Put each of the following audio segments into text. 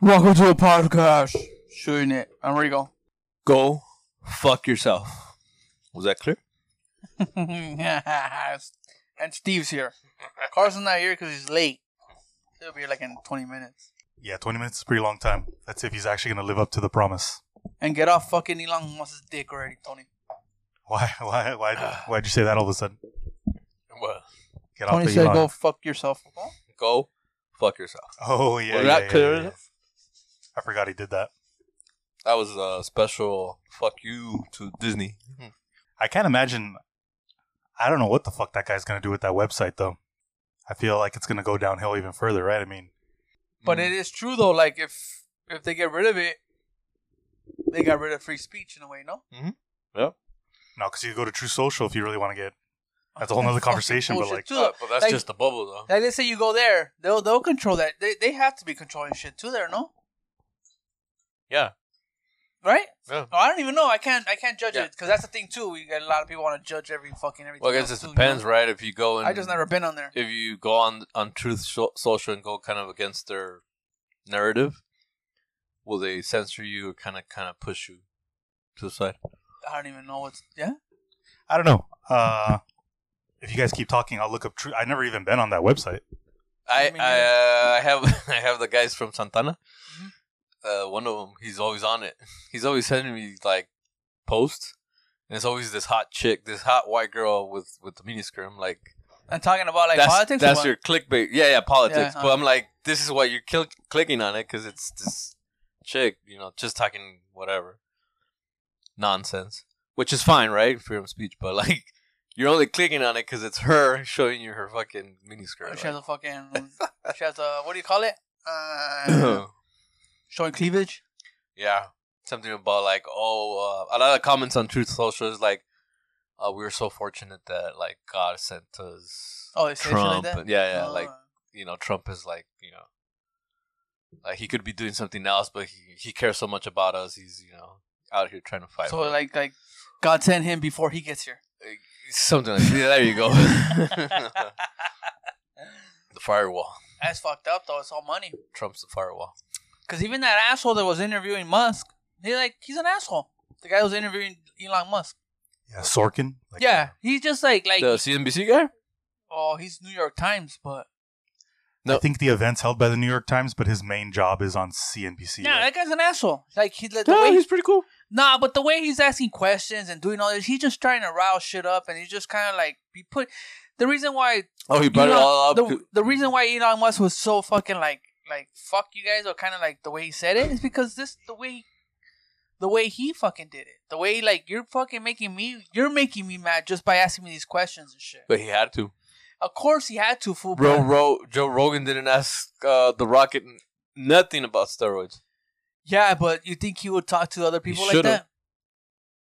Welcome to a podcast. Shooting it. I'm Regal. Go fuck yourself. Was that clear? and Steve's here. Carson's not here because he's late. He'll be here like in 20 minutes. Yeah, 20 minutes is a pretty long time. That's if he's actually going to live up to the promise. And get off fucking Elon Musk's dick already, Tony. Why? Why? Why? Why'd you say that all of a sudden? Well, Get Tony the said Elon. go fuck yourself. Huh? go fuck yourself. Oh yeah. Was yeah, that yeah, clear yeah, yeah. enough? I forgot he did that. That was a special fuck you to Disney. I can't imagine. I don't know what the fuck that guy's going to do with that website though. I feel like it's going to go downhill even further, right? I mean, But it is true though, like if if they get rid of it, they got rid of free speech in a way, no? Mm-hmm. no, because you go to True Social if you really want to get. That's a whole nother conversation, but Bullshit like, too, though. Ah, but that's Like- just the bubble, though. Like let's say you go there, they'll they'll control that. They they have to be controlling shit too there, no? Yeah. Right? Yeah. Oh, I don't even know. I can't I can't judge it 'cause Yeah. it because that's the thing too. We got a lot of people want to judge every fucking everything. Well, I guess else, it too, you depends, know? right? If you go and I just never been on there. if you go on on Truth Sho- Social and go kind of against their narrative, will they censor you or kind of kind of push you to the side? I don't even know what's yeah. I don't know. Uh, if you guys keep talking, I'll look up True. I never even been on that website. I I mean, I, uh, I have I have the guys from Santana. Mhm. Uh, one of them, he's always on it. He's always sending me like posts, and it's always this hot chick, this hot white girl with with the miniskirt. I'm like, And talking about like that's politics. or that's what? your clickbait. Yeah, yeah, politics. Yeah, but uh-huh. I'm like, this is why you're kill- clicking on it because it's this chick, you know, just talking whatever nonsense, which is fine, right? Freedom of speech, but like. You're only clicking on it because it's her showing you her fucking miniskirt. Oh, she has Like, a fucking she has a what do you call it? Uh, showing cleavage. Yeah, something about like oh, uh, a lot of comments on Truth Social is like, uh, we were so fortunate that like God sent us Oh, they say shit like Trump. that. yeah, yeah, Oh. like you know, Trump is like you know, like he could be doing something else, but he he cares so much about us. He's you know out here trying to fight. so for us. like like God sent him before he gets here. something. Like, yeah, there you go. the firewall. That's fucked up though. It's all money. Trump's the firewall. Because even that asshole that was interviewing Musk, he like he's an asshole. The guy who was interviewing Elon Musk. Yeah, Sorkin. Like, yeah, he's just like like The CNBC guy. oh he's New York Times, but No. I think the event's held by the New York Times, but his main job is on CNBC. yeah, right? that guy's an asshole. Like he the Yeah, way Ah, he's pretty cool. Nah, but the way he's asking questions and doing all this, he's just trying to rile shit up, and he's just kind of like he put. The reason why Oh, he brought it Elon- all up. The, the reason why Elon Musk was so fucking like like fuck you guys or kind of like the way he said it is because this the way the way he fucking did it. The way like you're fucking making me you're making me mad just by asking me these questions and shit. but he had to. Of course he had to fool. Bro, but- Ro- Joe Rogan didn't ask uh, The Rocket n- nothing about steroids. Yeah, but you think he would talk to other people like should've. that?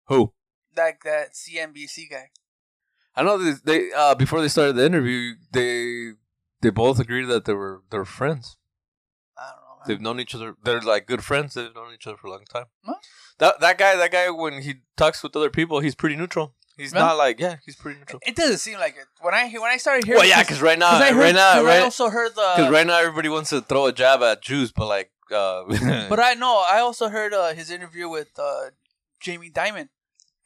Who? Like that CNBC guy. I know they, they uh, before they started the interview, they they both agreed that they were they were friends. I don't know, They've known each other. They're like good friends. They've known each other for a long time. Huh? That that guy, that guy, when he talks with other people, he's pretty neutral. He's Really? not like yeah, he's pretty neutral. It doesn't seem like it. When I hear- when I started hearing, Well, yeah, because right now, I heard, right now, 'cause I right, also heard because the, right now, everybody wants to throw a jab at Jews, but like, uh, but I know I also heard uh, his interview with uh, Jamie Diamond,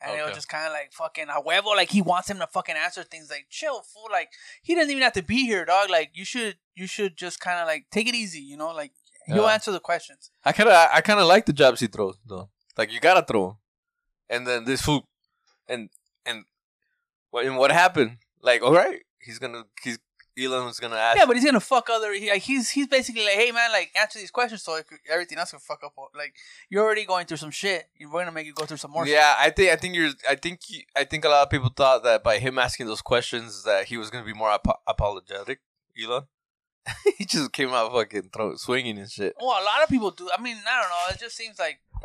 and it was Okay. just kind of like fucking a huevo, like he wants him to fucking answer things like chill, fool, like he doesn't even have to be here, dog. Like you should, you should just kind of like take it easy, you know, like he'll Yeah. answer the questions. I kind of, I kind of like the jabs he throws though. Like you gotta throw 'em. and then this fool, and and what and what happened? Like, all right, he's gonna, he's Elon's gonna ask. Yeah, but he's gonna fuck other. He, like he's he's basically like, hey man, like answer these questions so it could- everything else can fuck up. Like you're already going through some shit. You're gonna make you go through some more. shit. yeah, I think I think you're I think you, I think a lot of people thought that by him asking those questions that he was gonna be more apo- apologetic. Elon, he just came out fucking throw, swinging and shit. Well, a lot of people do. I mean, I don't know. It just seems like I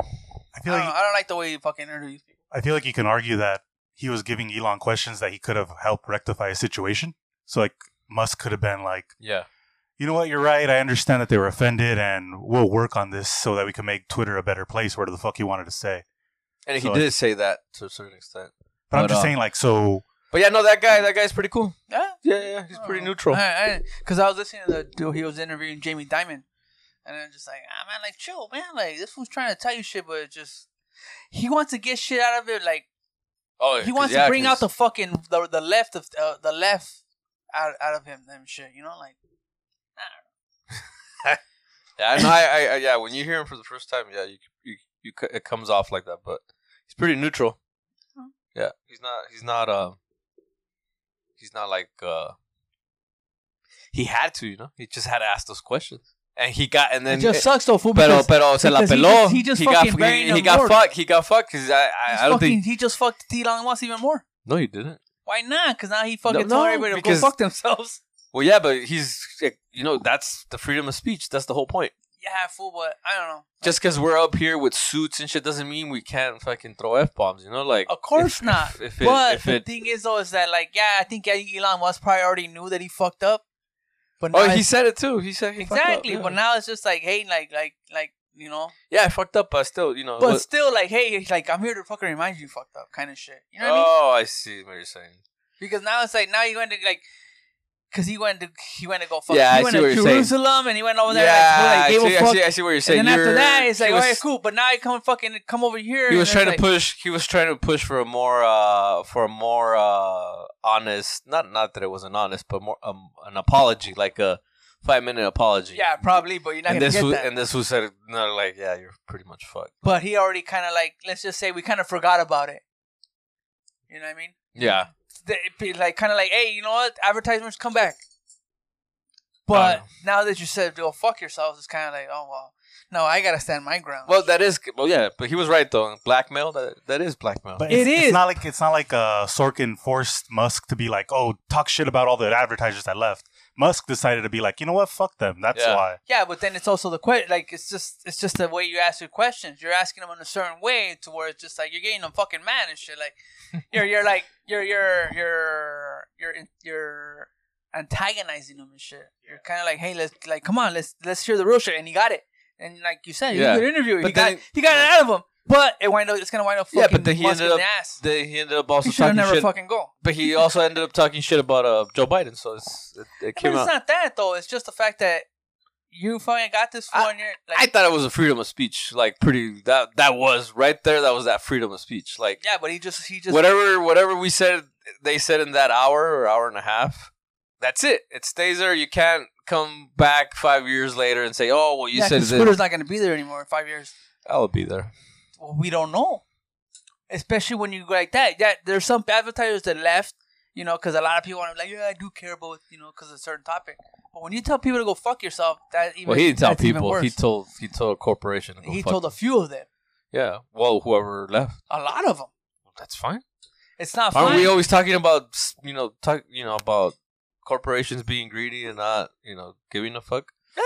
I feel don't, like know, I don't like the way he fucking interviews people. I feel like you can argue that he was giving Elon questions that he could have helped rectify a situation. So like Musk could have been like, Yeah, you know what, you're right. I understand that they were offended, and we'll work on this so that we can make Twitter a better place. Whatever the fuck he wanted to say. and So he did say that to a certain extent. But, I'm But, just uh, saying, like, so But yeah, no, that guy, that guy's pretty cool. Yeah, Yeah, yeah, he's Oh. pretty neutral. Because I was listening to the dude he was interviewing Jamie Dimon, and I'm just like, ah man, like chill, man. Like this fool's trying to tell you shit, but it's just he wants to get shit out of it. Like Oh, he wants to bring out the fucking the, the left of uh, the left out out of him and shit. You know, like Yeah, no, I, I, I, yeah. When you hear him for the first time, yeah, you, you, you, c- it comes off like that. But he's pretty neutral. Hmm. Yeah, he's not, he's not, um, he's not like, uh, he had to, you know, he just had to ask those questions, and he got, and then, it just sucks though, fool. pero, because pero se la because he peló. just- he just got, fucking fu- buried he, the he got Lord. fucked. He got fucked because I, I, he's I don't fucking, think. he just fucked Elon Musk even more. No, he didn't. Why not? Because now he fucking No, told no, everybody to go because- fuck themselves. Well, yeah, but he's, like, you know, that's the freedom of speech. That's the whole point. Yeah, fool, but I don't know. just because we're up here with suits and shit doesn't mean we can't fucking throw f bombs. You know, like Of course if- not. If, if it, but if the it, thing is, though, is that like, yeah, I think Elon Musk probably already knew that he fucked up. But now oh, he it's- said it too. He said he fucked up, exactly. yeah. But now it's just like, hey, like, like, like, you know. yeah, I fucked up, Uh, but still, you know. But what- still, like, hey, it's like I'm here to fucking remind you, you fucked up, kind of shit. You know what I mean? oh, I see what you're saying. Because now it's like now you're going to like. Cause he went to he went to go fuck. Yeah, I he went see to what you're saying. Jerusalem and he went over there yeah, like, I, like gave see, a I, fuck. see, I see what you're saying. and then after You're- that, it's like, he all was, right, cool. But now you come fucking come over here. He and was it's trying like- to push. He was trying to push for a more, uh, for a more uh, honest. Not, not that it wasn't honest, but more um, an apology, like a five minute apology. Yeah, probably, but you're not And gonna this, get was, that. and this was said, no, like, yeah, you're pretty much fucked. but he already kind of like let's just say we kind of forgot about it. You know what I mean? Yeah, They- it'd be like kind of like, hey, you know what? Advertisements come back. But Oh. now that you said go fuck yourselves, it's kind of like, oh well, no, I gotta stand my ground. Well, that is well, yeah, but he was right though. Blackmail, that that is blackmail. but It it's, it's is. not like it's not like uh, Sorkin forced Musk to be like, oh, talk shit about all the advertisers that left. Musk decided to be like, you know what, fuck them. That's Yeah. why. yeah, but then it's also the question. Like it's just it's just the way you ask your questions. You're asking them in a certain way to where it's just like you're getting them fucking mad and shit. Like you're you're like you're you're you're you're you're antagonizing them and shit. You're kind of like, hey, let's like come on, let's let's hear the real shit. And he got it. And like you said, Yeah. he's a good interviewer. But he then- got he got it out of him. But it wind up it's gonna wind up fucking yeah, but then he Musk ended in up. the ass. They, he ended up also He should have talking never shit. fucking go. but he also ended up talking shit about uh, Joe Biden. So it's it, it But came it's out. not that though. It's just the fact that you fucking got this I- one. You're like, I thought it was a freedom of speech. Like pretty that that was right there. That was that freedom of speech. Like yeah, but he just he just whatever whatever we said, they said in that hour or hour and a half. That's it. It stays there. You can't come back five years later and say, "Oh, well, you yeah, said 'cause this." Scooter's not going to be there anymore in five years. I'll be there. Well, we don't know, especially when you go like that. Yeah, there's some advertisers that left, you know, because a lot of people are like, yeah, I do care about you know, because a certain topic. But when you tell people to go fuck yourself, that even Well, he didn't tell that's even people. He worse. told he told a corporation. To go He fuck told a few of them, Yeah. Well, whoever left, a lot of them. that's fine. It's not Aren't fine. we always talking about s- you know talk you know about corporations being greedy and not you know giving a fuck? Yeah.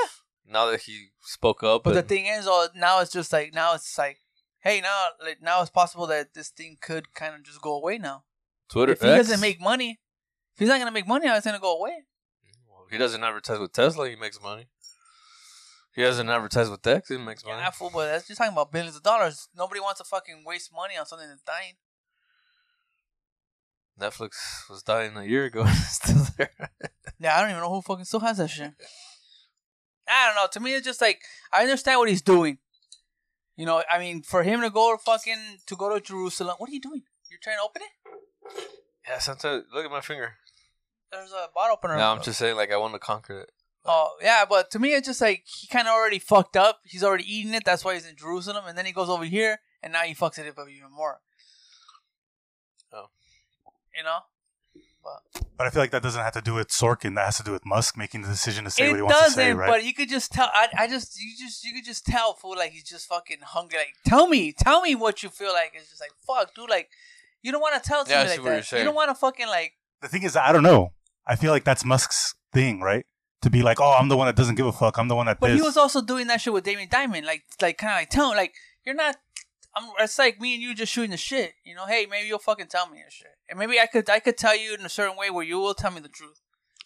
Now that he spoke up, But the and- thing is, oh, now it's just like now it's like, hey, now like now it's possible that this thing could kind of just go away now. Twitter If he X- doesn't make money, if he's not gonna make money, how it's gonna go away. Well, he doesn't advertise with Tesla. He makes money. He doesn't advertise with Dex. He makes money. Yeah, fool, but that's just talking about billions of dollars. Nobody wants to fucking waste money on something that's dying. Netflix was dying a year ago. It's still there. Yeah, I don't even know who fucking still has that shit. I don't know. To me, it's just like I understand what he's doing. You know, I mean, for him to go fucking to go to Jerusalem, what are you doing? You're trying to open it? Yeah, sometimes look at my finger. There's a bottle opener. No, I'm just saying, like I want to conquer it. Oh yeah, but to me, it's just like he kind of already fucked up. He's already eaten it. That's why he's in Jerusalem, and then he goes over here, and now he fucks it up even more. Oh. you know, But I feel like that doesn't have to do with Sorkin. That has to do with Musk making the decision to say it what he wants to doesn't. say, right? But you could just tell. I, I just you just you could just tell fool like he's just fucking hungry. Like tell me, tell me what you feel like. It's just like fuck, dude. Like you don't want to tell Yeah, I somebody see like what you're that. You saying. don't want to fucking like the thing is, I don't know. I feel like that's Musk's thing, right? To be like, oh, I'm the one that doesn't give a fuck. I'm the one that. But this. he was also doing that shit with Damien Diamond, like like kind of like telling like you're not. I'm. It's like me and you just shooting the shit. You know, hey, maybe you'll fucking tell me your shit, and maybe I could I could tell you in a certain way where you will tell me the truth.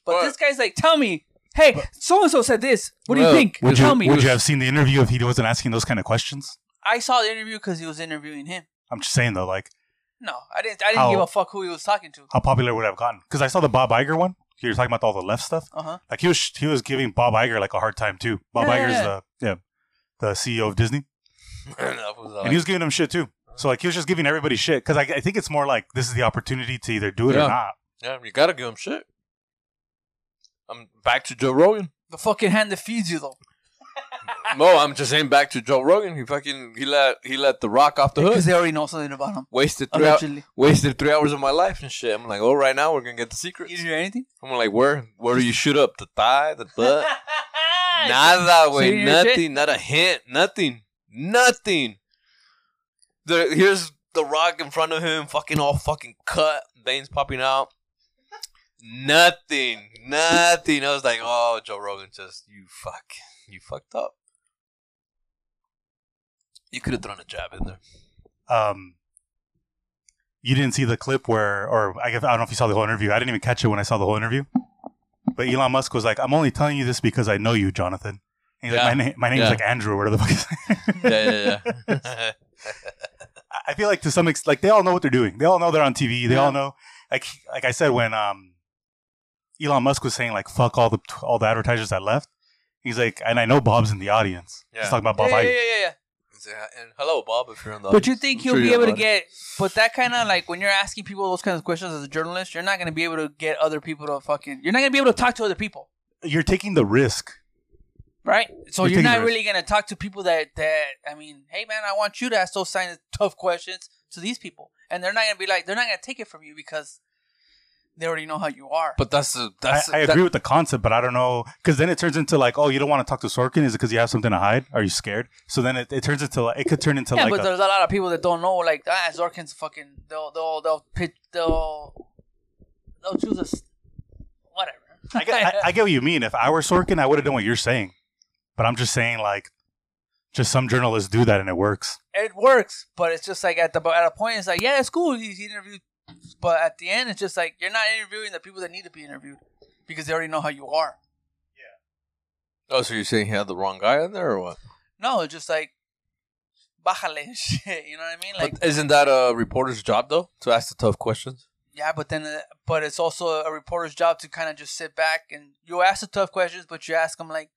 But, But- this guy's like, tell me, hey, so and so said this. What do Well, you think? would tell you, me. Would you have seen the interview if he wasn't asking those kind of questions? I saw the interview because he was interviewing him. I'm just saying though, like No, I didn't. I didn't How- give a fuck who he was talking to. how popular would I have gotten? Because I saw the Bob Iger one. You're talking about all the left stuff. Uh huh. Like he was he was giving Bob Iger like a hard time too. Bob Yeah, yeah, Iger's yeah. the yeah the CEO of Disney, That was all. and he was giving him shit too. So like he was just giving everybody shit because I, I think it's more like this is the opportunity to either do it Yeah. or not. yeah, you gotta give him shit. I'm back to Joe Rogan. The fucking hand that feeds you, though, no, I'm just saying back to Joe Rogan. He fucking he let he let the Rock off the because hook. they already know something about him. Wasted three hou- Allegedly, wasted three hours of my life and shit. I'm like, oh, right now we're gonna get the secret. you hear anything? I'm like, where where do you shoot up the thigh, the butt? Nada, See way, your nothing, shit? not a hint, nothing, nothing. The, here's the rock in front of him, fucking all fucking cut, veins popping out. Nothing, nothing. I was like, oh, Joe Rogan, just you fuck, you fucked up. You could have thrown a jab in there. Um, you didn't see the clip where, or I, guess, I don't know if you saw the whole interview. I didn't even catch it when I saw the whole interview. But Elon Musk was like, "I'm only telling you this because I know you, Jonathan." And he's Yeah. like, "My, na- my name Yeah. is like Andrew. Where the fuck is?" Yeah, yeah, yeah. I- I feel like to some extent, like they all know what they're doing. They all know they're on TV. They Yeah. all know, like like I said when um, Elon Musk was saying like fuck all the all the advertisers that left. He's like, and I know Bob's in the audience. Yeah. He's talking about Yeah, Bob yeah, Iger. yeah, yeah, yeah. and hello, Bob, if you're on the. Oh, But you audience. think I'm he'll sure be you're able to on. get, but that kind of like when you're asking people those kinds of questions as a journalist, you're not going to be able to get other people to fucking, you're not going to be able to talk to other people, You're taking the risk. right? So You're you're, taking not risks. really going to talk to people that, that, I mean, hey man, I want you to ask those kinds of tough questions to these people. And they're not going to be like, they're not going to take it from you because they already know how you are. But that's the I, that's I that- agree with the concept, but I don't know because then it turns into like, oh, you don't want to talk to Sorkin? Is it because you have something to hide? Are you scared? So then it, it turns into like, it could turn into yeah, like but a, there's a lot of people that don't know, like, ah, Zorkin's fucking, they'll, they'll, they'll pitch, they'll, they'll choose us, whatever. I get, I, I get what you mean. If I were Sorkin, I would have done what you're saying. But I'm just saying, like, just some journalists do that and it works. it works, but it's just like at the at a point, it's like yeah, it's cool. He's interviewed, but at the end, it's just like you're not interviewing the people that need to be interviewed because they already know how you are. Oh, so you're saying he had the wrong guy in there, or what? No, it's just like bájale and shit. You know what I mean? Like but isn't that a reporter's job though to ask the tough questions? yeah, but then uh, but it's also a reporter's job to kind of just sit back and you ask the tough questions, but you ask them like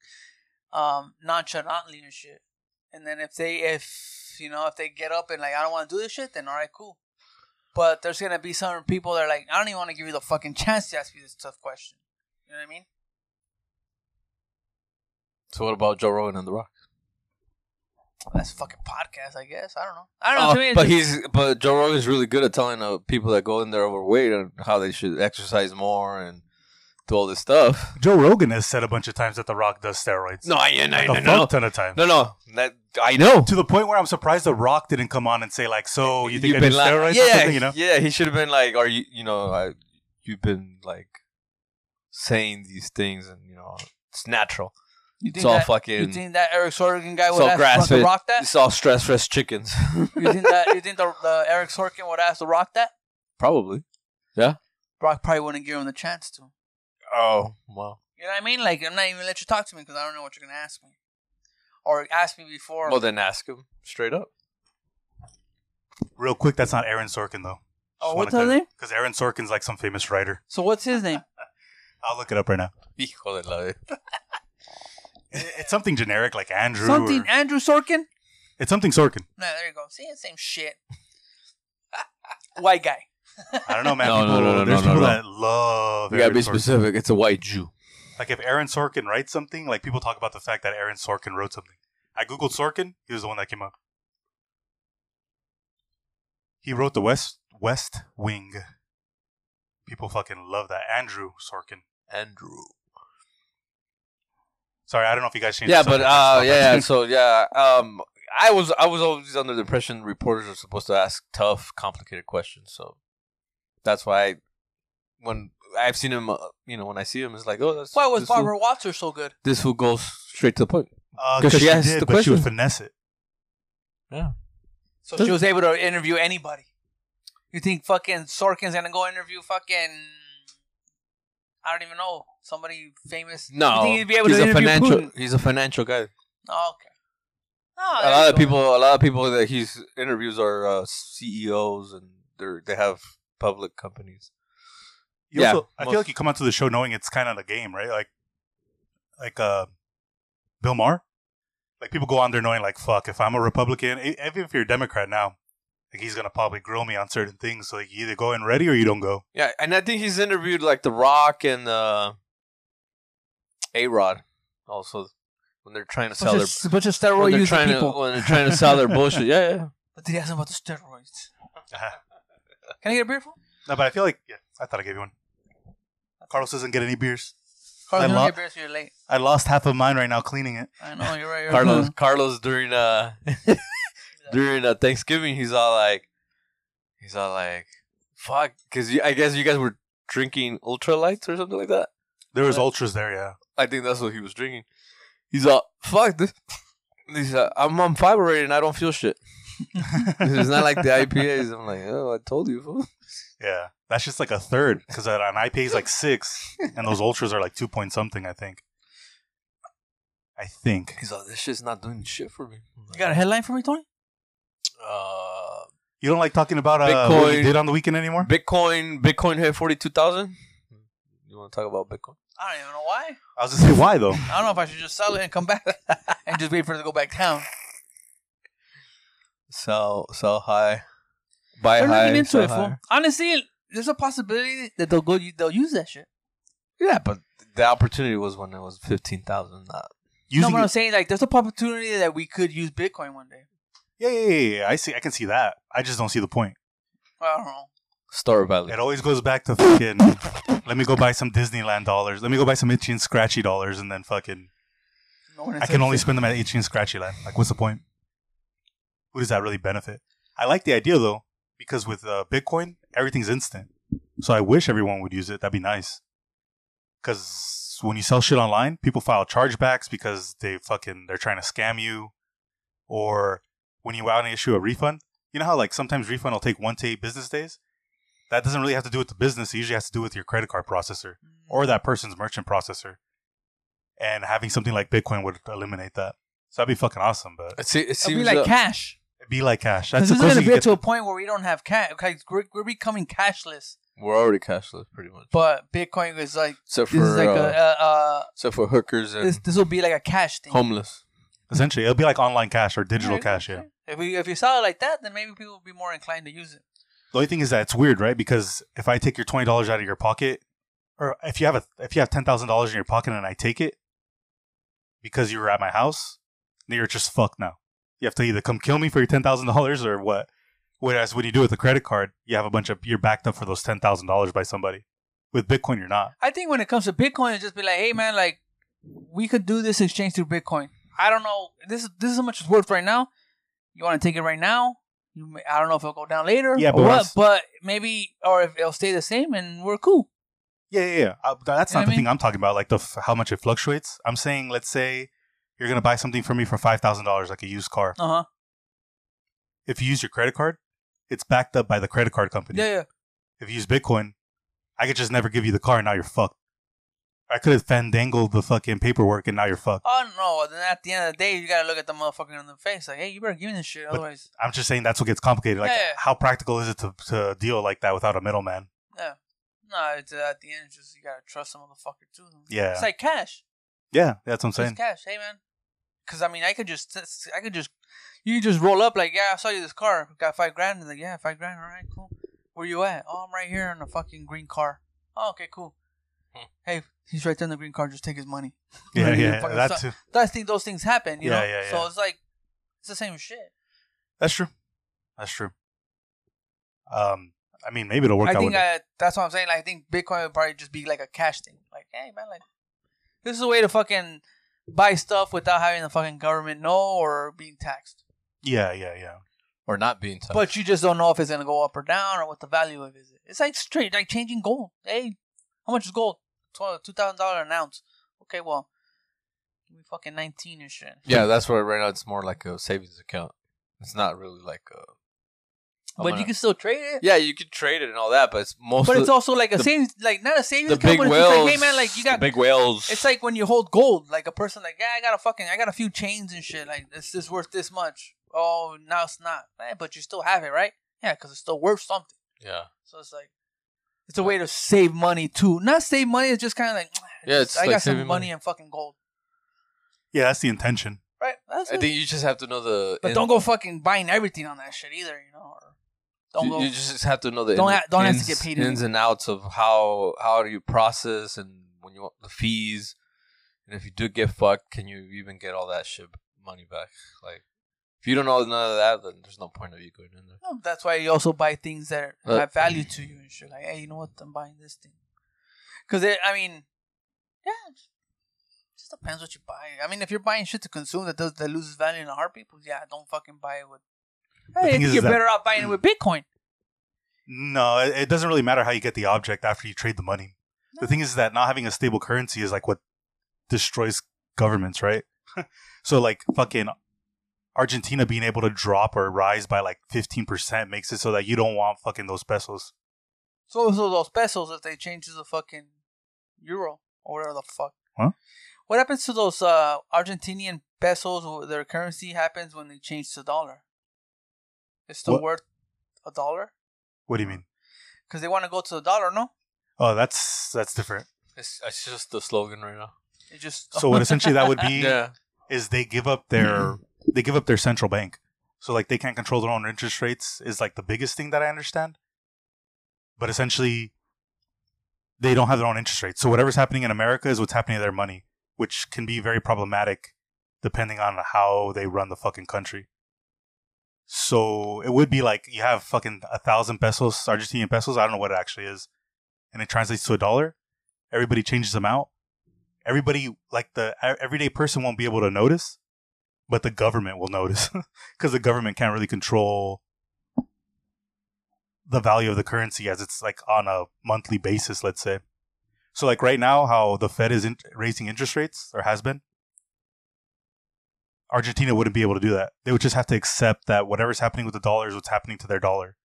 um nonchalantly and shit. And then if they if you know if they get up and like I don't want to do this shit, then all right, cool. But there's gonna be some people that are like I don't even want to give you the fucking chance to ask you this tough question. You know what I mean? So what about Joe Rogan and The Rock? That's a fucking podcast, I guess. I don't know. I don't know. to me, it's Oh, but just- he's but Joe Rogan's really good at telling uh, people that go in there overweight and how they should exercise more and do all this stuff. Joe Rogan has said a bunch of times that The Rock does steroids. No, I, no, like no, a no, fuck ton of times. no, no. That I know. To the point where I'm surprised The Rock didn't come on and say, like, so you think You've I do been li- steroids or yeah, something, you know? yeah. He should have been like, "Are you? You know, I, you've been like saying these things, and you know, it's natural. you It's think all that, you fucking. think that Eric Sorkin guy it's would all ask grass The fed. Rock that? It's all stress-free chickens. You think that you think the, the Eric Sorkin would ask The Rock that? Probably. Rock probably wouldn't give him the chance to. Oh wow. You know what I mean? Like, I'm not even gonna let you talk to me because I don't know what you're gonna ask me. or asked me before. Well, then ask him straight up. Real quick, that's not Aaron Sorkin though. Oh, what's his name? Because Aaron Sorkin's like some famous writer. So what's his name? I'll look it up right now. Hijo de la- It- It's something generic like Andrew. Something or- Andrew Sorkin. it's something Sorkin. No, there you go. See, same shit. White guy. I don't know, man. No, no, people, no, no, there's no, people no. that love. You gotta Aaron be Sorkin. specific. It's a white Jew. Like if Aaron Sorkin writes something, like people talk about the fact that Aaron Sorkin wrote something. I googled Sorkin. He was the one that came up. He wrote the West West Wing. People fucking love that Andrew Sorkin. Andrew. Sorry, I don't know if you guys changed. Yeah, the but subject. uh, Stop yeah. that. So yeah, um, I was I was always under the impression reporters are supposed to ask tough, complicated questions. So that's why I, when I've seen him, uh, you know, when I see him, it's like, oh, that's Why was this fool- Barbara Walters so good? this who goes straight to the point. Uh, 'Cause 'cause she she, asked did, the but she would question. finesse it. Yeah. So she was able to interview anybody. You think fucking Sorkin's gonna go interview fucking I don't even know somebody famous? You No, think he'd be able he's to a interview financial. Putin? He's a financial guy. Oh, okay. Oh, a there lot you of go. people, a lot of people that he's interviews are uh, CEOs and they're they have public companies. You Yeah, also, I feel most- like you come onto the show knowing it's kind of the game, right? Like, like uh, Bill Maher. Like people go on there knowing, like, fuck, if I'm a Republican, e- even if you're a Democrat now, like he's gonna probably grill me on certain things. So like, you either go in ready or you don't go. Yeah, and I think he's interviewed like The Rock and uh, A Rod also when they're trying to sell bunch their of, bunch of when steroid they're using trying to people. Uh-huh. when they're trying to sell their bullshit. Yeah, yeah. But did he ask him about the steroids? Can I get a beer for? him? no, but I feel like yeah, I thought I gave you one. Carlos doesn't get any beers. Carlos, I Oh, you don't lo- get beers. You're late. I lost half of mine right now cleaning it. I know you're right. You're Carlos right. Carlos during uh during uh, Thanksgiving he's all like he's all like fuck because I guess you guys were drinking ultralights or something like that. There was ultras there, yeah. I think that's what he was drinking. He's all fuck this. He's like, I'm on fiber already and I don't feel shit. It's not like the IPAs. I'm like, oh, I told you. Fool. Yeah, that's just like a third because an IPA is like six, and those ultras are like two point something. I think. I think He's like, this shit's not doing shit for me. I'm You like, got a headline for me, Tony? uh, you don't like talking about uh, what Bitcoin. you did on the weekend anymore. Bitcoin. Bitcoin hit forty two thousand. You want to talk about Bitcoin? I don't even know why. I was gonna say why though. I don't know if I should just sell it and come back and just wait for it to go back down. Sell, sell high, buy They're high, looking into sell it, fool. high. Honestly, there's a possibility that they'll go. They'll use that shit. Yeah, but the opportunity was when it was fifteen thousand. Not No, Using but I'm saying like there's a opportunity that we could use Bitcoin one day. yeah, yeah, yeah, yeah. I see. I can see that. I just don't see the point. Well, I don't know. store value. It always goes back to fucking. let me go buy some Disneyland dollars. Let me go buy some itchy and scratchy dollars, and then fucking. No one I can only spend them at itchy and scratchy land. Like, what's the point? Who does that really benefit? I like the idea though, because with uh, Bitcoin, everything's instant. So I wish everyone would use it. That'd be nice. Because when you sell shit online, people file chargebacks because they fucking they're trying to scam you, or when you go out and issue a refund, you know how like sometimes refund will take one to eight business days. That doesn't really have to do with the business. It usually has to do with your credit card processor Mm. or that person's merchant processor. And having something like Bitcoin would eliminate that. So that'd be fucking awesome, but It, se- it It'll be seems like uh, cash. it'd be like cash. This That's the is going to closest you be get. to a point where we don't have cash. Okay, we're, we're becoming cashless, we're already cashless pretty much. but Bitcoin is like except this for is like uh, a uh, except for hookers uh, and this this will be like a cash thing. homeless. Essentially, it'll be like online cash or digital Yeah, cash, yeah. If we if you sell it like that, then maybe people will be more inclined to use it. The only thing is that it's weird, right? Because if I take your twenty dollars out of your pocket, or if you have a if you have ten thousand dollars in your pocket and I take it because you were at my house, then you're just fucked now. You have to either come kill me for your ten thousand dollars or what? Whereas when you do it with a credit card, you have a bunch of you're backed up for those ten thousand dollars by somebody. With Bitcoin, you're not. I think when it comes to Bitcoin, it's just be like, hey man, like we could do this exchange through Bitcoin. I don't know. This is this is how much it's worth right now. You want to take it right now? You may, I don't know if it'll go down later. Yeah, or but what, that's- but maybe or if it'll stay the same and we're cool. Yeah, yeah, yeah. Uh, You that's know not what the I mean? thing I'm talking about. Like the f- how much it fluctuates. I'm saying, let's say you're gonna buy something from me for five thousand dollars, like a used car. Uh huh. If you use your credit card, it's backed up by the credit card company. Yeah, yeah. If you use Bitcoin, I could just never give you the car, and now you're fucked. I could have fandangled the fucking paperwork, and now you're fucked. Oh no! Then at the end of the day, you gotta look at the motherfucker in the face. Like, hey, you better give me this shit, But- otherwise. I'm just saying that's what gets complicated. Like, Yeah, yeah. how practical is it to, to deal like that without a middleman? No, it's, uh, at the end, just you gotta trust the motherfucker too. Yeah. it's like cash. Yeah, that's what I'm It's saying. cash. Hey man, because I mean, I could just, I could just, you could just roll up like, yeah, I saw you this car, got five grand. And like, yeah, five grand. All right, cool. Where you at? Oh, I'm right here in a fucking green car. Oh, okay, cool. Hmm. hey, he's right there in the green car. Just take his money. Yeah, Like, you yeah, fucking that's suck. I think those things happen. You Yeah, know? yeah, So yeah. it's like it's the same shit. that's true. That's true. Um, I mean, maybe it'll work I out. think With it. uh that's what I'm saying. Like, I think Bitcoin would probably just be like a cash thing. Like, hey man, like this is a way to fucking buy stuff without having the fucking government know or being taxed. Yeah, yeah, yeah. or not being touched. But you just don't know if it's gonna go up or down or what the value of it is. It's like straight like changing gold. Hey, how much is gold? Two thousand dollar an ounce. Okay, well, give me fucking nineteen and shit. yeah, that's why right now it's more like a savings account. It's not really like a. I'm but gonna- you can still trade it. Oh, Yeah, you could trade it and all that, but it's most. But of it's also like a the- savings, like not a savings the account, big but it's just whales. like, hey man, like you got the big whales. It's like when you hold gold, like a person like, yeah, I got a fucking, I got a few chains and shit. Like, this is worth this much. Oh, now it's not. Eh, but you still have it, right? Yeah, because it's still worth something. yeah, So it's like, it's a way to save money too. Not save money. It's just kind of like, Yeah, it's I like got some saving money, money. and fucking gold, Yeah, that's the intention. right? That's I it. think you just have to know the. but in- don't go fucking buying everything on that shit either, you know. Or don't you, go. you just have to know the Don't in- ha- don't have to ins, get paid ins anything. and outs of how how do you process and when you want the fees, and if you do get fucked, can you even get all that shit money back? Like, if you don't know none of that, then there's no point of you going in there. No, that's why you also buy things that are- Uh, have value to you and shit. Like, hey, you know what? I'm buying this thing because I mean, yeah, it just depends what you buy. I mean, if you're buying shit to consume that does that loses value in a heartbeat, well, yeah, don't fucking buy it with. Hey, I thing think is, you're is that- better off buying it with Bitcoin. No, it, it doesn't really matter how you get the object after you trade the money. The thing is that not having a stable currency is like what destroys governments, right? so like fucking Argentina being able to drop or rise by like 15% makes it so that you don't want fucking those pesos. So, so those pesos if they change to the fucking euro or whatever the fuck. Huh? What happens to those uh, Argentinian pesos? or Their currency happens when they change to dollar. It's still What? worth a dollar. What do you mean? because they want to go to the dollar. No, Oh, that's that's different. It's, it's just the slogan right now. it just So what essentially that would be Yeah, is they give up their they give up their central bank. So like they can't control their own interest rates is like the biggest thing that I understand. But essentially they don't have their own interest rates. So whatever's happening in America is what's happening to their money, which can be very problematic depending on how they run the fucking country. So it would be like you have fucking a thousand pesos, Argentinian pesos, I don't know what it actually is, and it translates to a dollar. Everybody changes them out. Everybody like the e- everyday person won't be able to notice, but the government will notice because the government can't really control the value of the currency as it's like on a monthly basis, let's say. So like right now, how the Fed is in- raising interest rates or has been, Argentina wouldn't be able to do that. They would just have to accept that whatever's happening with the dollar is what's happening to their dollar,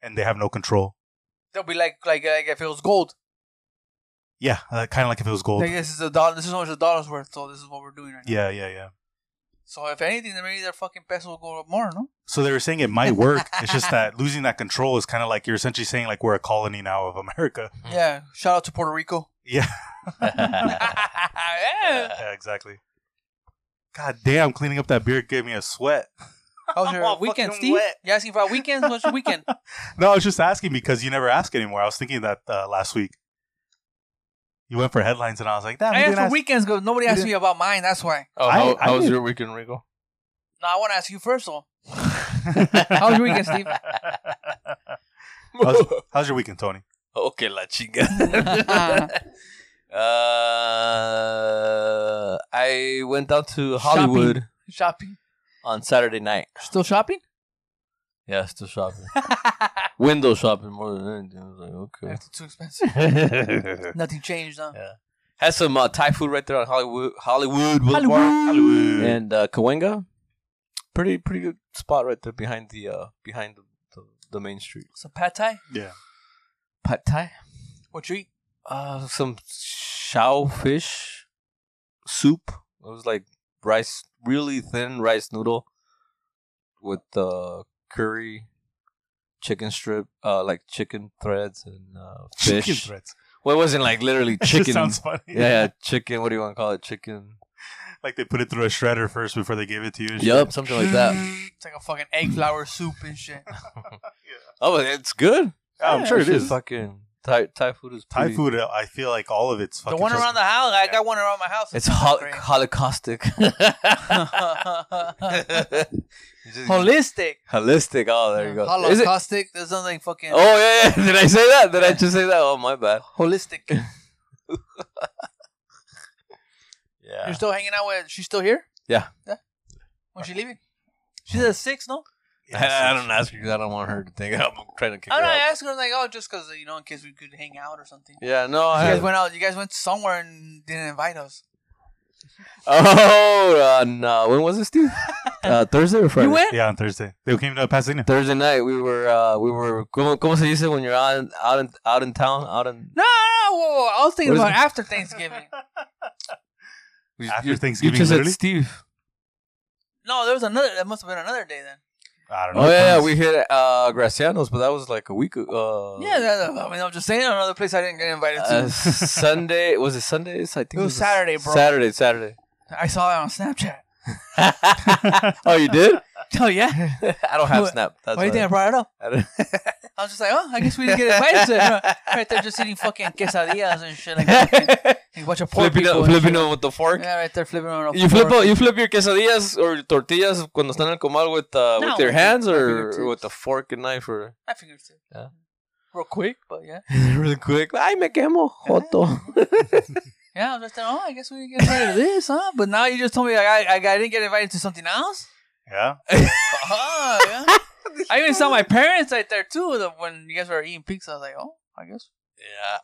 and they have no control. they'll be like like like if it was gold. Yeah, uh, kind of like if it was gold. Like this is a dollar. This is how much a dollar's worth. So this is what we're doing right now. Yeah, yeah, yeah. So if anything, then maybe their fucking peso will go up more. No. So they were saying it might work. it's just that losing that control is kind of like you're essentially saying like we're a colony now of America. Hmm. Yeah. Shout out to Puerto Rico. Yeah, yeah. yeah, exactly. God damn, cleaning up that beer gave me a sweat. How was your I'm all weekend, fucking Steve? wet. You asking for a weekend? What's your weekend? No, I was just asking because you never ask anymore. I was thinking that uh, last week. You went for headlines, and I was like, "Damn, I you asked didn't for ask- weekends because nobody you asked didn't- me about mine. That's why. Oh, I- how, I how was did- your weekend, Rico? No, I want to ask you first, though. How was your weekend, Steve? How's- How's your weekend, Tony? okay, la chinga. uh, I went down to Hollywood shopping. on Saturday night. Still shopping? Yeah, still shopping. Window shopping more than anything. I was like, okay. That's too expensive. Nothing changed, huh? Had some uh, Thai food right there on Hollywood Hollywood Boulevard Hollywood. and uh, Cahuenga. Pretty pretty good spot right there behind the uh, behind the, the, the main street. Some pad thai. Yeah. Pad Thai. What you eat? Uh, some sh- chow fish soup. It was like rice, really thin rice noodle with uh, curry, chicken strip, uh, like chicken threads and uh, fish. Chicken threats. Well, it wasn't like literally It chicken. just sounds funny. yeah, yeah, chicken. What do you want to call it? Chicken. Like they put it through a shredder first before they gave it to you. and Yup, something like that. It's like a fucking egg flour soup and shit. Oh, but it's good. shit. Yeah, I'm sure it Actually, is. Fucking Thai, Thai food is Thai pretty- food, uh, I feel like all of it's the fucking. one just- around the house, I got one around my house. It's hot. hol- holocaustic. Just- Holistic. holistic. Oh, there you go. Is it- Holocaustic. There's something fucking Oh yeah, yeah. Did I say that? Did I just say that? Oh my bad. holistic. Yeah. You're still hanging out with? She's still here? Yeah. Yeah. When she leaving? She's at six, no? I, I Yeah, don't ask her 'cause I don't want her to think I'm trying to kick I her don't know, I out. asked her like, oh, just because you know, in case we could hang out or something. Yeah. No. You guys I, went out. You guys went somewhere and didn't invite us. oh uh, no. When was it, Steve? Uh, Thursday or Friday? You went? yeah, on Thursday they came to Pasadena. Thursday night. We were. Uh, we were. ¿Cómo, cómo se dice when you're out, out in out in town? Out in. No, no, no. Whoa, whoa, I was thinking What is about it? after Thanksgiving. you- After you- Thanksgiving, You just literally? said Steve. no, there was another. That must have been another day then. I don't know. Oh yeah, yeah, we hit uh, Graciano's, but that was like a week. Uh, yeah, that, I mean, I'm just saying another place I didn't get invited uh, to. Sunday was it Sunday? I think It was Saturday, bro. Saturday, Saturday. I saw it on Snapchat. oh, you did? Oh yeah. I don't have What- Snap. That's Why do you think I brought it up? I don't- I was just like, oh, I guess we didn't get invited to it. Right there, just eating fucking quesadillas and shit. Like, fucking, like watch a poor flipping people. up, and flipping shit. up with the fork. Yeah, right there, flipping on a You flip, fork. you flip your quesadillas or tortillas cuando están en el comal with uh, No, with your hands with my or, fingertips. with the fork and knife or I figured so. Yeah. Real quick, but yeah. really quick. Ay, me quemo, joto. Yeah, I was just like, oh, I guess we didn't get invited to this, huh? But now you just told me like, I, I, I didn't get invited to something else? Yeah, Oh, yeah. I even saw my parents right there, too, the- when you guys were eating pizza. I was like, oh, I guess. yeah,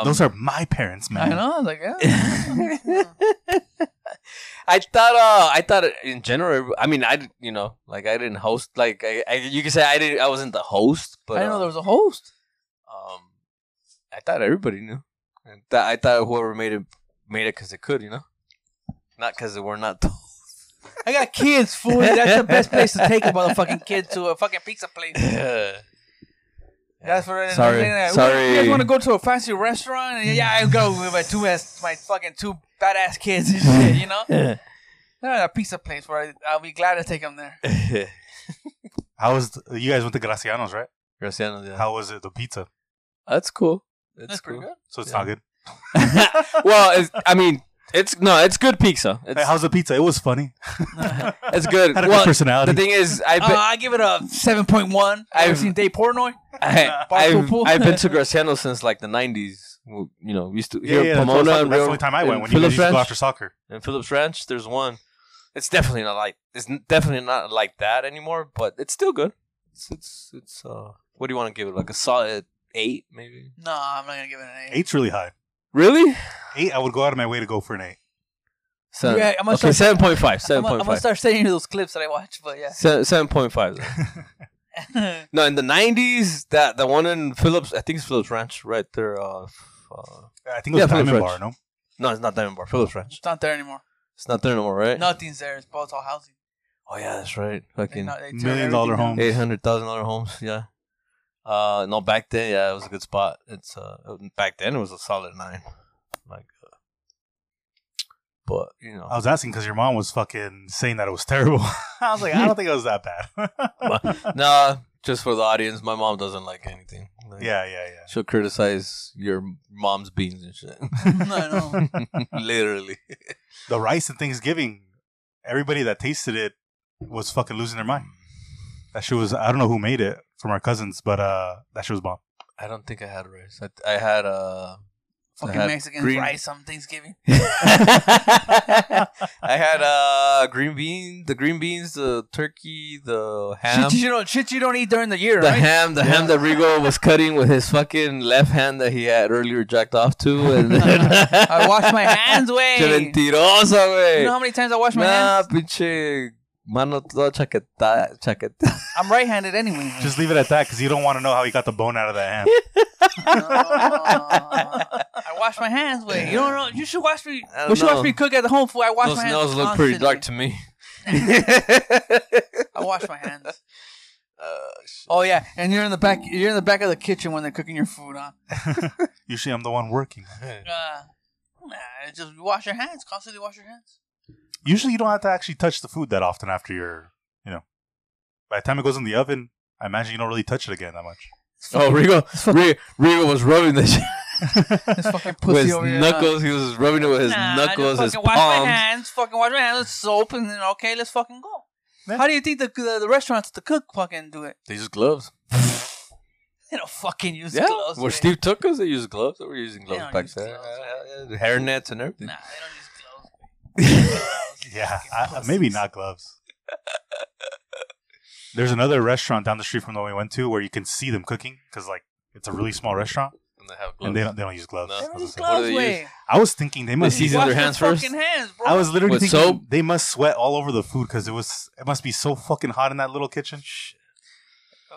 um, those are my parents, man. I know. I was like, yeah. I thought uh I thought in general I mean I did- you know like I didn't host like I, I you could say I didn't I wasn't the host but I didn't know um, there was a host. um I thought everybody knew and th- I thought whoever made it made it because they could you know not because they were not the I got kids, fool. That's the best place to take a motherfucking kid to a fucking pizza place. That's what. Sorry. I'm Sorry. You guys want to go to a fancy restaurant? And yeah, I go with my two ass, my fucking two badass kids and shit. You know, they're at a pizza place where I, I'll be glad to take them there. How was th- you guys went to Graciano's, right? Graciano, yeah. How was it? The pizza. that's cool that's, That's pretty cool good. So it's Yeah. not good. well it's, I mean it's no it's good pizza Hey, it's, how's the pizza? It was funny. it's good Had a Well, good personality. the thing is I Uh, I give it a seven point one. I've I've- seen Dave Portnoy. I, I've, Pool. I've been to Graciano since like the 90s. Well, You know, we used to yeah, here yeah, in that's, what- Pomona. that's and the Rio- only time I went and when you guys used to go Ranch- after soccer. In Phillips Ranch, there's one. It's definitely not like it's n- definitely not like that anymore, but it's still good. It's it's, it's uh, what do you want to give it? Like a solid eight, maybe? No, I'm not gonna give it an eight. Eight's really high. Really? Eight, I would go out of my way to go for an eight. Seven. Yeah, I'm gonna okay, start- seven point five. I'm Seven gonna- point I'm gonna five. start sending you those clips that I watch, but yeah. Se- Seven point five. No, in the nineties, that the one in Phillips, I think it's Phillips Ranch, right there. Uh, f- uh, I think it was Yeah, Diamond French. Bar, no? no, it's not there anymore. Phillips Ranch. it's not there anymore. It's not there anymore, right? Nothing's there. It's all housing. Oh yeah, that's right. They, Fucking not, they tear Million dollar everything down. home. eight hundred thousand dollar homes. Yeah. Uh, no, back then, yeah, it was a good spot. It's uh, back then it was a solid nine. Like, uh, but you know, I was asking because your mom was fucking saying that it was terrible. I was like, I don't think it was that bad. nah, just for the audience, my mom doesn't like anything. Like, yeah, yeah, yeah. she'll criticize your mom's beans and shit. no, no. Literally, The rice and Thanksgiving, everybody that tasted it was fucking losing their mind. That shit was, I don't know who made it from our cousins, but uh, that shit was bomb. I don't think I had rice. I, I had uh, Fucking had Mexicans green- rice on Thanksgiving. I had uh, green bean, the green beans, the turkey, the ham. Shit you don't shit you don't eat during the year, the right? ham, the ham that Rigo was cutting with his fucking left hand that he had earlier jacked off to, and then I wash my hands, way. Que You mentirosa, güey. know how many times I wash my nah, hands? pinche mano toda chaqueta, chaqueta. I'm right-handed anyway. Just leave it at that because you don't want to know how he got the bone out of that hand. No. I wash my hands with. You don't know. You should watch me. I don't You should know. watch me cook at the home food. I wash Those my hands. nails look pretty dark constantly. to me. I wash my hands. Uh, shit. Oh yeah, and you're in the back. You're in the back of the kitchen when they're cooking your food, huh? Usually I'm the one working. Uh, nah, it's just wash your hands. Constantly wash your hands. Usually you don't have to actually touch the food that often after you're, you know. By the time it goes in the oven, I imagine you don't really touch it again that much. oh, Rigo, Rigo, Rigo was rubbing this shit This fucking with pussy his over here. knuckles. He was rubbing it with his Nah, just knuckles, his fucking Wash my palms. hands, fucking wash my hands with soap, and then okay, let's fucking go. Yeah. How do you think the, the the restaurants, the cook, fucking do it? They use gloves. They don't fucking use Yeah, gloves. where man. Steve took us, they used gloves. They were using gloves don't back use then. gloves. Uh, yeah, the hair nets and everything. Nah, they Yeah, I, maybe not gloves. There's another restaurant down the street from the one we went to where you can see them cooking because, like, it's a really small restaurant And they have gloves. and they don't, they don't use gloves. No. don't use gloves. They don't use What do gloves. they Way. I was thinking they must. season Wash their hands first? Fucking hands, bro. I was literally With thinking soap? they must sweat all over the food because it was it must be so fucking hot in that little kitchen.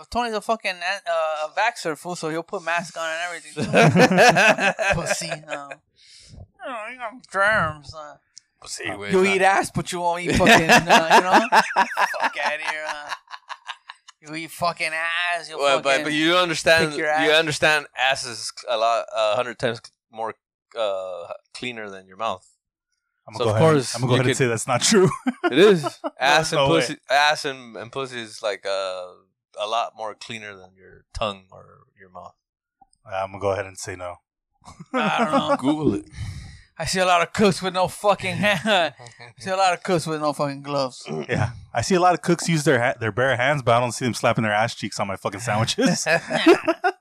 Tony's a fucking uh, a vaxxer fool, so he'll put mask on and everything. too. Pussy, no. Oh, you got germs. Uh, Pussy, wait, uh, you'll nah. eat ass, but you won't eat fucking. Uh, you know, fuck out of here. Uh, you eat fucking ass. You'll Well, fucking. but, but you understand pick you your ass. understand ass is a lot uh, a hundred times more uh, cleaner than your mouth. I'm So gonna go of ahead. course I'm gonna go you ahead and could- say that's not true. It is ass and no way. pussy. Ass and, and pussy is like uh, a lot more cleaner than your tongue or your mouth. I'm gonna go ahead and say no. I don't know. Google it. I see a lot of cooks with no fucking. hand. I see a lot of cooks with no fucking gloves. Yeah, I see a lot of cooks use their ha- their bare hands, but I don't see them slapping their ass cheeks on my fucking sandwiches.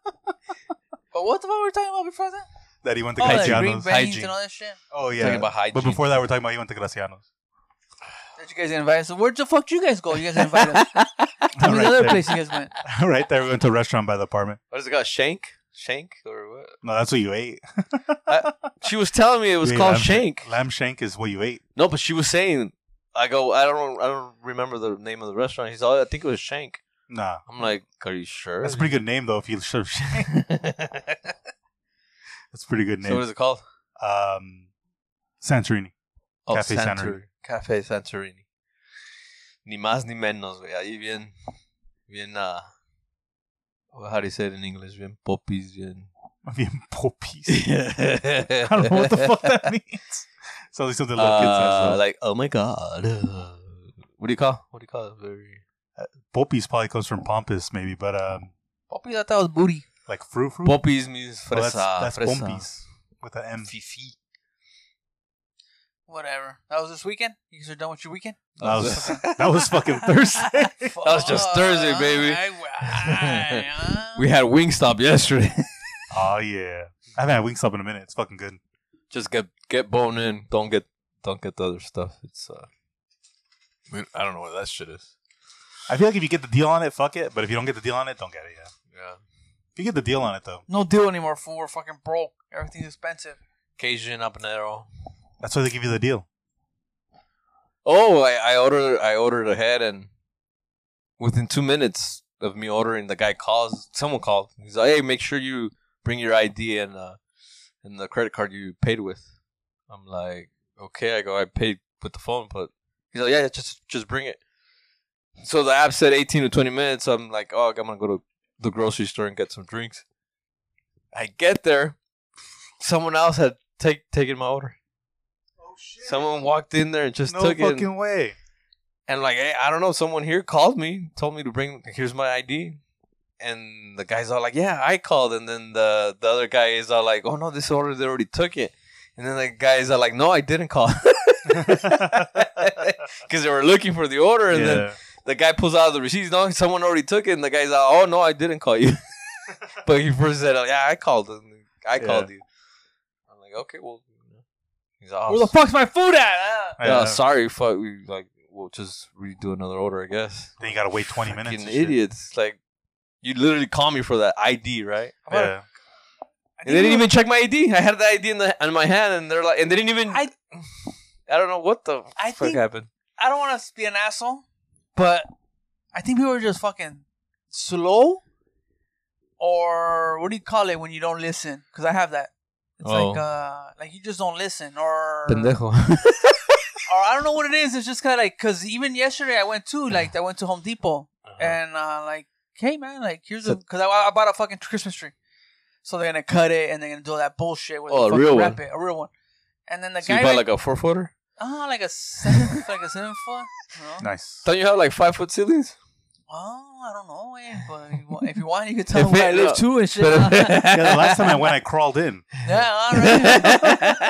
But what the fuck were we talking about before that? that he went to Oh, like green Graciano's. beans Hygiene. and all that shit. oh Talking yeah, about hygiene. but before that, we're talking about he went to Graciano's. That you guys invited us. Where the fuck did you guys go? You guys invited us. Tell me the right, other there. place you guys went. right there, we went to a restaurant by the apartment. what is it called? Shank, shank, or what? No, that's what you ate. She was telling me it was You ate called lamb shank. Lamb shank is what you ate. No, but she was saying, I go, I don't, I don't remember the name of the restaurant. He's all, I think it was shank. Nah, I'm like, are you sure? that's a pretty good name though. If you serve shank, that's a pretty good so what name. is it called? um, Santorini. Cafe Santorini. Café Santorini. Ni más ni menos, güey. Ahí bien, bien, uh, well, how do you say it in English? Bien popis, bien. Bien popis. I I don't know what the fuck that means. Sounds like something little kids Uh, have. like, oh my god. Uh, what do you call? What do you call it? Very. Poppies probably comes from pompous, maybe, but um, Poppy thought that was booty. like frou frou. Popis means Well, fresa. Oh, that's that's fresa. pompies with an M. Fifi. Whatever. That was this weekend. You guys are done with your weekend. That was that was fucking Thursday. That was just Thursday, we baby. we had Wingstop yesterday. oh yeah, I haven't had Wingstop in a minute. It's fucking good. Just get get bone in. Don't get don't get the other stuff. It's uh, I, mean, I don't know what that shit is. I feel like if you get the deal on it, fuck it. But if you don't get the deal on it, don't get it. Yeah. Yeah. If you get the deal on it though, no deal anymore, fool. We're fucking broke. Everything's expensive. Cajun habanero. that's why they give you the deal. Oh, I, I ordered I ordered ahead and within two minutes of me ordering, the guy calls someone called. He's like, Hey, make sure you bring your ID and uh and the credit card you paid with. I'm like, Okay, I go, I paid with the phone, but he's like, Yeah, yeah, just just bring it. So the app said eighteen to twenty minutes, so I'm like, Oh, I'm gonna go to the grocery store and get some drinks. I get there, someone else had take taken my order. Oh shit. Someone walked in there and just no took it. and- fucking way. and like, hey, I don't know, someone here called me, told me to bring here's my ID. And the guy's all like, Yeah, I called and then the the other guy is all like, Oh no, this order they already took it. And then the guys are like, No, I didn't call because they were looking for the order and then yeah. the guy pulls out the receipts, no, someone already took it and the guy's like, Oh no, I didn't call you But he first said, Yeah, I called and I Yeah. called you. I'm like, Okay, well you know." he's all Where the fuck's my food at? Ah. Oh, yeah, Yeah. oh, sorry, fuck we like we'll just redo another order, I guess. Then you gotta wait 20 minutes Fucking and shit. idiots. Like, you literally call me for that ID, right? How about- yeah. I think And we they didn't were- even check my ID. I had the ID in, the, in my hand, and they're like, and they didn't even. I, I- don't know what the I fuck think- happened. I don't want to be an asshole, but I think we were just fucking slow, or what do you call it when you don't listen? Because I have that. It's Oh. like uh, like you just don't listen, or Pendejo. or I don't know what it is. It's just kind of like because even yesterday I went to like I went to Home Depot Uh-huh. and uh, like, hey man, like here's So- a because I, I bought a fucking Christmas tree, so they're gonna cut it and they're gonna do all that bullshit with Oh, a fucking real wrap one. it, a real one. And then the so guy you buy like, like a four footer? ah like a seven like a seven foot. You know? Nice. Don't you have like five foot ceilings? Oh, I don't know, eh, but if you want, if you, want you can tell me If where I it- live no. too and shit. Yeah, the last time I went, I crawled in. yeah, all right.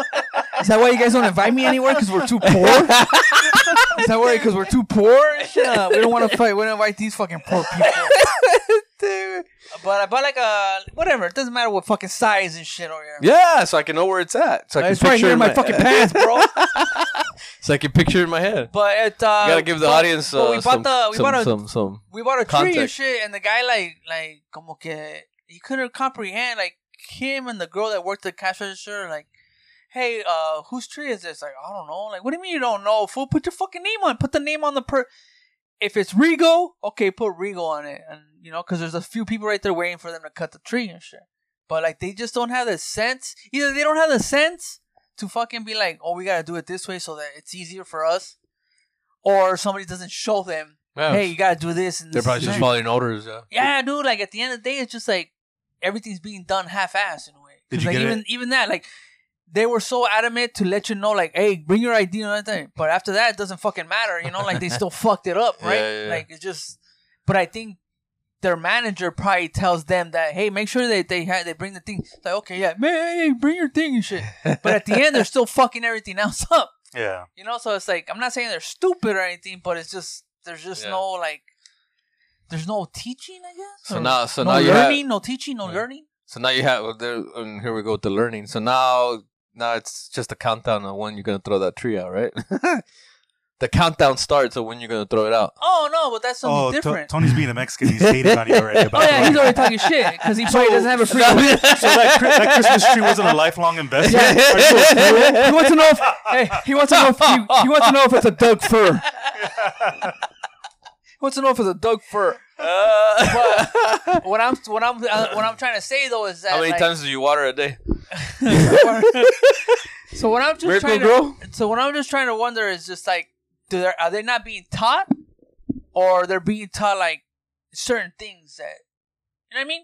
Is that why you guys don't invite me anywhere? Because we're too poor. Is that why? Because we're too poor. Shut up. We don't want to fight. We don't invite these fucking poor people. Dude. But I bought like a whatever. It doesn't matter what fucking size and shit over here. Yeah, so I can know where it's at. So I can it's right picture here in my, fucking pants, bro. So I can picture it in my head. But it, uh, you gotta give the but- audience but uh, we bought some, the- we some, bought a- some some we bought a tree and Context. shit, and the guy like like como que he couldn't comprehend like him and the girl that worked the cash register like. Hey, uh, whose tree is this? Like, I don't know. Like, what do you mean you don't know? Fool, put your fucking name on. it. Put the name on the per. If it's Rego, okay, put Rego on it, and you know, because there's a few people right there waiting for them to cut the tree and shit. But like, they just don't have the sense. Either they don't have the sense to fucking be like, oh, we gotta do it this way so that it's easier for us, or somebody doesn't show them Yeah. hey, you gotta do this. And They're this probably and just that. following orders, yeah. Yeah, dude. Like at the end of the day, it's just like everything's being done half-assed in a way. 'Cause, Did you like, get even even that, like they were so adamant to let you know, like, hey, bring your ID and everything. But after that, it doesn't fucking matter, you know. Like they still fucked it up, right? Yeah, yeah, yeah. Like it's just. But I think their manager probably tells them that, hey, make sure that they ha- they bring the thing. It's like, okay, yeah, hey, bring your thing and shit. But at the end, they're still fucking everything else up. Yeah. You know, so it's like I'm not saying they're stupid or anything, but it's just there's just Yeah. no like there's no teaching, I guess. So or now- so no now you have- learning, no teaching, no Yeah. learning. So now you have well, there, and here we go with the learning. So now now it's just a countdown on when you're gonna throw that tree out, right? the countdown starts of when you're gonna throw it out. Oh no, but that's something Oh, To- different. Tony's being a Mexican. He's hating on you already. oh About yeah, he's that. already talking shit because he probably doesn't have a free. So that, Chri- that Christmas tree wasn't a lifelong investment. he wants to know if hey, he wants to know if he, he wants to know if it's a Doug fur. He wants to know if it's a Doug fur. Uh, But what I'm what I'm uh, what I'm trying to say though is that How many like, times do you water a day? so what I'm just Miracle trying to Grow? so what I'm just trying to wonder is just like, do they are they not being taught, or they're being taught like certain things that you know what I mean?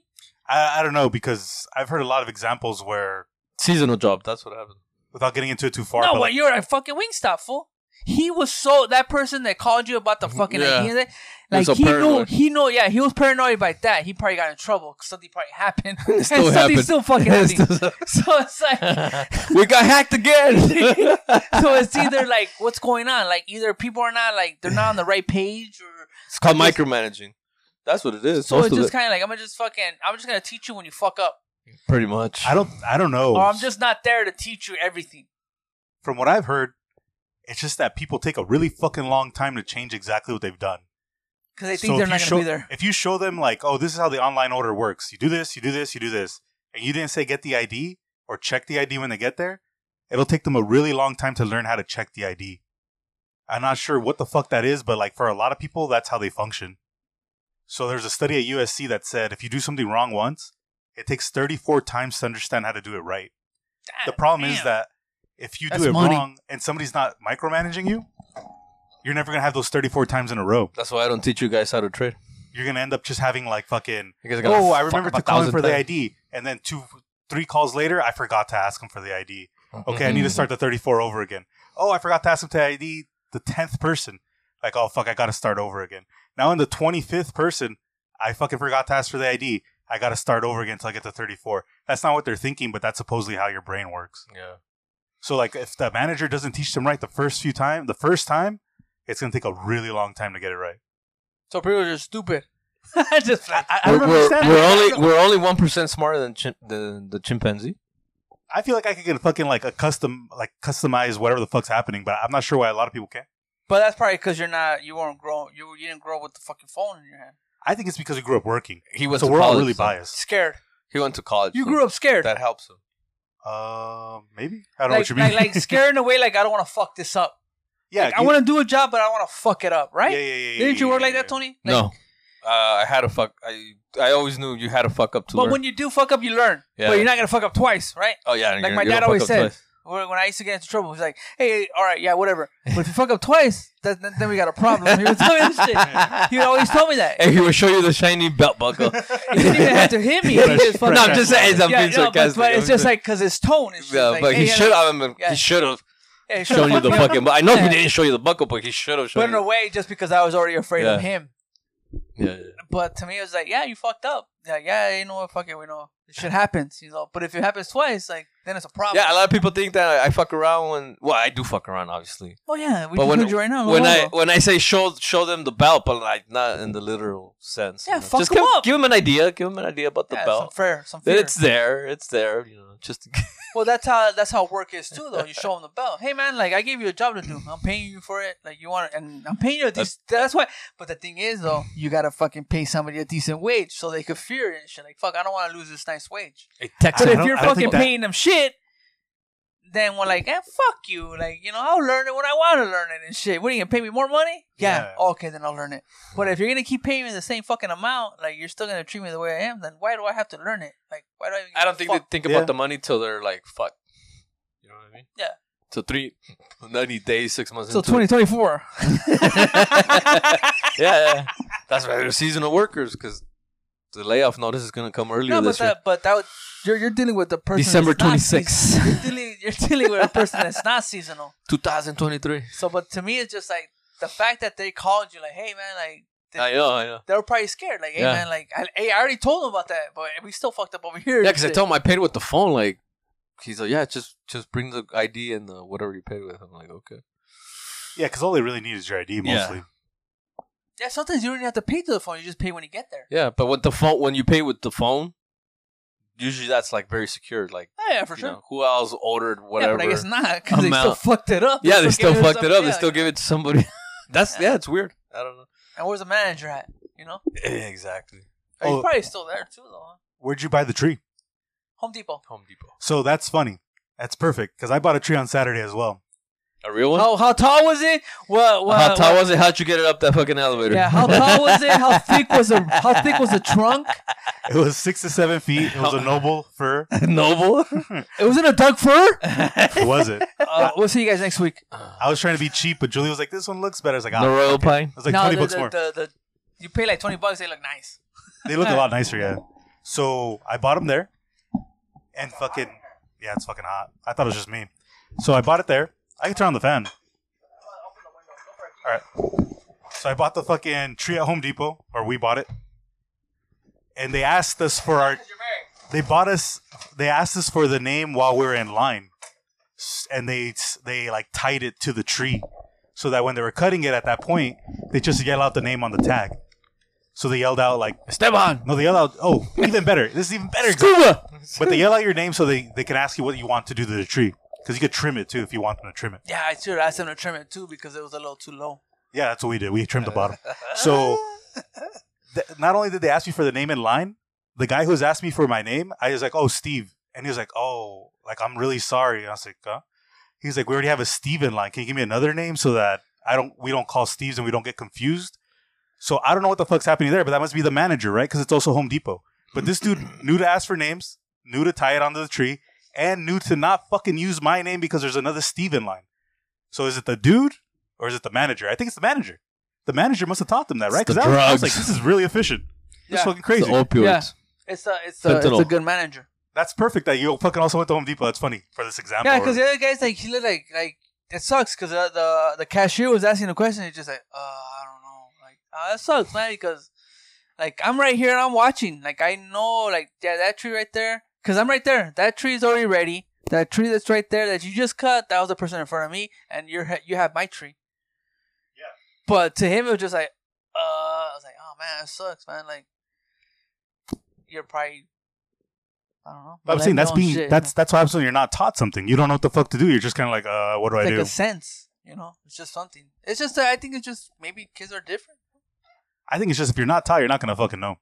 I, I don't know because I've heard a lot of examples where, Seasonal job, that's what happened. without getting into it too far, No, but but like, you're a fucking Wingstop fool. He was so that person that called you about the fucking Yeah. idea. that- He was Like so he knew, paranoid. he knew. Yeah, he was paranoid about that. He probably got in trouble. 'cause Something probably happened. and something still happened. still fucking happening. so it's like, we got hacked again. so it's either like, what's going on? Like either people are not like they're not on the right page, or it's called micromanaging. That's what it is. so most it's of just it. kind of like I'm gonna just fucking I'm just gonna teach you when you fuck up, pretty much. I don't, I don't know. or Oh, I'm just not there to teach you everything. From what I've heard, it's just that people take a really fucking long time to change exactly what they've done. Because they think So they're if not gonna you show, be there. If you show them like, oh, this is how the online order works. You do this, you do this, you do this, and you didn't say get the ID or check the ID when they get there, it'll take them a really long time to learn how to check the ID. I'm not sure what the fuck that is, but like for a lot of people, that's how they function. So there's a study at USC that said if you do something wrong once, it takes 34 times to understand how to do it right. The God problem is damn. that if you That's do it money. wrong and somebody's not micromanaging you, you're never gonna have those 34 times in a row That's why I don't teach you guys how to trade. you're gonna end up just having like fucking. You guys are gonna Oh, I fuck remember up a to call him thousand for the times. ID, and then two, three calls later, I forgot to ask him for the ID. Okay, I Mm-hmm. need to start the 34 over again. Oh, I forgot to ask him to ID the 10th person. Like, oh fuck, I gotta start over again. Now in the 25th person, I fucking forgot to ask for the ID. I gotta start over again until I get to 34. That's not what they're thinking, but that's supposedly how your brain works. Yeah. So like, if the manager doesn't teach them right the first few time, the first time, it's gonna take a really long time to get it right. So people are just stupid. just I, I, I We're, don't we're, understand. we're only we're only one percent smarter than chim- the the chimpanzee. I feel like I could get fucking like a custom like customize whatever the fuck's happening, but I'm not sure why a lot of people can't. But that's probably because you're not, you weren't grown, you, you didn't grow up with the fucking phone in your hand. I think it's because we grew up working, He went so to we're all college, really so biased. Scared. He went to college. You so grew up scared. That helps him. Uh, maybe I don't know Like, what you mean. like, like scared in a way like I don't want to fuck this up. yeah, Like, I want to do a job, but I don't want to fuck it up, right? Yeah, yeah, yeah, yeah, Didn't you yeah, work yeah, like that, yeah. Tony? Like, No, uh, I had to fuck. I I always knew you had to fuck up to But learn. when you do fuck up, you learn. Yeah. But you're not gonna fuck up twice, right? oh yeah, like my dad always said. When when I used to get into trouble, he's like, "Hey, all right, yeah, whatever. But if you fuck up twice, then, then, then we got a problem." He would tell me this shit. He would always tell me that. and he would show you the shiny belt buckle. He didn't even have to hit me. He Fresh- just fucking- no, I'm just saying. I'm yeah, being no, but, sarcastic. but it's I'm just being- like because his tone is. just Yeah, like, but hey, he yeah, should have. yeah. He should have yeah, shut shown you the fuck up. fucking. But I know Yeah. he didn't show you the buckle, but he should have But shown in a you. way, just because I was already afraid of Yeah. him. Yeah, yeah. But to me, it was like, yeah, you fucked up. Yeah, yeah, you know what? Fuck it, we know shit happens. You know, but if it happens twice, like then it's a problem. Yeah, a lot of people think that I fuck around when. Well, I do fuck around, obviously. oh yeah, we but just when heard you right now. when I Lorenzo. when I say show show them the belt, but like not in the literal sense. Yeah, fuck Just 'em give, up. give them an idea. Give them an idea about the yeah, some belt. fear, some Then fear. it's there. It's there. You know, just Well, that's how that's how work is too, though. You show them the belt. Hey, man, like I gave you a job to do. I'm paying you for it. Like you want, it, and I'm paying you a decent. That's why. But the thing is, though, you gotta fucking pay somebody a decent wage so they could fear it and shit. Like fuck, I don't want to lose this nice wage. a But I if don't- you're I don't fucking think that- paying them shit, then we're like, eh, fuck you. Like you know, I'll learn it when I want to learn it and shit. What are you gonna pay me more money? Yeah. Yeah. Okay, then I'll learn it. But if you're gonna keep paying me the same fucking amount, like you're still gonna treat me the way I am, then why do I have to learn it? Like why do I? Even give I a don't think fuck? they think Yeah. about the money till they're like fuck. You know what I mean? Yeah. So three, 90 days, six months. So into it. 2024. yeah, yeah. That's why they're seasonal workers because the layoff notice is gonna come earlier no, but this year. that, but that would, you're you're dealing with the person. December that's not 26. seasonal. You're dealing, you're dealing with a person that's not seasonal. 2023. So, but to me, it's just like the fact that they called you, like, hey man, like they, I know, I know. they were probably scared, like, hey Yeah. man, like, I, hey, I already told them about that, but we still fucked up over here. and Yeah, because I shit." told him I paid with the phone. Like he's like, yeah, just just bring the ID and the whatever you paid with. I'm like, okay. Yeah, because all they really need is your Yeah. ID mostly. Yeah, sometimes you don't even have to pay to the phone; you just pay when you get there. Yeah, but with the phone, when you pay with the phone, usually that's like very secure. Like Oh, yeah, for you sure. know, who else ordered whatever? Yeah, but I guess not because they still amount. fucked it up. Yeah, they still gave fucked it some- up. They yeah, still like- give it to somebody. That's Yeah. yeah. it's weird. I don't know And where's the manager at? You know, exactly. he's Oh. probably still there too, though. huh? Where'd you buy the tree? Home Depot. Home Depot, So that's funny. That's perfect because I bought a tree on Saturday as well. a real one. Oh, How how tall was it? What, what how tall what- was it? How'd you get it up that fucking elevator? Yeah, how tall was it? How thick was the how thick was the trunk? It was six to seven feet. It was a noble fir. noble? It was in a duck fur. It was it? Uh, we'll see you guys next week. I was trying to be cheap, but Julie was like, "This one looks better." I was like, The ah, royal fuck it." pine? It was like No, twenty the- bucks the- more. the- the- you pay like twenty bucks, they look nice. They look a lot nicer, yeah. So I bought them there, and fucking yeah, it's fucking hot. I thought it was just me, so I bought it there. I can turn on the fan. All right. So I bought the fucking tree at Home Depot, or we bought it, and they asked us for our. They bought us. They asked us for the name while we were in line, S- and they they like tied it to the tree, so that when they were cutting it at that point, they just yell out the name on the tag. So they yelled out like Esteban. no, they yell out. Oh, even better. This is even better. Scuba. But they yell out your name so they, they can ask you what you want to do to the tree because you could trim it too if you want them to trim it. Yeah, I should ask them to trim it too because it was a little too low. Yeah, that's what we did. We trimmed the bottom. So th- not only did they ask me for the name in line, the guy who's asked me for my name, I was like, oh, Steve. And he was like, oh, like, I'm really sorry. And I was like, huh? He's like, we already have a Steve in line. Can you give me another name so that I don't, we don't call Steve's and we don't get confused? So I don't know what the fuck's happening there, but that must be the manager, right? Because it's also Home Depot. But this dude knew to ask for names, knew to tie it onto the tree, and knew to not fucking use my name because there's another Steve in line. So is it the dude or is it the manager? I think it's the manager. The manager must have taught them that, right? It's Because the I, was- I was like, drugs. this is really efficient. It's Yeah. fucking crazy. opioids. It's a it's a, it's a Fentanyl. good manager. That's perfect that you fucking also went to Home Depot. That's funny for this example. Yeah, because the other guy's like he looked like like it sucks because the, the the cashier was asking the question. He's just like, uh, I don't know, like uh, that sucks, man, because like I'm right here and I'm watching. Like I know, like yeah, that tree right there, because I'm right there. That tree is already ready. That tree that's right there that you just cut, that was the person in front of me, and you're ha- you have my tree. Yeah. But to him, it was just like, uh, I was like, oh man, that sucks, man. Like you're probably. I don't know. But I'm saying that's millennial being shit. that's that's why I'm saying you're not taught something. You don't know what the fuck to do. You're just kind of like, uh, what do I it's like do? a sense, you know. It's just something. It's just that I think it's just maybe kids are different. I think it's just if you're not taught, you're not gonna fucking know.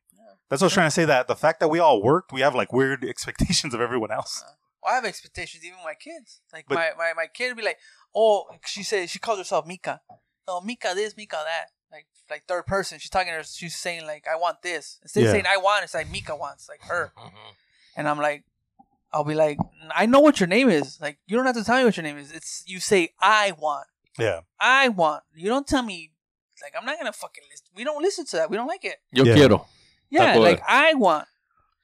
That's what I was trying to say. That the fact that we all worked, we have like weird expectations of everyone else. Well, I have expectations even with my kids. Like But- my, my my kid would be like, oh, she said she calls herself Mika. Oh, Mika this, Mika that. like like third person. She's talking to her. She's saying like, "I want this." Instead Yeah. of saying "I want," it's like Mika wants, like her. And I'm like, I'll be like, I know what your name is. Like you don't have to tell me what your name is. It's you say I want, Yeah. I want. You don't tell me. Like I'm not gonna fucking listen. We don't listen to that. We don't like it. Yo Yeah. quiero. Yeah, Taco like Bell. I want.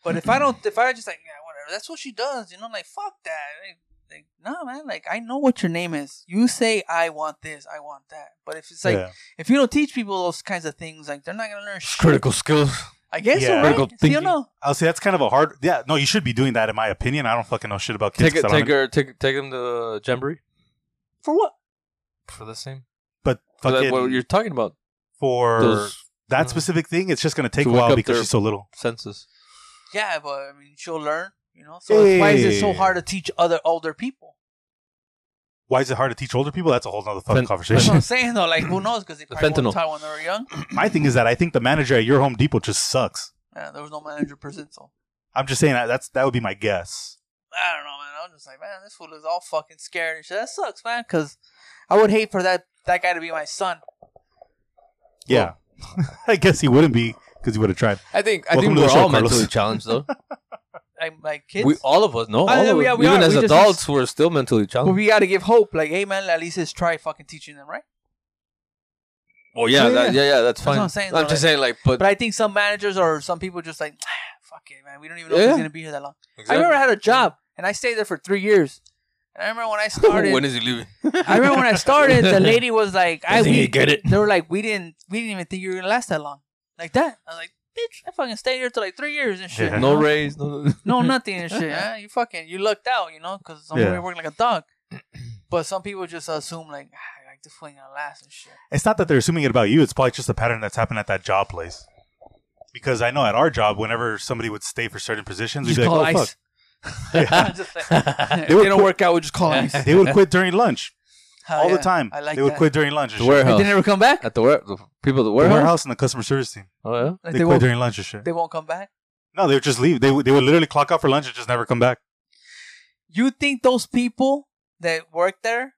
But if I don't, if I just like, yeah, whatever. That's what she does, you know. Like fuck that. Like, like no, man. Like I know what your name is. You say I want this, I want that. But if it's like, yeah. if you don't teach people those kinds of things, like they're not gonna learn shit. Critical skills. I guess Yeah. so, right? Critical See, you thinking. know. I'll say that's kind of a hard. Yeah, no, you should be doing that in my opinion. I don't fucking know shit about kids. Take it. 'cause I don't Take her. Take take them to jamboree For what? for the same. But For that, fucking what you're talking about? for Those that uh, specific thing, it's just gonna take a to wake while up because their- she's so little. senses. Yeah, but I mean, she'll learn. You know. So it's- why is it so Hey. hard to teach other older people? Why is it hard to teach older people? That's a whole nother fucking Fen- That's what conversation. I'm saying though. Like who knows? Because they The probably fentanyl. were taught when they were young. my thing is that I think the manager at your Home Depot just sucks. Yeah, there was no manager present, so I'm just saying that, that's that would be my guess. I don't know, man. I was just like, man, this fool is all fucking scared and shit. That sucks, man. Because I would hate for that that guy to be my son. Yeah, I guess he wouldn't be because he would have tried. I think. I Welcome think to the we're show, all Carlos. mentally challenged, though. Like, like kids. we all of us. No, all I- of us. yeah, we Even are. as We just- adults, we're still mentally but challenged. we gotta give hope. Like, hey, man, at least just try fucking teaching them, right? Oh yeah, Yeah, yeah, yeah. that, yeah, yeah. That's fine. what I'm saying, though, just saying, like, but, But I think some managers or some people just like, fuck it, man. We don't even know if Yeah. he's gonna be here that long. Exactly. I remember I had a job and I stayed there for three years. And I remember when I started. when is he leaving? I remember when I started, the lady was like, "I, I think we, you get it. They were like, "We didn't, we didn't even think you were gonna last that long, like that." I was like, "Bitch, I fucking stayed here till like three years and shit." Yeah. No raise. No. no nothing and shit. huh? You fucking you lucked out, you know, because some Yeah. people work like a dog. But some people just assume like, "Ah, like this ain't gonna last and shit. It's not that they're assuming it about you. It's probably just a pattern that's happened at that job place. Because I know at our job, whenever somebody would stay for certain positions, we'd Just be call like, "Oh ice. fuck!" Just like, if They they would don't work out, we just call ice Yeah. they would quit during lunch Hell all Oh, yeah. the time. I like they would that. quit during lunch. and the shit. Like, warehouse. they never come back. At the where the people at the The warehouse. warehouse and the customer service team. Oh yeah. Like, they, they, quit won't, during lunch and shit. they won't come back. no, they would just leave. They would they would literally clock out for lunch and just never come back. You think those people that work there,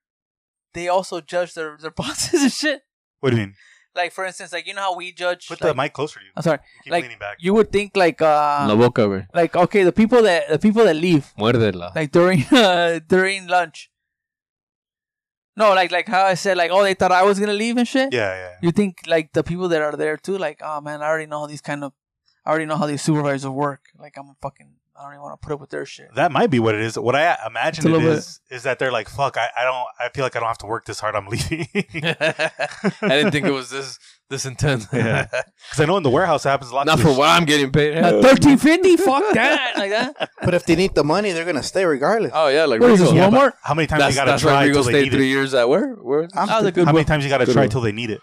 they also judge their their bosses and shit? What do you mean? Like for instance, like you know how we judge. Put like, the mic closer to you. I'm sorry. You keep like, leaning back. You would think like uh La boca, güey. like okay, the people that the people that leave Muérdela. like during uh, during lunch. No, like like how I said, like oh they thought I was gonna leave and shit. yeah, yeah. You think like the people that are there too, like oh man, I already know how these kind of, I already know how these supervisors work. Like I'm fucking, I don't even want to put up with their shit. That might be what it is. What I imagine It's a it little is is that they're like, "Fuck, I, I don't. I feel like I don't have to work this hard. I'm leaving." Because I didn't think it was this this intense. Yeah. I know in the warehouse it happens a lot. Not too. for what I'm getting paid. Thirteen fifty, fuck that, like that. But if they need the money, they're gonna stay regardless. Oh yeah, like What is Rico. this, Yeah, Walmart? but How many times That's, you gotta that's why try Rico till they stayed need three it? years at where? Where? is it? I'm That was a good How one. many times you gotta Good try one. till they need it?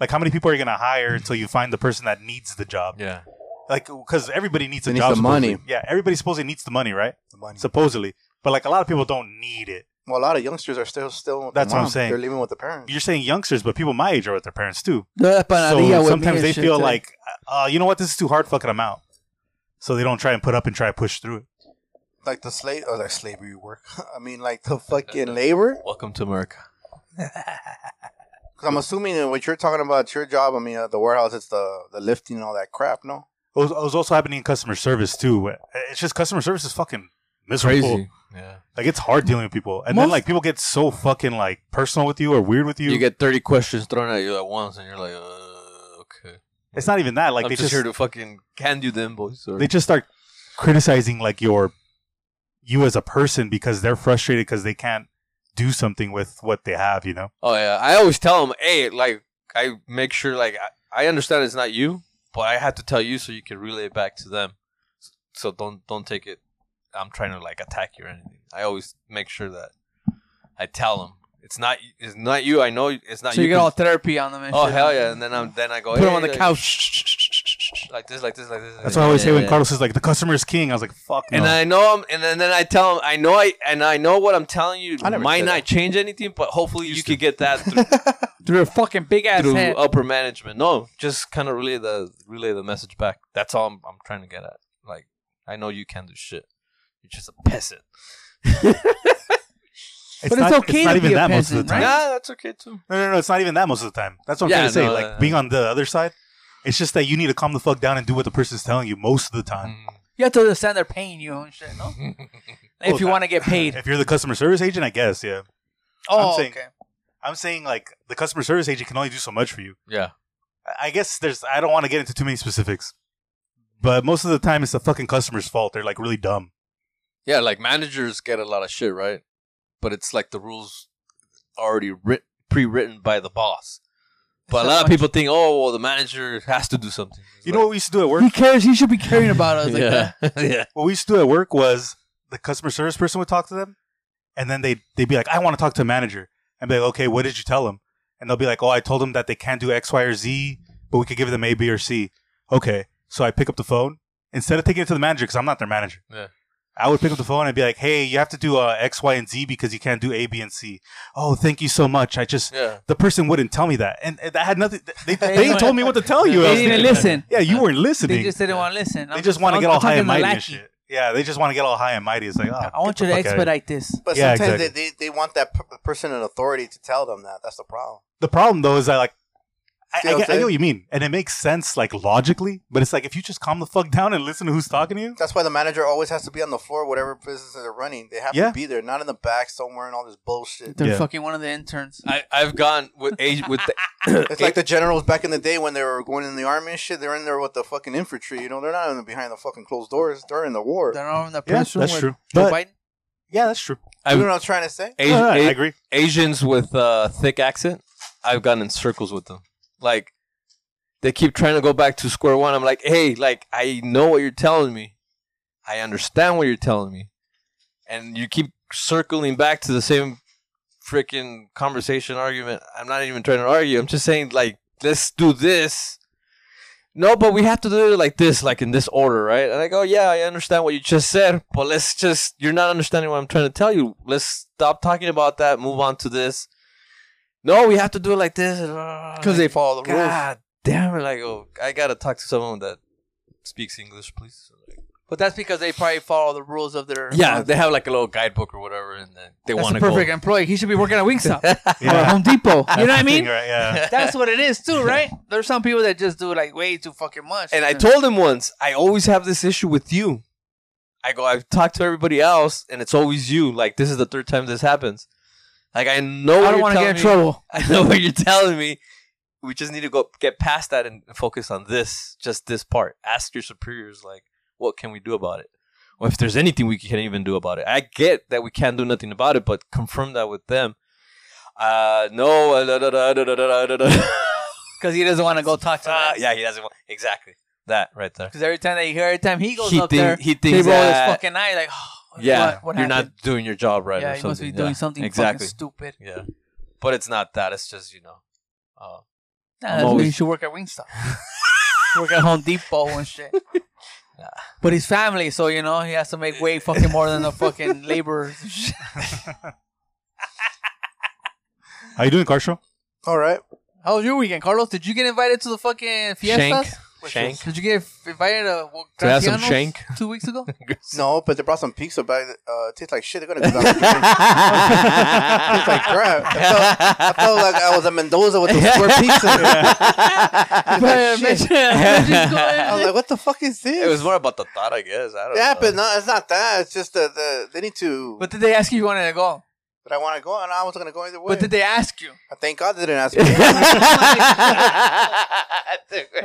Like how many people are you gonna hire until you find the person that needs the job? Yeah. Like because everybody needs They a need job. the money. supposedly. Yeah, everybody supposedly needs the money, right? The money. Supposedly, but like a lot of people don't need it. well, a lot of youngsters are still still. with That's the what I'm mom. saying. They're living with the parents. You're saying youngsters, but people my age are with their parents too. So so sometimes they feel like, uh, you know what, this is too hard. Fucking them out. So they don't try and put up and try to push through it. like the slave, or like slavery work. I mean, like the fucking labor. Welcome to America. 'Cause I'm assuming that what you're talking about, your job. I mean, at the warehouse, it's the the lifting and all that crap. No, It was, it was also happening in customer service too. It's just customer service is fucking miserable. Crazy. Yeah. Like it's hard dealing with people, and then Most- like people get so fucking like personal with you or weird with you. You get 30 questions thrown at you at once, and you're like, uh, okay. it's not even that. Like I'm they just, just, here to fucking hand you them, boys. Or, they just start criticizing like your you as a person because they're frustrated because they can't do something with what they have. You know. oh, yeah. I always tell them, hey, like, I make sure, like, I, I understand it's not you, but I had to tell you so you can relay it back to them. So don't don't take it. I'm trying to, like, attack you or anything. I always make sure that I tell them. It's not it's not you. I know it's not So you. you get 'cause- all therapy on them. And Oh shit. hell yeah! And then I'm then I go Put him on "Hey," the like, couch. like this, like this, like this. That's what I always say when Yeah. Carlos is like, "The customer is king." I was like, "Fuck." And no. I know I'm, and then, then I tell him, I know I, and I know what I'm telling you I never might did not that. change anything, but hopefully you could get that through, through a fucking big ass through head. upper management. No, just kind of relay the relay the message back. That's all I'm, I'm trying to get at. Like I know you can do shit. You're just a peasant. But it's okay to be a peasant, time. right? Nah, that's okay too. No, no, no. It's not even that most of the time. That's what I'm Yeah, trying to say. no, like uh, being on the other side, it's just that you need to calm the fuck down and do what the person's telling you most of the Uh, Mm. time. You have to understand they're paying you and shit, no? if you that- want to get Mm. paid. If you're the customer service agent, I guess, yeah. Oh, saying- okay. I'm saying like the customer service agent can only do so much for you. Yeah. I- I guess there's. I don't want to get into too many specifics, but most of the time it's the fucking customer's fault. They're like really dumb. Yeah, like managers get a lot of shit, right? But it's like the rules already writ- pre-written by the boss. But a lot of people think, oh, well, the manager has to do something. It's You know like, what we used to do at work? He cares. He should be caring about us like that. yeah. what we used to do at work was the customer service person would talk to them, and then they they'd be like, "I want to talk to a manager," and be like, "Okay, what did you tell them?" And they'll be like, "Oh, I told them that they can't do X, Y, or Z, but we could give them A, B, or C." Okay, so I pick up the phone instead of taking it to the manager because I'm not their manager. Yeah. I would pick up the phone and be like, "Hey, you have to do uh, X, Y, and Z because you can't do A, B, and C." Oh, thank you so much. I just Yeah. the person wouldn't tell me that, and, and that had nothing. They They, they didn't- told me what to tell you. I They was didn't thinking- listen. Yeah, you weren't listening. They just didn't want to listen. They just want to get all high and mighty and shit. shit. Yeah, they just want to get all high and mighty. It's like, oh, I want you to expedite this. But Yeah, sometimes exactly. they, they, they want that per- person in authority to tell them that. That's the problem. The problem though is that like, I, See I, what I'm get, I get saying? what you mean, and it makes sense like logically, but it's like if you just calm the fuck down and listen to who's talking to you. That's why the manager always has to be on the floor, whatever business they're running. They have Yeah. to be there, not in the back somewhere and all this bullshit. They're Yeah. fucking one of the interns. I, I've gone with age with the, It's like the generals back in the day when they were going in the army and shit. They're in there with the fucking infantry. You know, they're not in the behind the fucking closed doors. They're in the war. They're not in the Yeah, press room that's with true. Joe But- Biden. Yeah, that's true. you I've, know what I'm trying to say? Asi- Yeah, I A- agree. Asians with uh, thick accent. I've gone in circles with them. Like they keep trying to go back to square one. I'm like, hey, like I know what you're telling me. I understand what you're telling me, and you keep circling back to the same freaking conversation argument. I'm not even trying to argue. I'm just saying like let's do this. No, but we have to do it like this, like in this order, right? And I go, yeah, I understand what you just said, but let's just, you're not understanding what I'm trying to tell you. Let's stop talking about that, move on to this. No, we have to do it like this. Because they follow the rules. God damn it. Like, oh, I got to talk to someone that speaks English, please. But that's because they probably follow the rules of their. Yeah, they have like a little guidebook or whatever, and then they That's want a to go. perfect employee. He should be working at Wingstop or Yeah, Home Depot. You know what I mean? Right, yeah. That's what it is too, right? There's some people that just do like way too fucking much. And I told him once, I always have this issue with you. I go, I've talked to everybody else, and it's always you. Like this is the third time this happens. Like I know. I what don't you're want to telling get in me. trouble. I know what you're telling me. We just need to go get past that and focus on this, just this part. Ask your superiors, like, what can we do about it? Or if there's anything we can even do about it. I get that we can't do nothing about it, but confirm that with them. Uh, no, uh, da, da, da, da, da, da, da, da, da. Because he doesn't want to go talk to Uh, them. yeah, he doesn't want exactly that right there. Because every time they hear, every time he goes He up think- there, he they thinks roll his that- fucking eye like, oh, Yeah, what, what you're happened? not doing your job right. Yeah, or he must be something. doing Yeah, something exactly. fucking stupid. Yeah, but it's not that. It's just you know, uh, Nah, I'm that's why always- you should work at Wingstop. work at Home Depot and shit. Nah. But his family, so you know, he has to make way fucking more than the fucking laborers. and shit. How you doing, Carshall? All right. How was your weekend, Carlos? Did you get invited to the fucking fiestas? shank, shank. Did you get invited to what, To have some Graciano's shank? two weeks ago? No, but they brought some pizza back. that, Uh, tastes like shit. They're gonna go down. the drain. It's like crap. I felt, I felt like I was a Mendoza with the square pizza. It's like, shit. I was like, what the fuck is this? It was more about the thought, I guess. I don't yeah, know. but no, it's not that. It's just the, the they need to. But did they ask you if you wanted to go? But I want to go, and I wasn't gonna go either way. But did they ask you? Thank God they didn't ask me.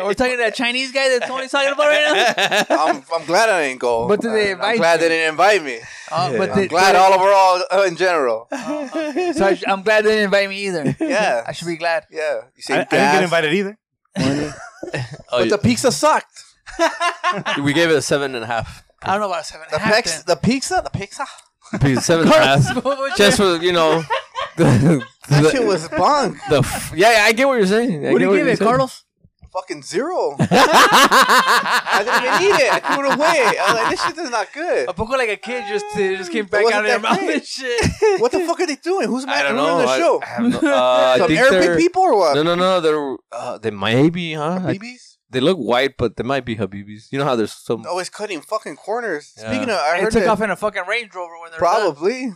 We're talking to that Chinese guy that Tony's talking about right now. I'm, I'm glad I didn't go. But did they I'm- invite I'm glad you? they didn't invite me. Oh, but I'm did, glad all overall uh, in general. So I, am glad they didn't invite me either. Yeah. I should be glad. Yeah, you see, I, I didn't get invited either. Oh, But the pizza sucked. yeah. we gave it a seven and a half. I don't know about seven. The pex, the pizza, the pizza. Seven and a half. Just for you know, the, That shit the, was bunk. the f- yeah, yeah, I get what you're saying. I What do get you what give you're it, saying. Carlos? Fucking zero. I didn't even eat it. I threw it away. I was like, this shit is not good. A poco like a kid just it just came back wasn't out of their that mouth great. and shit. What the fuck are they doing? Who's I mad don't ruining know. the I, show? I have no. Uh, I Some think Arabic they're- people or what? No, no, no. They're uh, they might be, huh? I- Babies? they look white, but they might be Habibis. You know how there's some. Always cutting fucking corners. Yeah. Speaking of, I It heard took that off in a fucking Range Rover when they're done. probably.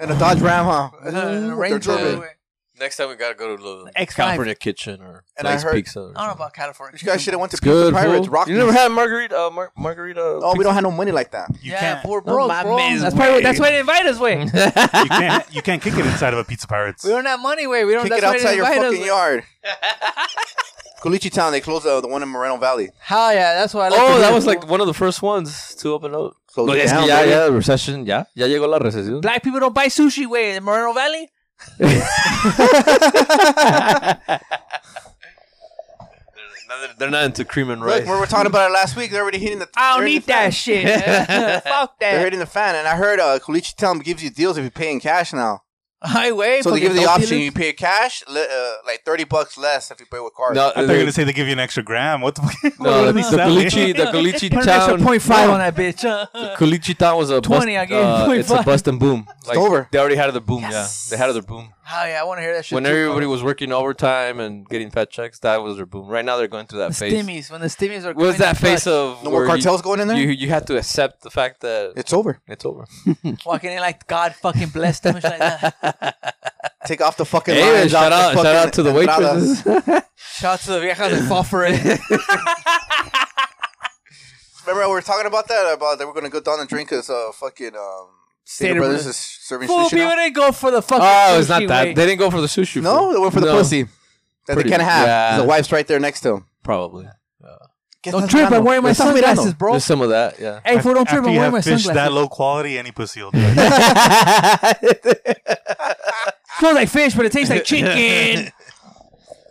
And a Dodge Ram, huh? Uh, Ooh, they're Range German. Rover. Next time we gotta go to the X5. California kitchen or And I Blaze heard- Pizza. I Or don't know something. about California. You guys should have went to It's Pizza good. Pirates. fool. Rock. You never had margarita? Uh, mar- margarita? Oh, we don't have no money like that. You yeah, can't. we're broke, bro. mames, That's That's why, probably way. that's why they invite us. Way You can't. You can't kick it inside of a pizza pirates. we don't have money. Way we don't. Kick that's it why they outside your invite us, fucking way. yard. Culichi Town, they closed the, the one in Moreno Valley. Hell yeah, that's why. I like to Oh, that do. was like one of the first ones to open up. Closed No, it es que down, ya, baby. ya, recession, ya, ya llegó la recesión. black people don't buy sushi. Way in Moreno Valley. They're not, they're not into cream and Look, rice. we were talking about it last week. They're already hitting the. I they're don't hitting need the fan. that shit. Fuck They're that. hitting the fan, and I heard uh, Culichi Town gives you deals if you pay in cash now. I wait. So they fucking give you the dope option: dealers. you pay cash, li- uh, like thirty bucks less if you pay with card. no, I thought you were they're- gonna say they give you an extra gram. What the fuck? no, What the, the are they Culichi, selling? the Culichi Put an extra town, point five on that bitch. the huh? Culichi town was a 20, bust, I gave uh, it's a 25. bust and boom. Like, over. They already had the boom. Yes. Yeah, they had their boom. Hell yeah, I want to hear that shit. When too, everybody bro. was working overtime and getting fat checks, that was their boom. Right now, they're going through that the phase. stimmies, when the stimmies are What was coming that in face clutch, of no more where you- cartels going in there. You you have to accept the fact that it's over. it's over. walking in like God fucking blessed them and shit like that. Take off the fucking. Hey, lines, shout off out, shout out to the fucking entrada. waitresses. Shout out to the viejas that fall for it. Remember, we were talking about that about they were gonna go down and drink as uh, fucking um, Stater Stater Brothers Brothers. is serving Fool, sushi. people Now? didn't go for the fucking. oh, it's not sushi, that. wait. They didn't go for the sushi. No, food. they went for the No, pussy that Pretty- they can't have. yeah. The wife's right there next to him. Probably. Don't trip. I'm wearing my sunglasses, bro. There's some of that. Yeah. Hey, fool, don't trip. After I'm you wearing my have fish that sunglasses. low quality, any pussy will do it. Smells like fish, but it tastes like chicken.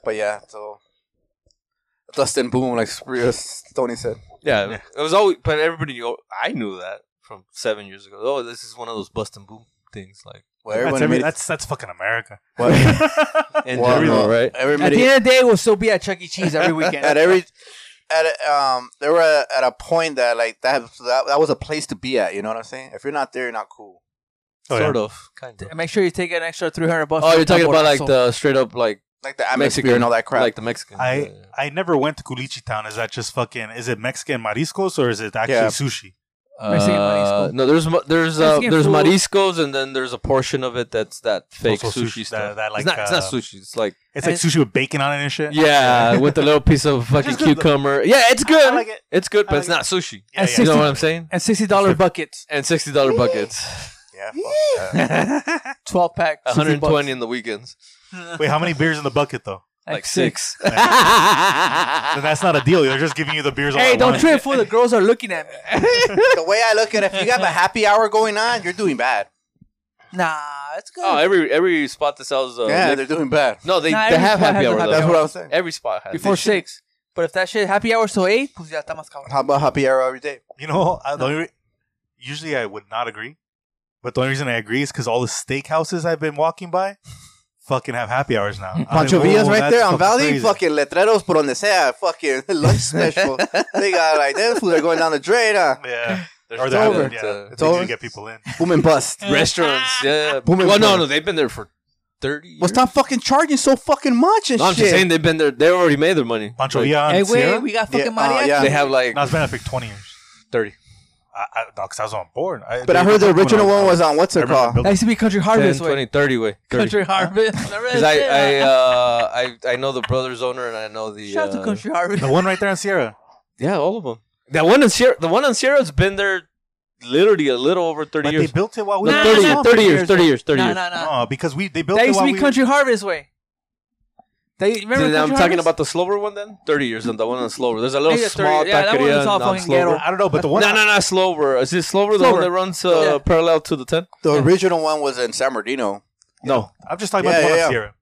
But yeah, so Dustin Boom, like Spre- Tony said. yeah. It was always, but everybody, knew- I knew that from seven years ago. Oh, this is one of those bust and boom things. Like, Well, That's, everyone every, made- that's that's fucking America. well, in well, general, uh, right? Every At the made- end of the day, we'll still be at Chuck E. Cheese every weekend. at every at a- um they were at a point that like that, that that was a place to be at. You know what I'm saying? If you're not there, you're not cool. Oh, yeah. sort of. Kind of. And make sure you take an extra 300 bucks. Oh, for you're talking double about like axel. the straight up, like, Like the atmosphere and all that crap. Like the Mexican. yeah, I yeah. I never went to Culichi Town. Is that just fucking? Is it Mexican mariscos or is it actually Yeah. sushi? Mexican Uh, marisco. no, there's ma- there's uh, Mexican there's food. mariscos and then there's a portion of it that's that fake Also sushi, sushi, stuff. that- that like, it's, not, it's not uh, sushi. It's like It's And like sushi with bacon on it and shit. yeah, with a little piece of fucking good though. cucumber. Yeah, it's good. like it. It's good, but I it's Uh, like not sushi. Yeah, You know yeah. what I'm saying? And $60 buckets. And sixty dollar buckets, yeah, fuck that. 12 pack. 60 hundred and bucks. twenty in the weekends, Wait, how many beers in the bucket though? like six. Then that's not a deal. They're just giving you the beers. All Hey, at don't once. trip, fool. The girls are looking at me. the way I look at it, if you have a happy hour going on, you're doing bad. Nah, it's good. oh, every every spot that sells. Uh, yeah, liquor- they're doing bad. no, they, Nah, they every have spot happy has a hour. happy though. That's what I was saying. Every spot has Before this shit. six. But if that shit happy hour till eight, pues ya está más cabrón. How about happy hour every day? You know, I, the only re- usually I would not agree, but the only reason I agree is because all the steakhouses I've been walking by fucking have happy hours now. I'm Pancho like, Villa's "Whoa, right that's there on Valley. crazy." Fucking letreros por donde sea. Fucking lunch special. they got like them fools are going down the drain. Huh? Yeah, There's or it's they're over. having- yeah, It's they do over. get people in. Boom and bust. Restaurants. Yeah. Boom and well, no, boom. no, they've been there for thirty. Years. Well, stop fucking charging so fucking much and No, I'm shit. just saying they've been there. They already made their money. Pancho Like, Villa. on Hey, wait, Sierra? we got Yeah, fucking uh, mariachi. yeah. They have like No, it's been up for twenty years. thirty. I, I, no, 'cause I was on board. but I heard the original one was on what's I it remember called? building- That used to be Country 10, Harvest. way. 20, 30 way. 30. Country Harvest. Because I, I, uh, I, I know the brothers owner and I know the. Shout out to uh, Country Harvest. the one right there on Sierra. Yeah, all of them. That one in Sierra, the one on Sierra's been there literally a little over thirty But years. they built it while we no, Nah, were 30, nah, nah, 30 years, years, 30 years, 30 No, years. no, no. No, because we they built That it used to be while we Country Harvest way. They remember Then I'm Country talking Harvest? about the slower one then? 30 years and the one on slower. There's a little Yeah, 30. small Yeah, that one taqueria is all on fucking slower. ghetto. I don't know, but the one No, no, no, slower. Is it slower, the Slower. one that runs uh, Yeah. parallel to the 10? The original one was in San Bernardino. No, I'm just talking about Yeah, the one yeah, on yeah. Sierra.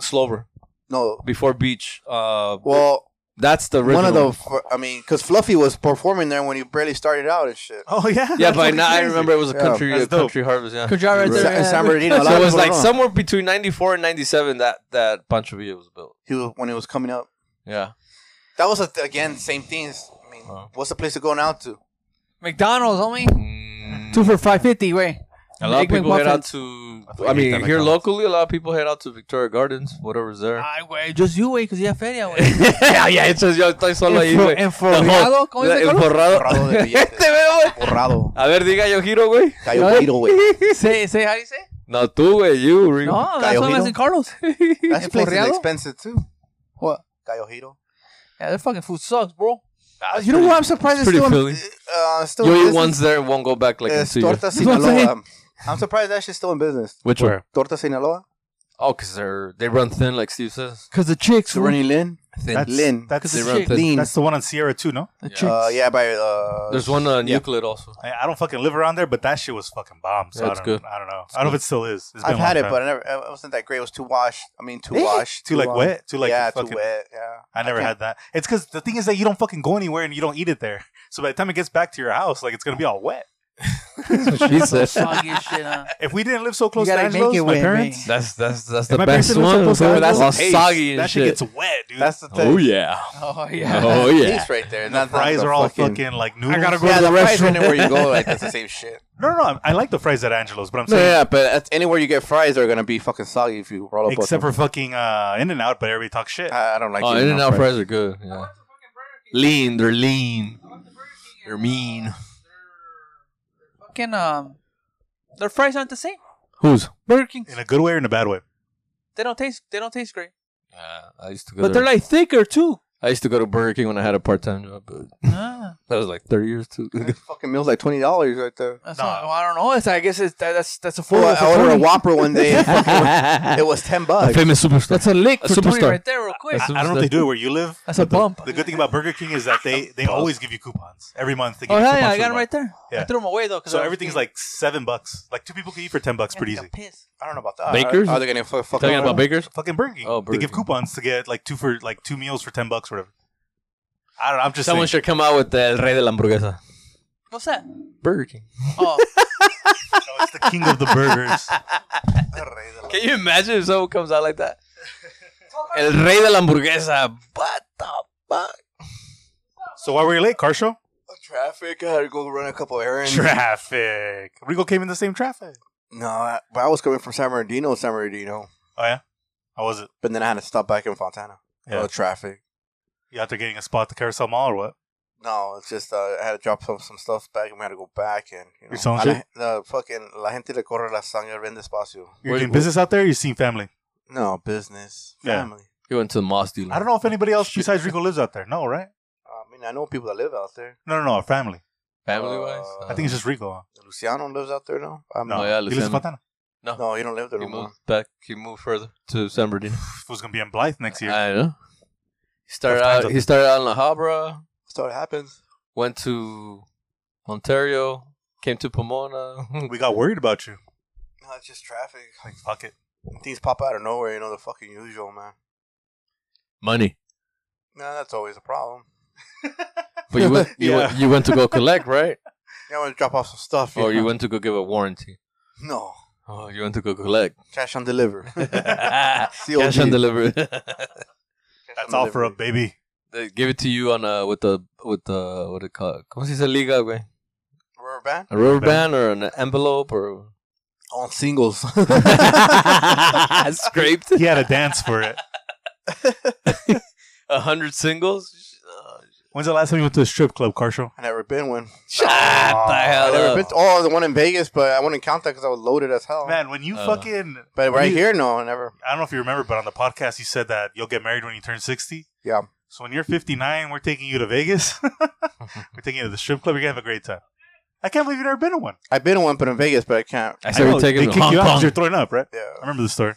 slower. No, Before beach. Uh, well, that's the original. one of the. fir- I mean, because Fluffy was performing there when he barely started out and shit. Oh Yeah, yeah, that's but fucking now I crazy. remember it was a Yeah. country, That's a dope. country harvest. Yeah. Country Harvest. Sa- there, in yeah. San Bernardino. a lot So it of was people like don't know. somewhere between 94 and 97 that that Pancho Villa was built. He was, when he was coming up. Yeah. That was a, th- again same things. I mean, Wow. what's the place to go now to? McDonald's, homie. Two for 550 way. Mm. A lot of Egg people head out McMuffins. to. I thought I you ate mean, that here McDonald's. locally, a lot of people head out to Victoria Gardens, whatever's there. Ah. Ay, güey. Just you, way, because you have feria, way. yeah, yeah, it's just yo estoy solo ahí, Enfo- güey. enforrado, ¿cómo dice, Carlos? Enforrado. Borrado de Oh. Este billetes. veo, güey. Borrado. A ver, diga yo giro, güey. Cayó tiro, güey. say, say, how do you say? No, tú, güey, you. Rigo. No, that's what Callejito? I'm in Carlos. That's place is Porreado? expensive too. What? Callejito. Yeah, that fucking food sucks, bro. That's you know Ah, pretty- what? I'm surprised it's pretty still. filling. In, uh, still in You eat business. once there and won't go back like in It's two years. Torta what I'm saying. Sinaloa. I'm surprised that shit's still in business. Which one? Torta Sinaloa. Oh, because they're they run thin, like Steve says. Because the chicks. were- Serenity Lynn. Thin. That's Lynn. That's They run thin. Lean. that's the one on Sierra too. No, The Yeah. chicks. Uh, yeah, by uh, There's one on yeah. Euclid also. I, I don't fucking live around there, but that shit was fucking bomb. So Yeah, I it's don't, good. I don't know. I don't know if it still is. It's been I've a long had it, time. but I never. It wasn't that great. It was too washed. I mean, too Eh? washed. Too, like, long. wet? Too, like, yeah, too fucking- wet. Yeah. I never can't- had that. It's because the thing is that you don't fucking go anywhere and you don't eat it there. So by the time it gets back to your house, like it's gonna be all wet. That's what she said. Soggy as shit, huh? If we didn't live so close You to gotta make Angelo's, it my wet, parents, man. That's that's that's If the my parents best didn't look so one. close to But that's Angelo's, all hey, soggy and that shit shit. gets wet, dude. That's the thing. Oh yeah. Oh yeah. Oh yeah. Taste right there. the Not, fries not the are all fucking, like noodles. gotta go- Yeah, to the the fries restroom. anywhere you go, like that's the same shit. No, no, no. I, I like the fries at Angelo's, but I'm No, saying yeah, uh, but at, anywhere you get fries, they're gonna be fucking soggy if you roll up. except with for fucking uh, In and Out, but everybody talks shit. them. Uh, I, I don't like. Oh, eating In and no Out fries are good. Yeah. Lean, they're lean. They're mean. Fucking um, their fries aren't the same. Who's? Burger King, in a good way or in a bad way. they don't taste. They don't taste great. Uh, I used to go. But to, they're like thicker too. I used to go to Burger King when I had a part-time job, but Ah, that was like thirty years too. That fucking meal's like twenty dollars right there. that's Nah. not, well, I don't know. It's, I guess it's, that, that's that's a four. Well, for I ordered Oh, a 20. Whopper one day. And fucking, it a was ten bucks. famous superstar. That's a lick. a for 20 superstar. right there, real quick. That's I don't know if they do it where you live. That's a bump. The good thing about Burger King is that they, they always give you coupons every month. They give Oh you yeah, yeah, I coupons got for the him month. right there. Yeah. I threw him away though. 'cause So I was everything's being- like seven bucks. Like two people can eat for ten bucks Yeah, pretty like a easy. piss. I don't know about that. Bakers? Are, are they gonna fuck, fuck Talking up? about Baker's. Fucking Burger King. Oh, Burger they give King. coupons to get like two for like two meals for ten bucks or whatever. I don't know. I'm just Someone saying. should come out with the El Rey de la Hamburguesa. What's that? Burger King. Oh, No, it's the king of the burgers. Can you imagine if someone comes out like that? El Rey de la Hamburguesa. What the fuck? so why were you late, car show? Traffic. I had to go run a couple errands. Traffic. Rigo came in the same traffic. No, I- but I was coming from San Bernardino, San Bernardino. Oh yeah. How was it? But then I had to stop back in Fontana. Yeah. Oh, traffic. You out there getting a spot at the Carousel Mall or what? No, it's just uh, I had to drop some, some stuff back and we had to go back and you know. You're selling a la- shit? no, fucking la gente le corre la sangre al despacio. You're Wait, doing wh- business out there. Or you're seeing family. No business, Yeah. family. He went to the Moss dealer. I don't know if anybody else besides Rico lives out there. No, right? I mean, I know people that live out there. No, no, no. a Family. Family wise? Uh, I think it's just Rico. Huh? Luciano lives out there now. I'm No, Oh, no. yeah, he lives in Luciano. Fontana. no, he don't live there He no more. moved back. He moved further to San Bernardino. was gonna be in Blythe next year. I know. He started Tough times out. up He started out in La Habra. So it happens. Went to Ontario. Came to Pomona. we got worried about you. No, it's just traffic. Like fuck it. Things pop out of nowhere, you know, the fucking usual, man. Money. No, that's always a problem. But you went. You, Yeah. went, you went to go collect, right? Yeah, I want to drop off some stuff. Or Oh, you know. went to go give a warranty. No, Oh, you went to go collect. cash on deliver. Cash COD. on delivery. That's all for up, baby. they give it to you on a with the with the what do you call it? ¿Cómo se dice liga, güey? Rubber band A rubber band or an envelope or on singles. scraped He had a dance for it. a hundred singles. When's the last time you went to a strip club, Carshall? I never been one. Shut the I hell never up. been. To, oh, the one in Vegas, but I wouldn't count that because I was loaded as hell. Man, when you Uh, fucking But when right you- here, no, I never. I don't know if you remember, but on the podcast you said that you'll get married when you turn sixty. Yeah. So when you're fifty nine, we're taking you to Vegas. we're taking you to the strip club. You're gonna have a great time. I can't believe you've never been to one. I've been in one, but in Vegas, but I can't. I said I we're know, taking they to kick Hong you out 'cause Kong. you're throwing up, right? Yeah. I remember the story.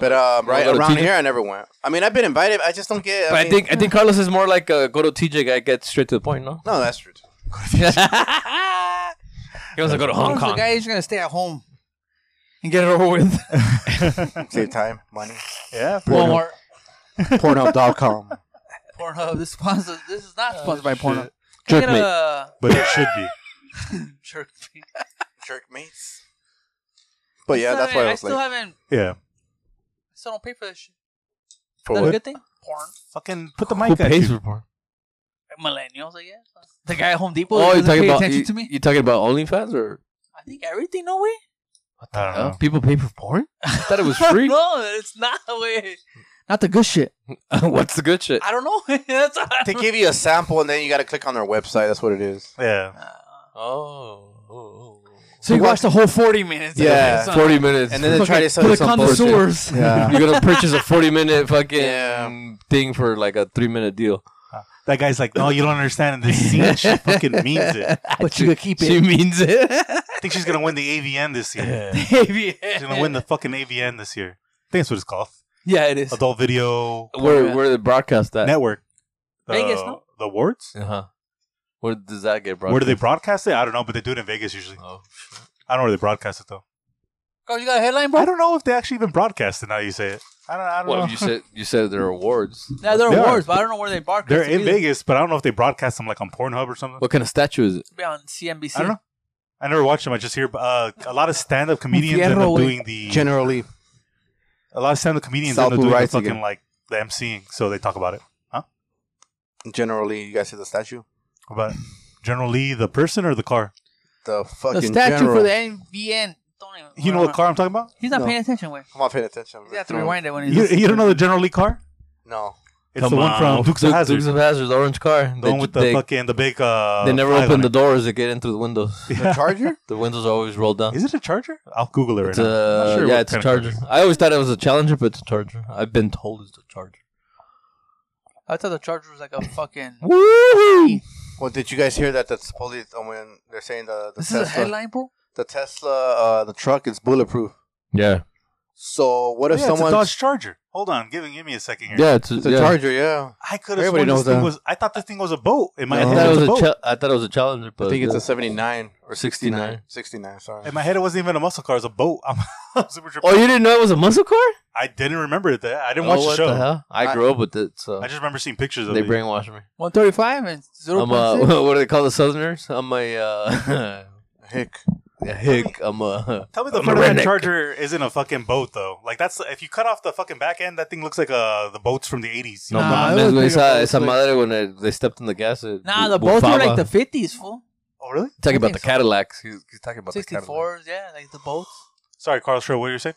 But um, right go to around TJ? here, I never went. I mean, I've been invited. I just don't get. I, But I mean- think I think Carlos is more like a go to TJ guy, get straight to the point, no? no, that's true. he wants to go to Carlos Hong the Kong. guy is gonna stay at home and get it over with. Save time, money. Yeah. Walmart, Pornhub.com. Pornhub. This sponsor. This is Uh, not sponsored by Pornhub. Jerk Get a- But it should be. jerk mate. Jerk mates. But yeah, that's why I was still like, haven't. Yeah. I still don't pay for this shit. for Is that a what? good thing? Porn. Fucking put the Who mic at pays you. for porn? Millennials, I guess. The guy at Home Depot. Oh, doesn't you talking pay about attention you, to me? you talking about OnlyFans or I think everything. No way. I don't know. people pay for porn? I thought it was free. no, it's not the way. Not the good shit. What's the good shit? I don't know. That's all. They give you a sample, and then you got to click on their website. That's what it is. Yeah. Uh, Oh. So you watch the whole forty minutes. of Yeah. this, huh? Forty minutes. And then they try to sell for you the some bullshit. connoisseurs. Yeah. You're gonna purchase a forty minute fucking Yeah. thing for like a three minute deal. That guy's like, no, you don't understand. And this scene, she fucking means it. I But you could keep She it. means it. think she's gonna win the AVN this year. She's gonna win the fucking AVN this year. I think that's what it's called. yeah, it is. Uh, Adult Video Where where they broadcast that? Network. The, Vegas, no? The awards. Uh huh. Where does that get broadcast? Where do they broadcast it? I don't know, but they do it in Vegas usually. Oh, shit. I don't know where they broadcast it though. Oh, you got a headline, bro? I don't know if they actually even broadcast it. Now you say it. I don't. I don't Well, know. you said you said there are awards. Yeah, they're They are. awards, but I don't know where they bark. They're It's in either- Vegas, but I don't know if they broadcast them like on Pornhub or something. What kind of statue is it? be on CNBC. I don't know. I never watched them. I just hear uh, a lot of stand-up comedians Fierro, end up güey. doing the Generally, a lot of stand-up comedians end up Salpu doing the writes fucking again. like the emceeing, so they talk about it. generally, you guys see the statue, About General Lee, the person or the car? the The fucking statue general. for the NVN. Don't even. You know what car I'm talking about? He's not No. paying attention. Wait, I'm not paying attention. you have to rewind it when he's. You, you don't know the General Lee car? No, It's the one from Dukes of Hazzard. Dukes of Hazzard, the orange car. the one with the they, fucking the big. Uh, they never flag open on the it. doors. They get in through the windows. the Charger. The windows are always rolled down. Is it a Charger? I'll Google it right It's now. I'm a, not sure yeah, what it's a kind of car it charger. is. I always thought it was a challenger, but it's a charger. I've been told it's a charger. I thought the Charger was like a fucking. Woo! Well, did you guys hear that? That's police. Oh, when they're saying the the This is a Tesla, headline, bro. the Tesla, uh, the truck is bulletproof. Yeah, So what if yeah, it's a someone? Dodge Charger. Hold on, give, give me a second here. yeah, it's a, It's a yeah. Charger, yeah. I could have Everybody sworn this knows thing that. was. I thought this thing was a boat. In my I No. head, thought, it was it a was boat. a chal- I thought it was a challenger, but I think it's yeah. a 79 or 69. 69. 69, sorry. In my head, it wasn't even a muscle car. It was a boat. I'm, I'm super tripped. Oh, you didn't know it was a muscle car? I didn't remember it. That I didn't oh, watch the what show. hell? I, I- grew up with it, so I just remember seeing pictures of they it. brainwashed me. One thirty-five and zero I'm uh, point a six. what do they call the Southerners? I'm a uh, Hick. a hick. I'm a Tell me the I'm a front of that redneck. charger isn't a fucking boat though. Like that's if you cut off the fucking back end, that thing looks like uh the boats from the eighties. no Nah, it mames. was güey. bigger Esa, boats, esa güey. madre when they, they stepped in the gas. It, Nah, the bu- boats were bufaba. like the fifties, fool. Oh really? I talking about the think so. Cadillacs. He's, he's talking about the Cadillac. Sixty-fours, yeah, like the boats. Sorry, Carl Schroeder, what were you saying?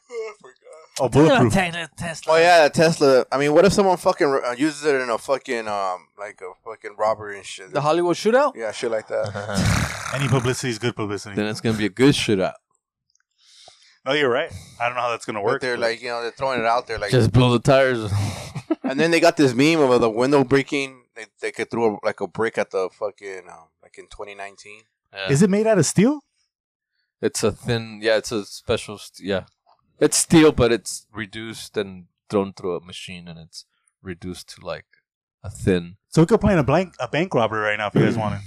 Oh, Look at bulletproof. that Tesla- Tesla. Oh, yeah, that Tesla. I mean, what if someone fucking uh, uses it in a fucking, um, like a fucking robbery and shit? The Hollywood shootout. yeah, shit like that. Any publicity is good publicity. Then it's gonna be a good shootout. No, you're right. I don't know how that's gonna But work. they're but- like, you know, they're throwing it out there. like, Just blow the tires. And then they got this meme of the window breaking. They, they could throw a, like a brick at the fucking, um, like in 2019. uh, is it made out of steel? It's a thin, yeah. It's a special, st- yeah. It's steel, but it's reduced and thrown through a machine, and it's reduced to like a thin. So we could play in a blank a bank robbery right now if you guys wanted.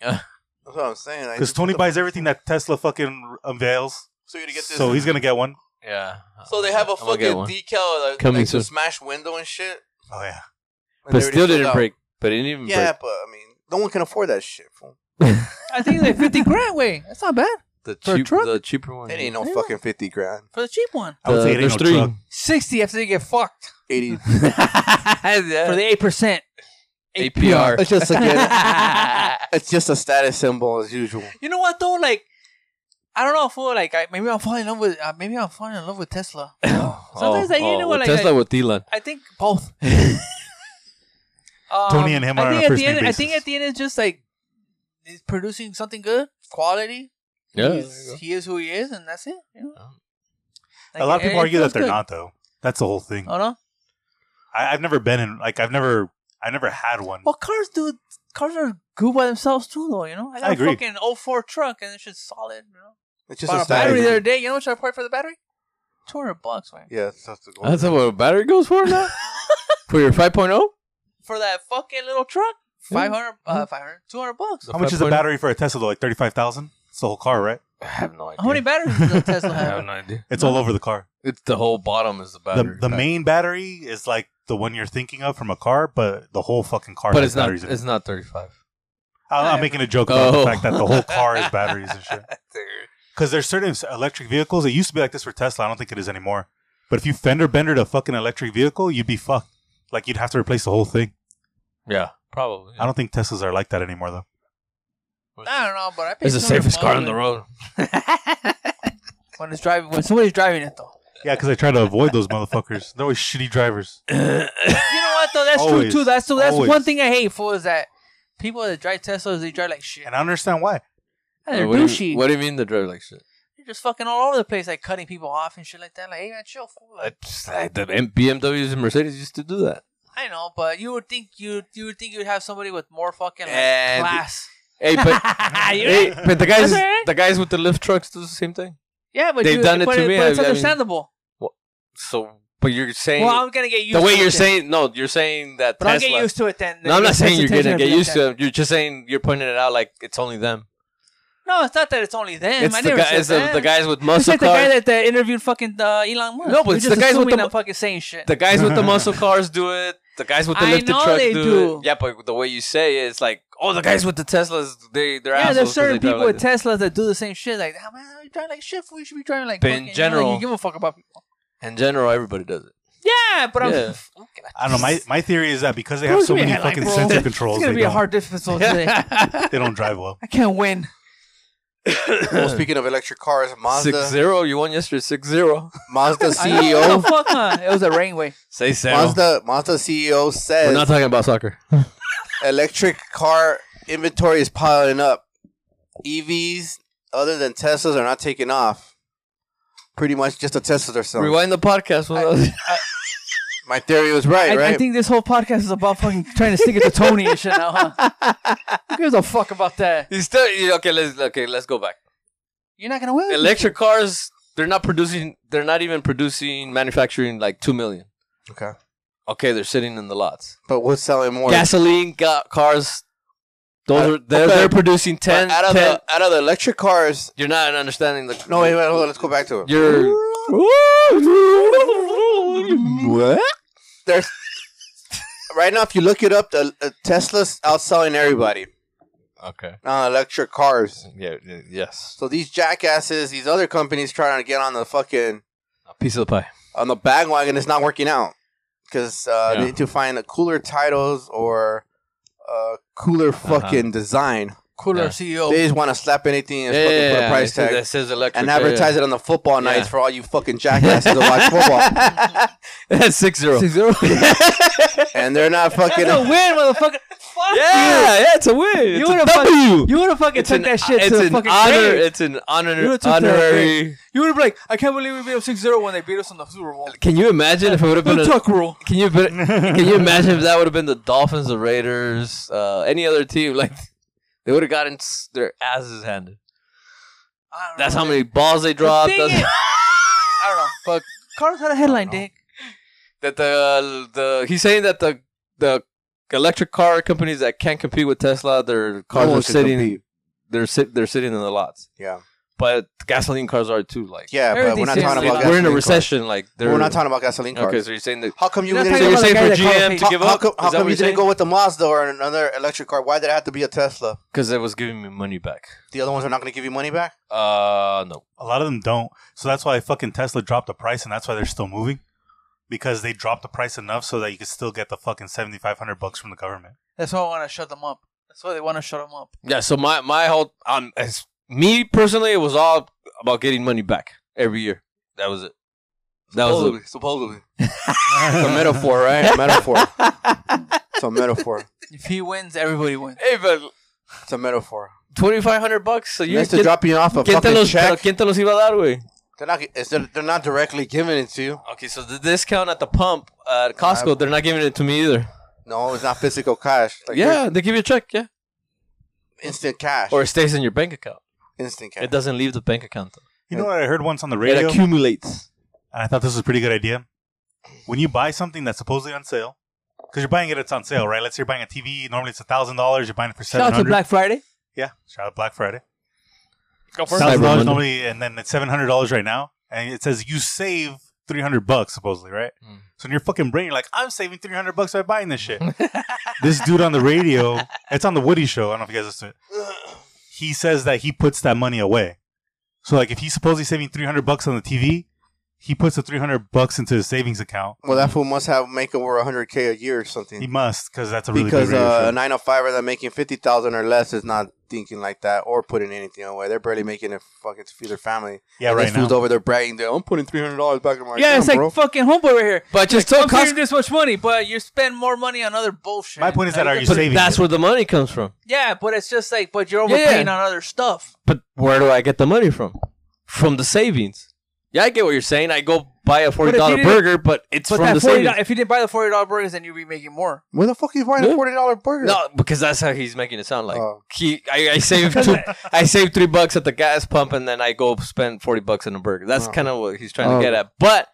That's what I'm saying. Like, Because Tony buys everything that Tesla fucking unveils. So, you're gonna get this, So he's gonna get one. Yeah. so they have a I'm gonna get fucking one. decal, uh, like, Coming like the soon. smashed window and shit. Oh yeah. and but they already still sold didn't out. break. But it didn't even Yeah, break. but I mean, no one can afford that shit, fool. I think it's like fifty grand. Wait, that's not bad The For a cheap, truck? the cheaper one. It yeah. ain't no Yeah. fucking 50 grand. for the cheap one. I would The- say it ain't there's no three. truck. Sixty after they get fucked 80. for the eight percent. Ah. APR. It's just again, it's just a status symbol as usual. You know what though? Like, I don't know. Fool, like, I, maybe I'm falling in love with. Uh, maybe I'm falling in love with Tesla. Oh, Sometimes, like, you know what, with like, Tesla I- with Elon. I think both. Um, Tony and him I are on think a at first the name end, I think basis. at the end, it's just like he's producing something good, quality. Yeah. there you He's- he is who he is, and that's it. you know? a lot of Like, people it- it argue feels that they're good. not though. That's the whole thing. Oh no! I, I've never been in like I've never I never had one. Well, cars, dude, cars are good by themselves too, though. You know, I got I a agree. fucking 04 truck, and it's just solid. You know, It's just bought a a battery status. the other day. You know what I paid for the battery? Two hundred bucks, man. Yeah, it's just a gold. That's what a battery goes for now. for your oh? 5.0. For that fucking little truck, 500, uh, 500, 200 bucks. How much is a battery for a Tesla? though? Like thirty five thousand. It's the whole car, right? I have no idea. How many batteries does a Tesla I have have? no idea. It's all over the car. It's the whole bottom is the battery. The, the main battery is like the one you're thinking of from a car, but the whole fucking car but has it's not. batteries. in it. It's not 35. I'm, I'm making a joke about Oh. the fact that the whole car is batteries and shit. Because there's certain s- electric vehicles. It used to be like this for Tesla. I don't think it is anymore. But if you fender bendered a fucking electric vehicle, you'd be fucked. Like you'd have to replace the whole thing. Yeah, probably. I don't think Teslas are like that anymore, though. I don't know, but I paid. It's the 200 safest car bucks on the road. when it's driving. When somebody's driving it though. Yeah, because I try to avoid those motherfuckers. They're always shitty drivers. You know what though? That's Always. true too. That's true. That's Always. one thing I hate for is that people that drive Teslas they drive like shit. And I understand why. Yeah, they're what, do douchey. you, what do you mean the drug like shit? They're just fucking all over the place, like cutting people off and shit like that. Like, hey man, chill. Fool. Like, It's like the M- BMWs and Mercedes used to do that. I know, but you would think you you would think you'd have somebody with more fucking like, And- class. Hey, but hey, but the guys, That's alright. the guys with the lift trucks do the same thing. yeah, but they've you, done it but to me, But it's I- I mean- understandable. So, but you're saying well, I'm gonna get used. the way to you're it then. saying no, you're saying that but I'll Tesla. get used to it then. no, I'm not saying you're gonna hesitation get of used that. to it. You're just saying you're pointing it out like it's only them. No, it's not that it's only them. it's I the never said guys, the, that. the guys with muscle It's like the cars. guy that that interviewed fucking uh, Elon Musk. No, but You're it's the just guys with assuming the- I'm fucking saying shit. The guys with the muscle cars do it. The guys with the I lifted know truck they do, do. it. Yeah, but the way you say it, it's like, oh, the guys with the Teslas, they they're yeah, assholes. there's 'cause certain they drive people like with this. Teslas that do the same shit. Like, ah, man, you driving like shit. fool. You should be driving like. But in fucking, you know, like, general- you give a fuck about people. In general, everybody does it. Yeah, but I'm. Yeah. I don't know. My, my theory is that because they Bro, have it's so gonna be many a headline, fucking bro. sensor It's controls, It's gonna they be a don't, hard episode today. they don't drive well. I can't win. Well, speaking of electric cars, Mazda, Six zero. You won yesterday. Six zero. Mazda I E know, what CEO, the fuck, huh? It was a rainway. Say zero. Mazda, Mazda CEO We're says not talking about soccer. electric car inventory is piling up. EVs, other than Teslas, are not taking off. Pretty much just the Teslas are selling. Rewind the podcast. With My theory was right, I, right? I think this whole podcast is about fucking trying to stick it to Tony and shit now, huh? Who gives a fuck about that? you still you- okay? Let's okay. Let's go back. You're not gonna win. Electric cars. They're not producing. They're not even producing, manufacturing like two million. okay. Okay, they're sitting in the lots. But what's selling more? Gasoline ga- cars. Those Uh, are they're, okay. they're producing ten. But out of 10 the out of the electric cars. You're not understanding the. No, wait, wait, hold on. Let's go back to it. You're. What? There's right now. If you look it up, the uh, Tesla's outselling everybody Okay. on electric cars. Yeah. y- Yes. So these jackasses, these other companies trying to get on the fucking A piece of the pie. on the bandwagon, it's not working out because uh, Yeah. they need to find a cooler titles or uh, cooler fucking design. cooler E Yeah. CEO. They just want to slap anything and fucking put a price tag. That says electric. and advertise it on the football Yeah. nights for all you fucking jackasses to watch football. That's six zero. Six zero. And they're not fucking. That's a win, motherfucker. Fuck you. yeah, it's a win. You It's a would've W. You would have fucking It's took an- that shit it's to the an fucking honor. grave. It's an honor, You would've took that honorary. You would have been like, I can't believe we beat them 6 0 when they beat us in the Super Bowl. Can you imagine if it would have been? The A, Tuck rule. can you be- can you imagine if that would have been the Dolphins, the Raiders, uh, any other team? Like they would have gotten s- their asses handed. I don't That's know, how man. many balls they dropped. The thing That's- is- I don't know. Fuck. Carlos had a headline, Dick. that the the he's saying that the the electric car companies that can't compete with Tesla, their cars one are can sitting. compete. They're sit, they're sitting in the lots. Yeah, But gasoline cars are too. Like yeah, but we're Everything's not serious. talking about. we're in a gasoline recession. Like Cars. they're We're not talking about gasoline cars. Okay, so you're saying that How come you You're were not gonna talking say? about the saying guy for that called GM fake- to How, give how up? come, Is how that what come you you're didn't saying? go with the Mazda or another electric car? Why did it have to be a Tesla? because it was giving me money back. The other ones are not going to give you money back. Uh, no. A lot of them don't. So that's why fucking Tesla dropped the price, and that's why they're still moving because they dropped the price enough so that you could still get the fucking seventy five hundred bucks from the government. That's why I want to shut them up. That's why they want to shut them up. Yeah. So my my whole um, as me personally, it was all about getting money back every year. That was it. That was it. supposedly. It's a metaphor, right? A metaphor. It's a metaphor. If he wins, everybody wins. Hey, but It's a metaphor. twenty five hundred bucks. So you Next to dropping off a ¿Quién te, fucking los, pero check, ¿Quién te los iba a dar, güey? they're not. It's, they're, they're not directly giving it to you. Okay, so the discount at the pump uh, at Costco, they're not giving it to me either. No, it's not physical cash. Like yeah, they give you a check, yeah. there's instant cash. Or it stays in your bank account. instant It cash. doesn't leave the bank account. Though. You know what I heard once on the It radio, and accumulates. I thought this was a pretty good idea. When you buy something that's supposedly on sale, because you're buying it, it's on sale, right? Let's say you're buying a TV. Normally it's a thousand dollars. You're buying it for seven Shout out to hundred. Black Friday. yeah, shout out Black Friday. Go for Thousand Cyber Monday. dollars normally, and then it's seven hundred dollars right now, and it says you save three hundred bucks supposedly, right? Mm. So in your fucking brain, you're like, I'm saving three hundred bucks by buying this shit. this dude on the radio, it's on the Woody Show. I don't know if you guys listen. to it. He says that he puts that money away. So like, if he's supposedly saving three hundred bucks on the TV, he puts the three hundred bucks into his savings account. Well, that fool must have make over 100k a year or something. Um, He must because that's a really because good radio uh, show. a nine to fiver that making fifty thousand or less is not thinking like that or putting anything away. They're barely making it fucking to feed their family. Yeah, right this fool's now. over there bragging, dude, I'm putting three hundred dollars back in my yeah, account, it's like bro. fucking homeboy right here. But just I'm tell saving Costco. this much money, but you spend more money on other bullshit. My point is that Like, are you but- saving? That's it? where the money comes from. Yeah, but it's just like, but you're Yeah, yeah. overpaying on other stuff. But where do I get the money from? From the savings. Yeah, I get what you're saying. I go buy a forty dollar didn't- burger, but it's But from the that forty, savings. if you didn't buy the forty dollar burgers, then you'd be making more. Where the fuck are you buying a Yeah. forty dollar burger? No, because that's how he's making it sound like. Oh. He, I, I saved two, I saved three bucks at the gas pump, and then I go spend forty bucks on a burger. That's Oh. kind of what he's trying Oh. to get at. But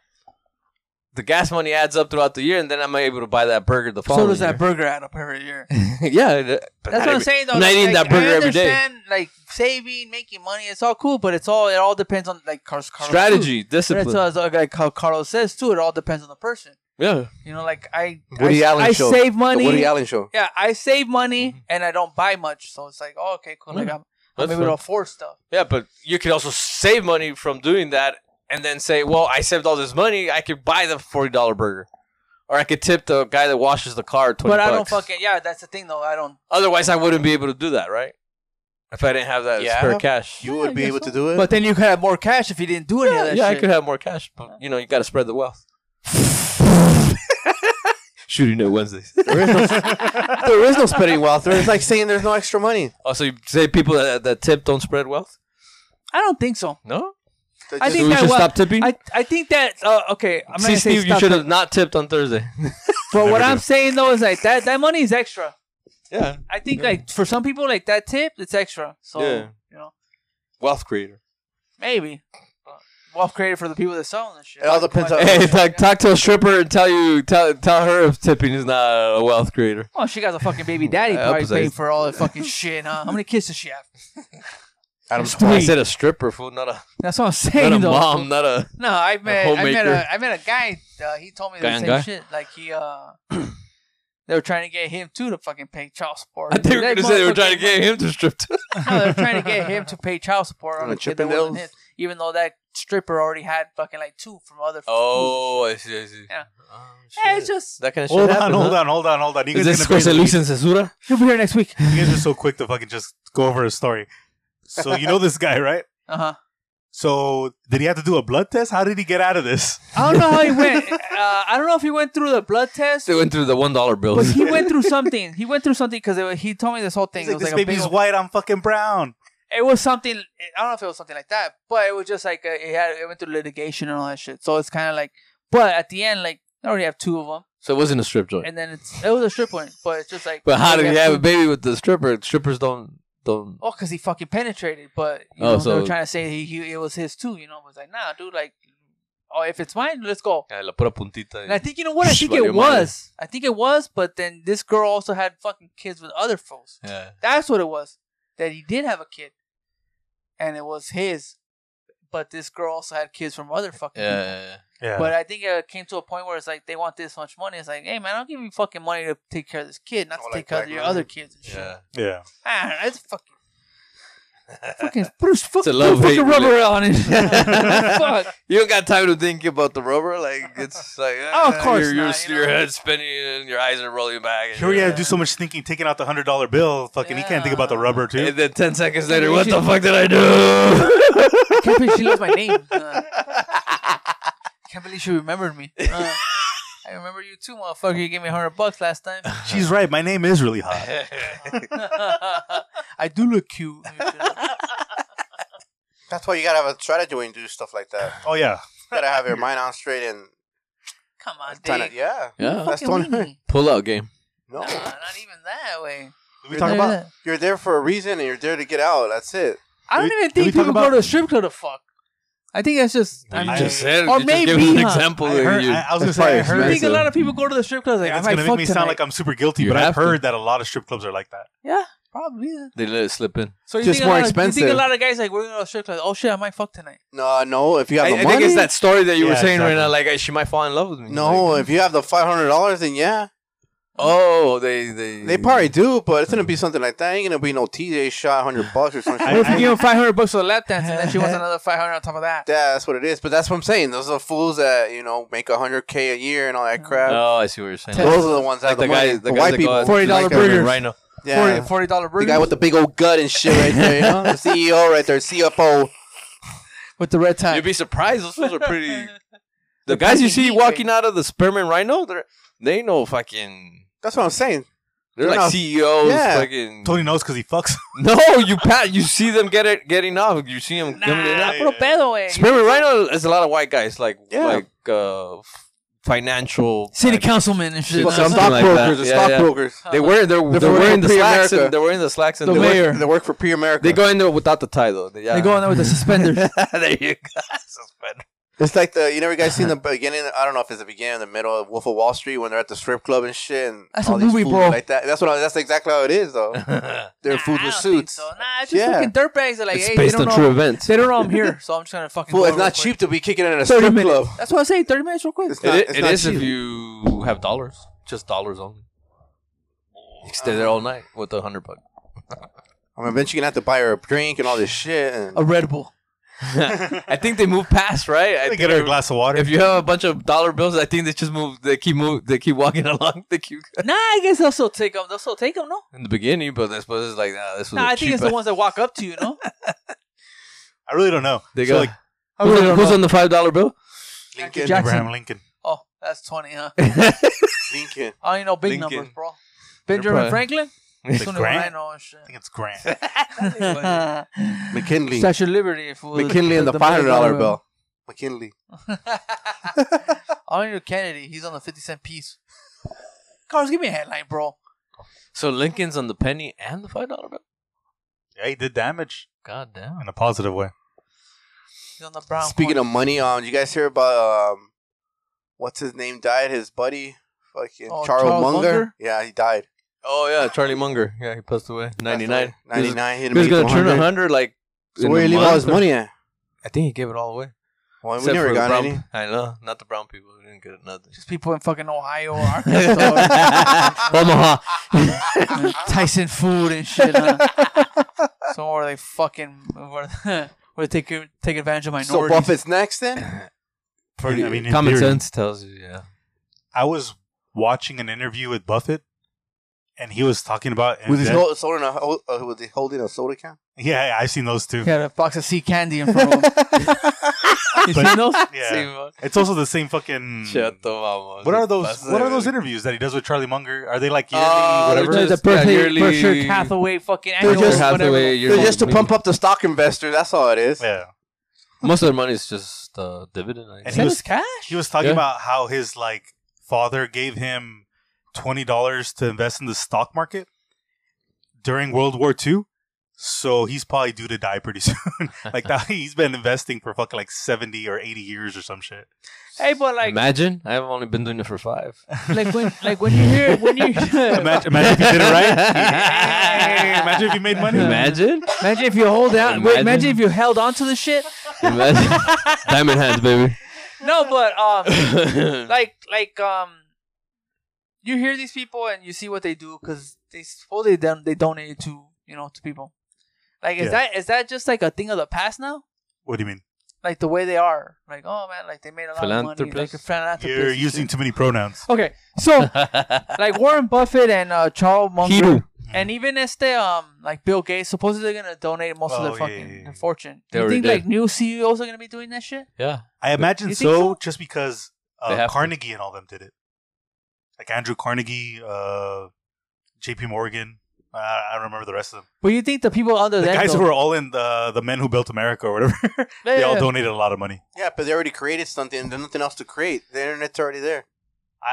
the gas money adds up throughout the year, and then I'm able to buy that burger the following. So does that burger add up every year? year. yeah, it- but That's not what I'm every- saying. Though, Not like, eating that burger I every day. understand, Like saving, making money, it's all cool, but it's all it all depends on like Carlos. Carlos too. Strategy, But discipline. It's all, it's all like how Carlos says too. It all depends on the person. yeah, You know, like I, Woody I, Allen I show. save the money. Woody Allen show. Yeah, I save money and I don't buy much, so it's like, oh, okay, cool. Like I'm, I'm Mm. that's able to fine. afford stuff. yeah, but you could also save money from doing that, and then say, "Well, I saved all this money. I could buy the forty dollar burger." Or I could tip the guy that washes the car twenty But I don't bucks. fucking yeah. That's the thing though. I don't. Otherwise, I wouldn't be able to do that, right? If I didn't have that Yeah. spare cash. You would be able to do it. But then you could have more cash if you didn't do any yeah, of that. yeah, I shit. could have more cash, but you know, you got to spread the wealth. Shooting at Wednesdays. there, is no, there is no spreading wealth. There is like saying there's no extra money. also, you say people that, that tip don't spread wealth? I don't think so. No? I So think we that should was, stop tipping? I I think that uh, okay. I'm not See, gonna say Steve, you stop should have not tipped on Thursday. But what Never I'm do. saying though is like that that money is extra. yeah. I think like for some people like that tip, it's extra. So Yeah. you know Wealth creator. maybe Uh, wealth created for the people that sell this shit. It all depends on- Hey, talk, talk to a stripper and tell you tell tell her if tipping is not a wealth creator. Oh, she got a fucking baby daddy I probably hope so. paying for all that fucking shit, huh? How many kids does she have? Adam I Squad. said a stripper, fool, not a That's what I'm not saying a though. mom, not a No, I met I met homemaker. a I met a guy. Uh, he told me Guy the on same guy? shit. Like he uh, they were trying to get him too to fucking pay child support. I think we were That gonna say they were motherfucker- trying to get him to strip. too. No, they're trying to get him to pay child support On on the a kid that wasn't Chippendales? his, even though that stripper already had fucking like two from other. Oh, I see, I see. Yeah. Oh, yeah, shit. it's just that kind of Hold shit. on, hold on, hold on, hold on. You Is guys, this gonna bring the Luis and Cesura? he'll be here next week. you guys are so quick to fucking just go over a story. So you know this guy, right? Uh huh. So did he have to do a blood test? How did he get out of this? I don't know how he went. Uh, I don't know if he went through the blood test, They went through the one dollar but bills. he went through something. He went through something because he told me this whole thing. He's like, it was this like a big baby's old- white, I'm fucking brown. it was something i don't know if it was something like that but it was just like uh, it had it went through litigation and all that shit so it's kind of like but at the end like i already have two of them so it wasn't a strip joint. and then it's it was a strip one but it's just like But how did we he have a two- baby with the stripper? Strippers don't don't. oh because he fucking penetrated but you Oh, know they were so- trying to say he, he it was his too you know it was like nah dude like oh if it's mine let's go Yeah, la pura puntita. and i think you know what i think Valió it madre. was i think it was but then this girl also had fucking kids with other folks yeah. That's what it was. That he did have a kid, and it was his. But this girl also had kids from other fucking. Yeah, people. yeah, yeah. Yeah. But I think it came to a point where it's like they want this much money. It's like, hey man, I'll give you fucking money to take care of this kid, not to Oh, like take care of blackmail. your other kids and shit. yeah. yeah. I don't know, it's fucking. fucking put a, fuck, a put a love-hate fucking rubber relationship. on it. Fuck. You don't got time to think about the rubber. Like it's like Oh, of ah, course your, your, not, you your know? head's spinning and your eyes are rolling back. and Sure, you you're- had to do so much thinking, taking out the hundred dollar bill. Fucking, he can't think about the rubber too. And then ten seconds later, what you the fuck did I do? I can't believe she knows my name. Uh, can't believe she remembered me. Uh, I remember you too, motherfucker. You gave me hundred bucks last time. She's right. My name is really hot. I do look cute. That's why you gotta have a strategy when you do stuff like that. Oh yeah. You gotta have your mind on straight and Come on, trying to, Dave. yeah. yeah, That's the only way. pull out game. No. Nah, not even that way. Did we talk about? You're there for a reason and you're there to get out. That's it. I don't Did we- even did we think talk people go about- to a strip club to fuck. I think that's just. I You mean, just said Or you just gave maybe, an huh? example. I, and heard, you, I, I was gonna that's say I probably I heard. think a expensive. lot of people go to the strip clubs like and I it's might gonna make fuck me tonight. sound like I'm super guilty, You but I've have to. heard that a lot of strip clubs are like that. yeah, probably. Yeah. They let it slip in. So you Just think a lot more Of, you think expensive. a lot of guys like we're gonna go to a strip club? Oh shit, I might fuck tonight. No, no. If you have I, the I money, think it's that story that you were Yeah, saying right now. exactly. Like I- she might fall in love with me. no. Like, If you have the five hundred dollars, then yeah, oh, they they they probably do. But it's gonna be something like that. Ain't gonna be no TJ shot hundred bucks or something. What like if you that. give him five hundred bucks for a lap dance and then she wants another five hundred on top of that? Yeah, that's what it is. But that's what I'm saying. Those are fools that you know make hundred k a year and all that crap. Oh, I see what you're saying. Those are the ones that like have the, the guy, the money. white guys that people, go out $40 like a burgers. Rhino. Yeah. forty dollar The burger guy with the big old gut and shit right there. You know? The CEO right there, CFO. with the red tie. You'd be surprised. Those fools are pretty. The The guys you fucking see heat walking out of the Spearman Rhino, they're they know fucking. That's what I'm saying. They're They're like not- CEOs. Yeah. Fucking. Tony knows because he fucks. No, you pat. You see them get it getting off. You see them coming in. nah, out. puro pedo, way. Spearman Rhino is a lot of white guys, like Yeah. like uh, f- financial. City councilman and shit. Well, Fucking something Nah, like that. stockbrokers, the Yeah, yeah. stockbrokers. They wear they're, they're, from wearing the slacks pre-America. and they're wearing the slacks and The they They work- mayor. They work for Pre America. They go in there without the tie though. Yeah. They go in there with the suspenders. there you go. Suspended. It's like the you never guys seen the beginning. I don't know if it's the beginning, or the middle of Wolf of Wall Street when they're at the strip club and shit. And That's all a these movie, fools bro. Like that. That's what. I, that's exactly how it is, though. They're food I don't think with suits. So. Nah, it's just Yeah. fucking dirtbags. Are like, It's hey, they based don't on know. true events. They don't know I'm here, so I'm just gonna fucking. Fool, go it's real not quick. cheap to be kicking it in a 30 strip minutes. club. That's what I say. Thirty minutes, real quick. It's not. It, it's it not is cheap. if you have dollars, just dollars only. You can stay there all night with a hundred bucks. I mean, eventually you're gonna have to buy her a drink and all this shit. And, A Red Bull. I think they move past right. I They think get her a they- glass of water. If you have a bunch of dollar bills, I think they just move. They keep move. They keep walking along. They keep Nah, I guess they'll still take them. They'll still take them, no? in the beginning, but I suppose it's like nah, this was. Nah, a I think cheap it's the ass- ones that walk up to you, no? I really don't know. They So, go. like, who's on- who's on the five dollar bill? Lincoln, Jack- Abraham Lincoln. Oh, that's twenty, huh? Lincoln. I only know big Lincoln. numbers, bro. Benjamin probably- Franklin. Is Sooner it than I Grant? know and I think it's Grant. shit. McKinley. Statue of Liberty. Fool. McKinley and the five hundred dollar bill. McKinley. I know Kennedy. He's on the fifty cent piece. Carlos, give me a headline, bro. So Lincoln's on the penny and the five dollar bill. Yeah, he did damage God damn. in a positive way. He's on the brown. Speaking of money, um, did you guys hear about um, what's his name died? His buddy, fucking Oh, Charles, Charles Munger? Munger? Yeah, he died. Oh yeah, Charlie Munger. Yeah, he passed away. Ninety nine. Ninety nine. He He was gonna turn a hundred like. So in where a you leave all month his or- money at? I think he gave it all away. Well, we Except for never the got brown- any. I know, not the brown people. They didn't get nothing. Just people in fucking Ohio, or Arkansas, Omaha. Tyson food and shit. Huh? so where they fucking where, where they take take advantage of So minorities. Buffett's next then. I mean, in common theory. sense tells you. Yeah. I was watching an interview with Buffett, and he was talking about Was he debt. hol- sold in a hol- uh, was he holding a soda can? Yeah, yeah, I've seen those too. he had a box of sea candy in front of him. you seen those? Yeah. It's also the same Hmm. fucking. What are those? What are those interviews that he does with Charlie Munger? Are they like yearly? Oh, whatever. they're There's a just- yeah, birthday, yearly- Berkshire Cathaway. Hathaway, fucking They're annual, just- whatever. Hathaway, They're just to money- pump up the stock investors. That's all it is. Yeah. Most of their money is just uh, dividend. I And guess. he That was was cash. he was talking Yeah. about how his like father gave him twenty dollars to invest in the stock market during World War II. So he's probably due to die pretty soon. like that, he's been investing for fucking like seventy or eighty years or some shit. Hey, but like, Imagine I've only been doing it for five. like when, like when you hear, when you Imagine, imagine if he did it right. imagine if he made money. Imagine, Imagine if you hold out. Wait, Imagine. imagine if you held on to the shit. imagine, diamond hands, baby. no, but um, like, like um, you hear these people and you see what they do because they supposedly don- they donate to you know to people. Like, is Yeah. that is that just like a thing of the past now? What do you mean? Like the way they are, like oh man, like they made a lot of money. Like Philanthropist. a philanthropist. You're and using shit. too many pronouns. okay, so like Warren Buffett and uh, Charles Munger. Hero. And even as they um like Bill Gates, supposedly they're gonna donate most of Oh, their yeah, fucking yeah, yeah. their fortune. They you already think like did. new CEOs are gonna be doing that shit? yeah, I imagine You so, think so? just because They uh, have to. Carnegie and all them did it. Like Andrew Carnegie, uh, J.P. Morgan. I, I don't remember the rest of them. But you think the people under The that guys though- who were all in the the men who built America or whatever, Yeah, they all yeah. donated a lot of money. Yeah, but they already created something. There's nothing else to create. The internet's already there. I,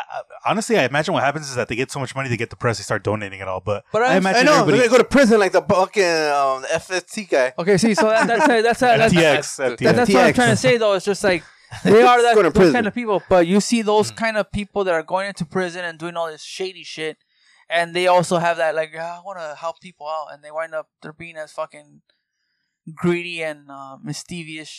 I, honestly, I imagine what happens is that they get so much money, they get depressed, they start donating it all. But, But I I'm- imagine I know. They're everybody. gonna go to prison like the fucking um, FST guy. Okay, see, so that, that's that's that's, that's, FTX, that- FTX. that's what I'm trying to say though. It's just like they are that Going to those prison. kind of people, but you see those kind of people that are going into prison and doing all this shady shit, and they also have that like "Ah, I want to help people out, and they wind up they're being as fucking greedy and uh, mischievous.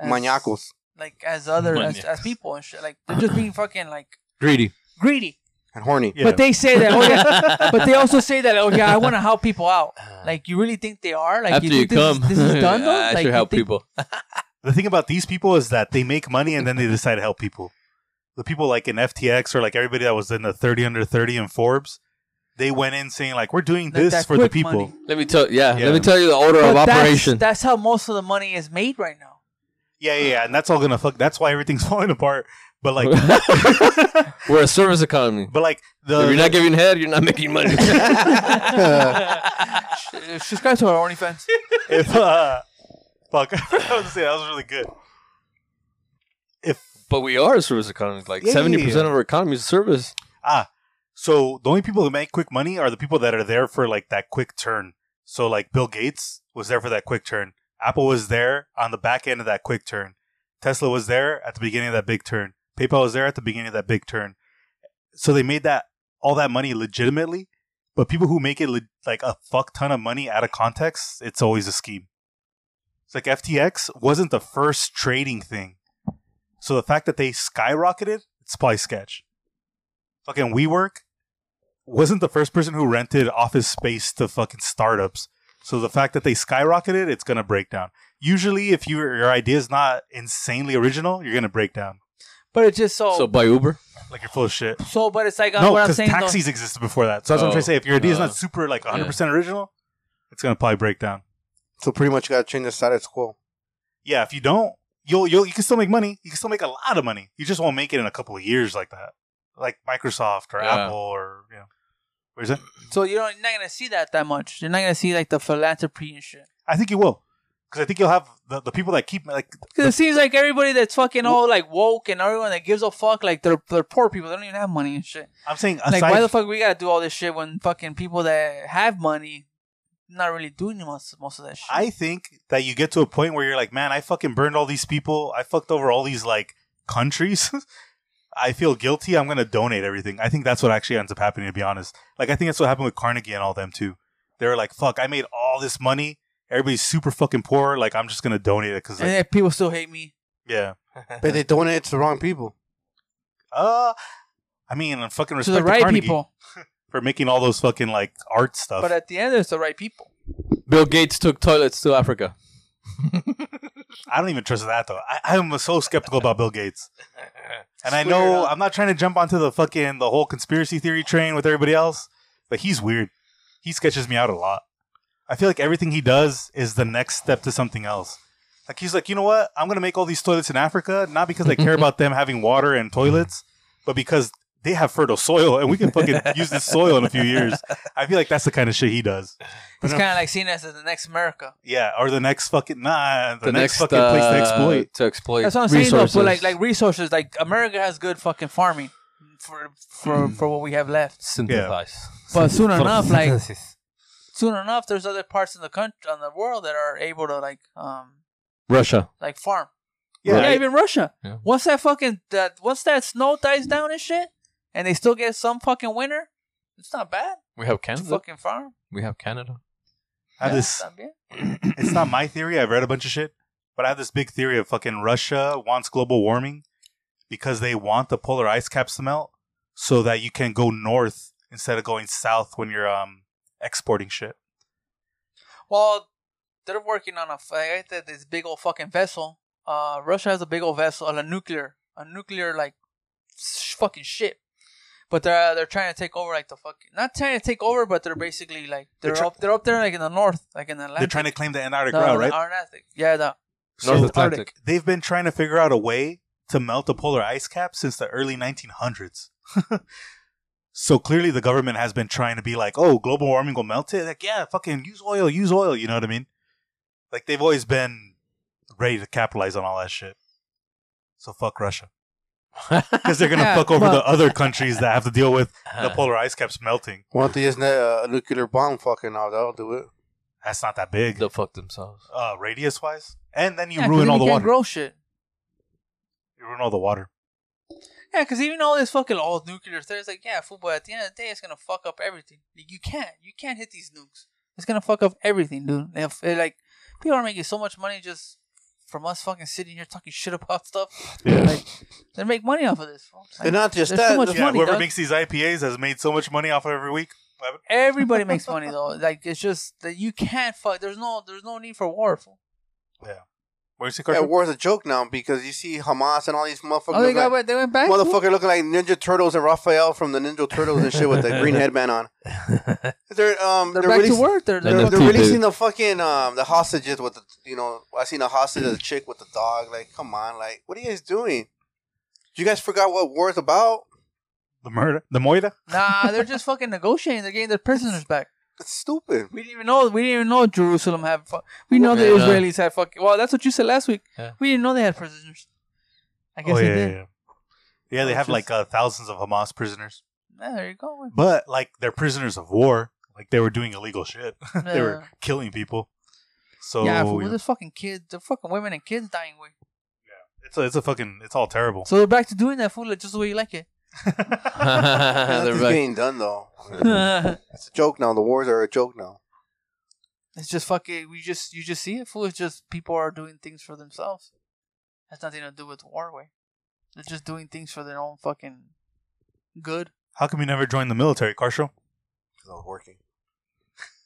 As, Maniacos. like as other as, as people and shit. Like they're just being fucking like greedy. greedy. and horny. Yeah. But they say that. Oh yeah. but they also say that. Oh yeah, I want to help people out. Like you really think they are? Like Uh. After you, think come, this is, this is done though. I like, should you help think- people. the thing about these people is that they make money and then they decide to help people. The people like in FTX or like everybody that was in the 30 under 30 in Forbes, they went in saying like we're doing Like this that for the quick people. money. Let me tell yeah, Yeah. Let me tell you the order of But that's- operation. That's how most of the money is made right now. Yeah, yeah, yeah, and that's all gonna fuck. That's why everything's falling apart. But like, We're a service economy. but like the if you're not giving head, you're not making money. Uh, Subscribe to our OnlyFans. if uh, fuck, I was gonna say that was really good. If but we are a service economy. Like Yeah, yeah, seventy percent yeah. of our economy is service. so, the only people who make quick money are the people that are there for like that quick turn. So like Bill Gates was there for that quick turn. Apple was there on the back end of that quick turn. Tesla was there at the beginning of that big turn. PayPal was there at the beginning of that big turn. So they made that all that money legitimately. But people who make it le- like a fuck ton of money out of context, it's always a scheme. It's like FTX wasn't the first trading thing. So the fact that they skyrocketed, it's probably sketch. Fucking WeWork wasn't the first person who rented office space to fucking startups. So the fact that they skyrocketed, it's gonna break down. Usually, if you, your idea is not insanely original, you're gonna break down. But it's just so. So So, by Uber. Like you're full of shit. but it's like, uh, No, what I'm because saying. though- taxis existed before that. So that's what I'm Oh, trying to say. If your idea is uh, not super like 100 percent original, it's gonna probably break down. So pretty much you gotta change the status quo. Yeah, if you don't, you'll you'll you can still make money. You can still make a lot of money. You just won't make it in a couple of years like that, like Microsoft or Yeah. Apple or you know. Where's it? so you don't, you're not going to see that that much. You're not going to see like the philanthropy and shit. I think you will, because I think you'll have the, the people that keep like Because it seems like everybody that's fucking all like woke and everyone that gives a fuck, like they're, they're poor people. They don't even have money and shit. I'm saying Like, aside, why the fuck we gotta do all this shit when fucking people that have money not really doing most, most of that shit? I think that you get to a point where you're like, man, I fucking burned all these people. I fucked over all these like countries. I feel guilty. I'm gonna donate everything. I think that's what actually ends up happening. To be honest, like I think that's what happened with Carnegie and all them too. They were like, fuck, I made all this money. Everybody's super fucking poor. Like I'm just gonna donate it because and then people still hate me. yeah. But they donate it to the wrong people. Uh, I mean, I'm fucking To respect the right Carnegie people. for making all those fucking like art stuff. But at the end, it's the right people. Bill Gates took toilets to Africa. I don't even trust that though. I, I'm so skeptical about Bill Gates. And I It's weird, know huh? I'm not trying to jump onto the fucking the whole conspiracy theory train with everybody else, but he's weird. He sketches me out a lot. I feel like everything he does is the next step to something else. Like he's like, you know what? I'm gonna make all these toilets in Africa, not because I care about them having water and toilets, but because they have fertile soil and we can fucking use this soil in a few years. I feel like that's the kind of shit he does. It's kind of like seen as the next America. Yeah, or the next fucking nah, the, next, fucking place to uh, exploit. To exploit. That's what I'm saying, though. But like, resources. like resources, like America has good fucking farming for for Mm. for what we have left. synthesize. But soon enough, like soon enough, there's other parts in the country, on the world that are able to like um Russia. like farm. Yeah, Yeah, even Russia. Yeah. Once that fucking that once that snow dies down and shit, and they still get some fucking winter, it's not bad. We have It's a Canada. fucking farm. We have Canada. I have Yeah, this. it's not bad. It's not my theory. I've read a bunch of shit, but I have this big theory of fucking Russia wants global warming because they want the polar ice caps to melt so that you can go north instead of going south when you're um exporting shit. Well, they're working on a f- I think this big old fucking vessel. Uh, Russia has a big old vessel, a nuclear, a nuclear like sh- fucking ship. But they're they're trying to take over like the fucking not trying to take over, but they're basically like they're, They're try- up they're up there like in the north, like in the Atlantic. They're trying to claim the Antarctic no, route, the right? Atlantic. Yeah, the So North Atlantic. they've been trying to figure out a way to melt the polar ice cap since the early 1900s. so clearly, the government has been trying to be like, "Oh, global warming will melt it." Like, yeah, fucking use oil, use oil. You know what I mean? Like they've always been ready to capitalize on all that shit. So fuck Russia, because they're gonna Yeah, fuck over well- the other countries that have to deal with the polar ice caps melting. Why don't they just net a nuclear bomb fucking out? That'll do it. That's not that big, They'll fuck themselves. uh, radius wise. And then you yeah, 'cause ruin then all you the can't water. grow shit. you ruin all the water. Yeah, because even all this fucking old nuclear theory is like, yeah, fool, but at the end of the day, it's gonna fuck up everything. Like, you can't, you can't hit these nukes. It's gonna fuck up everything, dude. If eh, like people are making so much money just from us fucking sitting here talking shit about stuff, like they make money off of this. Fool. And Like, not just there's that. so much Yeah, money, whoever dog. makes these IPAs has made so much money off of every week. Everybody makes money though. Like it's just that you can't fuck. There's no, there's no need for war. Fool. Where's the Yeah, cartoon? war's a joke now because you see Hamas and all these motherfuckers. Oh, they look got like- what? They went back. motherfucker looking like Ninja Turtles and Raphael from the Ninja Turtles and shit with the green headband on. They're um They're, they're, back releasing, to work. They're, they're, they're fucking- releasing the fucking um the hostages with the you know I seen a hostage of the chick with the dog. Like, come on, like what are you guys doing? You guys forgot what war's about? The murder, the Moira. nah, they're just fucking negotiating. They're getting their prisoners back. It's stupid. We didn't even know. We didn't even know Jerusalem had. Fu- we know the Yeah. Israelis had fucking. Well, that's what you said last week. Yeah. We didn't know they had prisoners. I guess oh they yeah, yeah, did. Oh, yeah. Yeah, they It's have just- like uh, thousands of Hamas prisoners, Yeah, there you go. but like they're prisoners of war. Like they were doing illegal shit. they were Yeah. killing people. So yeah, you for know, there's fucking kids, there's fucking women and kids dying. Way. it's a, it's a fucking it's all terrible. So they're back to doing that fool like, just the way you like it. Nothing's They're like, being done though. it's It's a joke now. The wars are a joke now. just fucking. We just you just see it. Fool, it's just people are doing things for themselves. That's nothing to do with war. Way. They're just doing things for their own fucking good. How come you never joined the military, Carshall? Because I was working.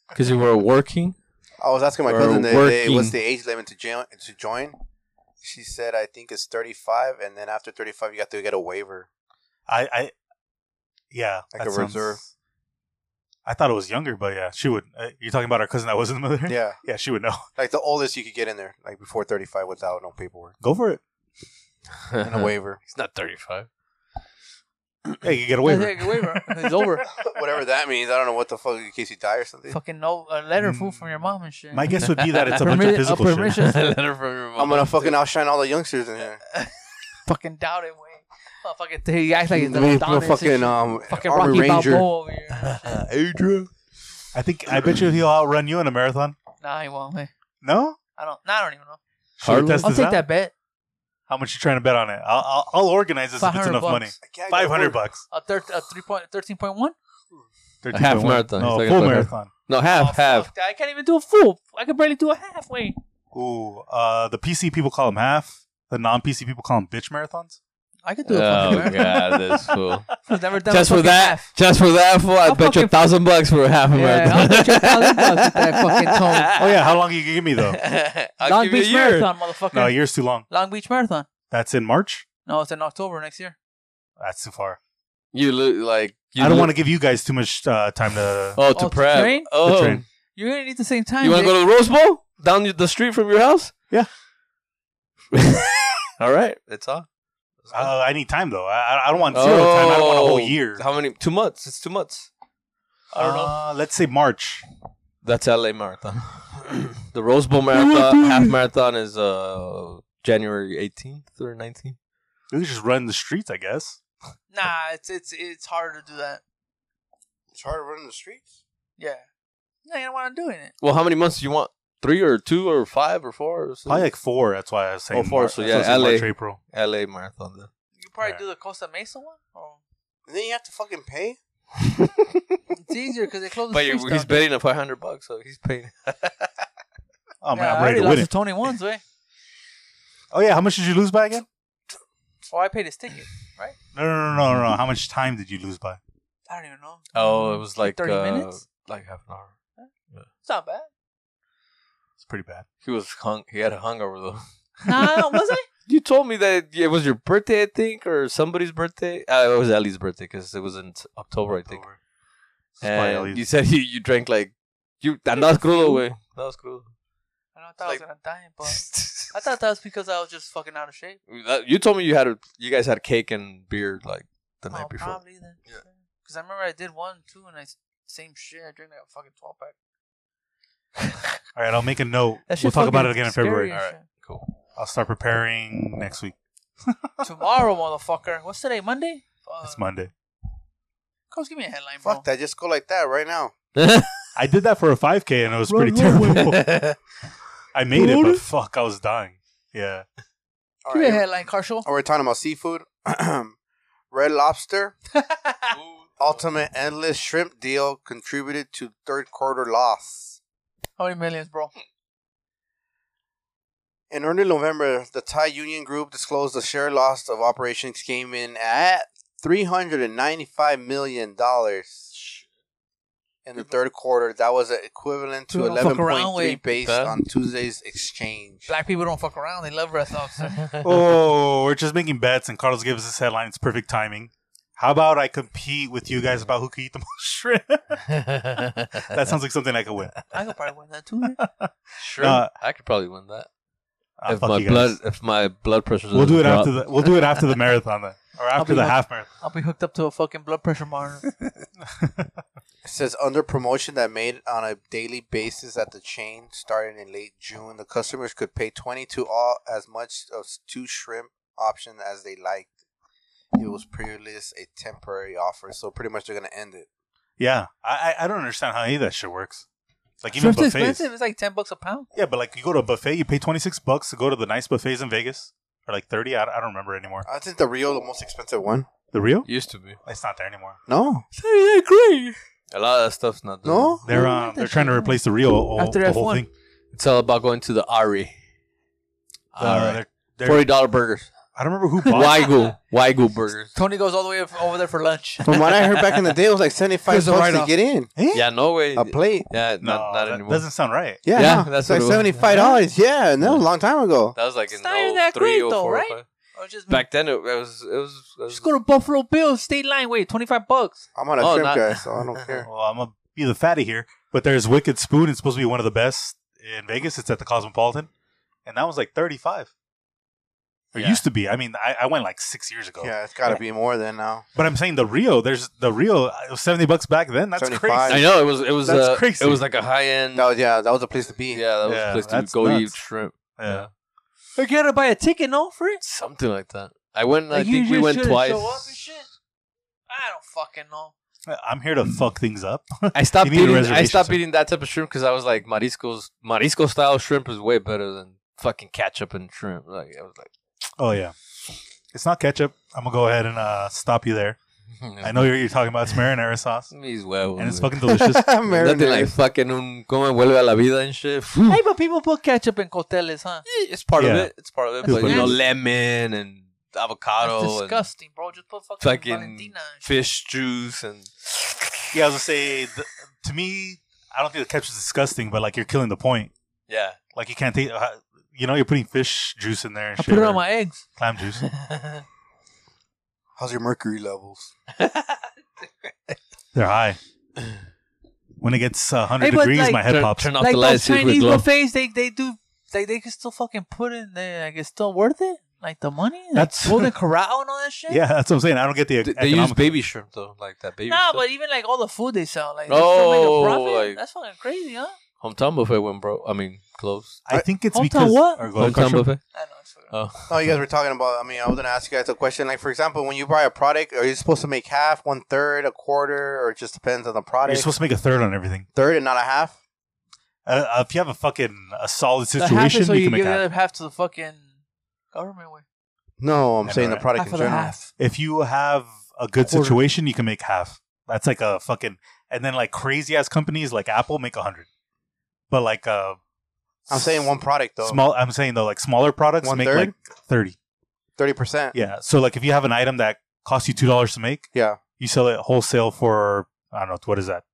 Because you were working. I was asking my Or cousin the other day, what's working. the age limit to join? To join, she said I think it's thirty five, and then after thirty five, you got to get a waiver. I, I yeah, Like that a reserve. I thought it was younger, but yeah, she would. Uh, you're talking about our cousin that was in the military. Yeah, yeah, she would know. like the oldest you could get in there, like before thirty five, without no paperwork Go for it. and Uh-huh. a waiver, It's not 35. Hey, you get a Yeah, waiver. take it away, bro. It's over. whatever that means. I don't know what the fuck in case you die or something. fucking no a letter fool Mm. from your mom and shit. My guess would be that it's a bunch Permi- of a physical permission. shit. letter from your mom. I'm gonna fucking outshine all the youngsters in here. fucking doubt it, way. Oh, fucking he acts like he's Me, the Adonis and shit. fucking um, fucking Army Rocky Ranger. Balboa over here. Adrian. I think I bet you he'll outrun you in a marathon. nah, he won't. Man. No, I don't. Nah, I don't even know. Should we test I'll this take out? that bet. How much you trying to bet on it? I'll I'll, I'll organize this if Five it's hundred enough bucks. money. Five hundred bucks. A thir- a three point thirteen point one. A half marathon. He's No, talking full about half. marathon. No, half, half. Oh, I can't even do a full. I can barely do a halfway. Ooh, uh, the PC people call them half. The non-PC people call them bitch marathons. I could do Oh a fucking marathon. god, that's cool. I've never done just a for fucking that, half. just for that, fool, I I'll bet you a fucking- thousand bucks for a half a Yeah, marathon. I'll bet you a thousand bucks with that fucking tone. Oh yeah, how long you give me though? I'll Long give you a Beach year. Marathon, motherfucker. no, a year's too long. Long Beach Marathon. That's in March. No, it's in October next year. That's too far. You look like you I don't look- want to give you guys too much uh, time to. Oh, Oh, to prep. train? Oh, The train. You're gonna need the same time. you want to Jake. go to the Rose Bowl down the street from your house? Yeah. all right, that's all. Uh, I need time though. I, I don't want zero time. I don't want a Oh, whole year. How many? Two months. It's two months. I don't know. Uh, let's say March. That's LA Marathon. the Rose Bowl Marathon half marathon is uh January 18th or 19th. We could just run the streets, I guess. Nah, it's it's it's harder to do that. It's hard to run in the streets. Yeah. No, you don't want to do it. Well, how many months do you want? Three or two or five or four or Probably something? like four. That's why I was saying. Oh, four, March. so That's why I yeah, said LA. March, April. LA Marathon. Then. You probably Yeah. do the Costa Mesa one. Oh, Or And then you have to fucking pay. it's easier because they close the But streets you- down. he's betting a 500 bucks, so he's paying. Oh man, yeah, I'm I ready already to lost win to it. Tony once, way. Oh yeah, how much did you lose by again? Oh, I paid his ticket. No, no, no, no, no, no. How much time did you lose by? I don't even know. Oh, it was like 30 uh, minutes? like half an hour. It's not bad. It's pretty bad. He was hung. He had a hungover though. Nah, was it? You told me that it was your birthday, I think, or somebody's birthday. Uh, it was Ellie's birthday because it was in t- October, I think. Over. This is probably And LA's. you said you, you drank like you. Andas crudo, güey. Andas crudo. I, don't know, I thought Like- I was gonna die, but I thought that was because I was just fucking out of shape. That- you told me you had a, you guys had cake and beer like the night oh, before. probably then. Yeah. Because I remember I did one too, and I s- same shit. I drank like a fucking twelve pack. All right, I'll make a note. That shit We'll talk about fucking it again in scary February. as All right, I'll start preparing next week. shit. Tomorrow, motherfucker. What's today? Monday. Fuck. It's Monday. Coach, give me a headline, bro. Fuck that. Just go like that right now. I did that for a 5K and it was pretty terrible. I made it, but fuck, I was dying. Yeah. All Give me a right. headline, Carshall. Oh, we're talking about seafood. Red Lobster ultimate endless shrimp deal contributed to third quarter loss. How many millions, bro? In early November, the Thai Union Group disclosed the share loss of operations came in at three hundred and ninety-five million dollars. in the third quarter. That was equivalent to We don't fuck eleven around point three with based that. on Tuesday's exchange. Black people don't fuck around. They love breath officer. oh, we're just making bets, and Carlos gives us this headline. It's perfect timing. How about I compete with you guys about who can eat the most shrimp? that sounds like something I could win. I could probably win that too. man. Sure, Uh, I could probably win that. Ah, if fuck my you guys. blood, if my blood pressure. we'll do it doesn't after the we'll do it after the marathon then, or after be the one- half marathon. I'll be hooked up to a fucking blood pressure monitor. It says under promotion that made on a daily basis at the chain starting in late June, the customers could pay twenty to all as much of two shrimp option as they liked. It was pre-release a temporary offer, so pretty much they're gonna end it. Yeah, I I I don't understand how any of that shit works. Like even Shrimp's buffets. expensive. It's like ten bucks a pound. Yeah, but like you go to a buffet, you pay twenty six bucks to go to the nice buffets in Vegas, or like thirty. I, I don't remember anymore. I think the Rio the most expensive one. The Rio? Used to be It's not there anymore. No, a lot of that stuff's not. Done. no. They're I like um that they're trying to shit. replace the Rio o- After the whole F1. thing. it's all about going to the Ari. Uh, they're- they're- Forty dollar burgers. I don't remember who bought. it. Wagyu, Wagyu burgers. Tony goes all the way up over there for lunch. From what I heard back in the day, it was like seventy-five Here's the bucks to write-off. get in Eh? Yeah, no way. a plate. Yeah, No, not, not that anymore. doesn't sound right. Yeah, Yeah, that's that's like what it was. seventy-five dollars. Yeah, no, a long time ago. That was like in It's not even that 03 great, or though, 04, right? 05. Or just Back then, it, it was it was. It was Just go to Buffalo Bills state line. Wait, twenty five bucks. I'm on a Oh, shrimp not- Oh, guy, so I don't care. Well, I'm gonna be the fatty here, but there's Wicked Spoon. It's supposed to be one of the best in Vegas. It's at the Cosmopolitan, and that was like thirty five. It Yeah. used to be. I mean, I, I went like six years ago. Yeah, it's got to be more than now. But I'm saying the Rio. There's the Rio. uh, It was seventy bucks back then. That's 75. crazy. I know it was it was That's uh, crazy. It was like a high end. No, yeah, that was the place to be. Mm. Yeah, that was Yeah, a place to that's go nuts. eat shrimp. Yeah. Or you gotta buy a ticket, no, for it. Something like that. I went. I Like, you think we just went shouldn't twice. show up and shit. I don't fucking know. I'm here to fuck things up. I stopped You need a eating. I reservation, stopped sir. eating that type of shrimp because I was like, mariscos, marisco style shrimp is way better than fucking ketchup and shrimp. Like I was Oh yeah, it's not ketchup. I'm gonna go ahead and uh, stop you there. like, I know you're, you're talking about it's marinara sauce, me as well. and it's like, fucking delicious. nothing like Mariners. fucking un como vuelve a la vida and shit. Hey, but people put ketchup in coteles, huh? It's part of Yeah. it. It's part of it. That's But you know, nice. lemon and avocado That's and disgusting, bro. Just put fucking, fucking Valentina. and shit. fish juice and yeah, I was gonna say th- to me, I don't think the ketchup's disgusting, but like you're killing the point. yeah. Like you can't take. Uh, you know, you're putting fish juice in there. And I shit, put it on or my eggs. clam juice. How's your mercury levels? They're high. When it gets uh, 100 Hey, but, degrees, like- my head turn, pops. turn off like the those lights. see if we Chinese glow. buffets, they they do they they can still fucking put in there. Like it's still worth it. Like the money, like That's- Golden Corral and all that shit. Yeah, that's what I'm saying. I don't get the. They, economic. they use baby shrimp though, like that baby. Nah, stuff. but even like all the food they sell, like they still make Oh, a profit. like- That's fucking crazy, huh? hometown buffet went bro. I mean, closed. I think it's Hometown because what? or go- Hometown buffet. I know it's fucking. Oh, No, you guys were talking about. I mean, I was gonna ask you guys a question. Like, for example, when you buy a product, are you supposed to make half, one third, a quarter, or it just depends on the You're product? supposed to make a third on everything. third and not a half. Uh, uh, if you have a fucking a solid That happens, Uh, situation, so you you can give the make half. other half to the fucking government. Way. No, I'm Yeah, saying the right. product Half in of the general. half. If you have a good Quarter. situation, you can make half. That's like a fucking. And then like crazy ass companies like Apple make a hundred, but like uh, I'm saying one product though. small. I'm saying though, like smaller products One make third? like thirty. Thirty percent. Yeah. So like if you have an item that costs you two dollars to make, Yeah. you sell it wholesale for I don't know what is that.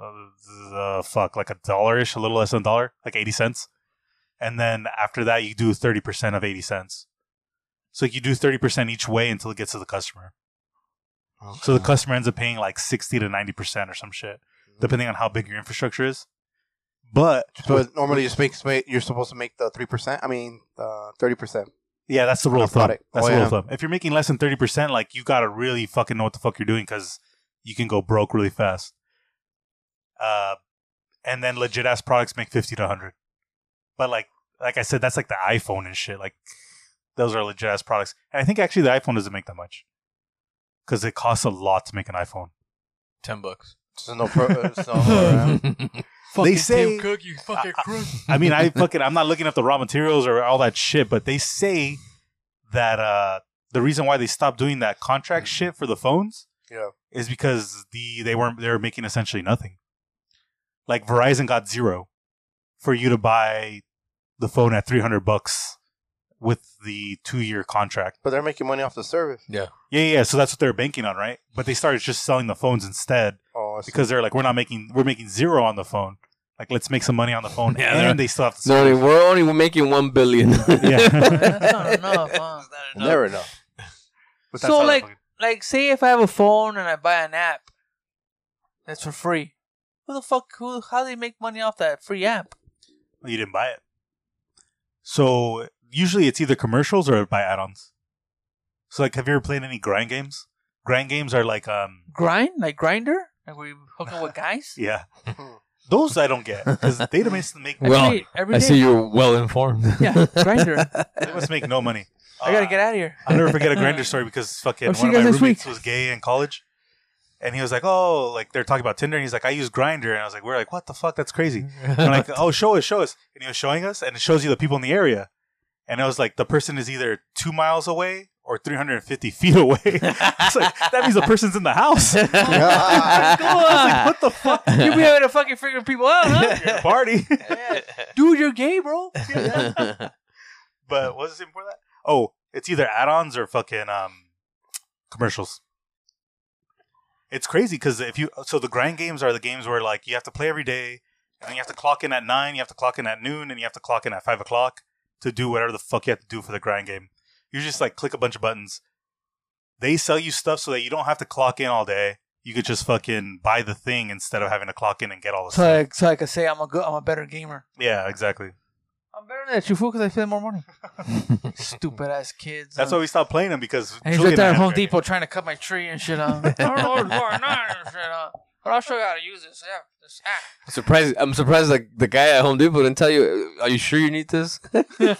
Uh, uh, fuck, like a dollar ish, a little less than a dollar, like eighty cents, and then after that you do thirty percent of eighty cents. So you do thirty percent each way until it gets to the customer. Oh, So the customer ends up paying like sixty to ninety percent or some shit, depending on how big your infrastructure is. But Hmm. So normally you speak, you're supposed to make the three percent. I mean, thirty percent. Yeah, that's the rule of I've got thumb. it. That's Oh, the rule of yeah. thumb. If you're making less than thirty percent, like you gotta really fucking know what the fuck you're doing because you can go broke really fast. Uh, and then legit ass products make fifty to hundred. But like, like I said, that's like the iPhone and shit. Like, those are legit ass products. And I think actually the iPhone doesn't make that much because it costs a lot to make an iPhone. ten bucks. So no, pro, it's no uh, Fucking say- Tim Cook, you fucking crook. I mean, I fucking I'm not looking up the raw materials or all that shit, but they say that uh the reason why they stopped doing that contract shit for the phones, Yeah. is because the they weren't they were making essentially nothing. Like Verizon got zero for you to buy the phone at three hundred bucks with the two year contract. But they're making money off the service. Yeah, yeah. yeah. So that's what they're banking on, right? But they started just selling the phones instead Oh, I see. because they're like, we're not making, we're making zero on the phone. Like, let's make some money on the phone, Yeah, they're- and they still have to. No, we're only making one billion. Yeah. That's not enough. Huh? never enough. But that's So, how they like- fucking- Like, say if I have a phone and I buy an app that's for free. Who the fuck? Who? How do they make money off that free app? you didn't buy it. So usually it's either commercials or by add-ons. So like, have you ever played any grind games? Grind games are like, um, Grind like grinder. Like we hook up with guys. yeah, Hmm. those I don't get because they must make Every Well, day- every I day. see you're well informed. Yeah, grinder. they must make no money. I gotta Uh, get out of here. I'll never forget a grinder story because fucking I'll see one of you my guys next roommates week. was gay in college, and he was like, "Oh, like they're talking about Tinder," and he's like, "I use Grinder," and I was like, "We're like, what the fuck? That's crazy." And I'm like, "Oh, show us, show us," and he was showing us, and it shows you the people in the area, and I was like, "The person is either two miles away or 350 feet away." it's like that means the person's in the house. I was like, "What the fuck, you be able to fucking figure people out, huh? party?" Dude, you're gay, bro. but what was it before that? Oh, it's either add-ons or fucking um, commercials. It's crazy because if you so the grind games are the games where like you have to play every day, and you have to clock in at nine, you have to clock in at noon, and you have to clock in at five o'clock to do whatever the fuck you have to do for the grind game. You just like click a bunch of buttons. They sell you stuff so that you don't have to clock in all day. You could just fucking buy the thing instead of having to clock in and get all the So, stuff. I, so I could say I'm a good, I'm a better gamer. Yeah, exactly. I'm better than that, you fool, because I spend more money. Stupid ass kids. That's huh? why we stopped playing them because And he's Julian right there had at a Home grind game. Depot trying to cut my tree and shit. Huh? I don't know what's going on and shit. Huh? But I'll show you how to use this. Yeah, this app. surprised. I'm surprised. Like the guy at Home Depot didn't tell you. Are you sure you need this? you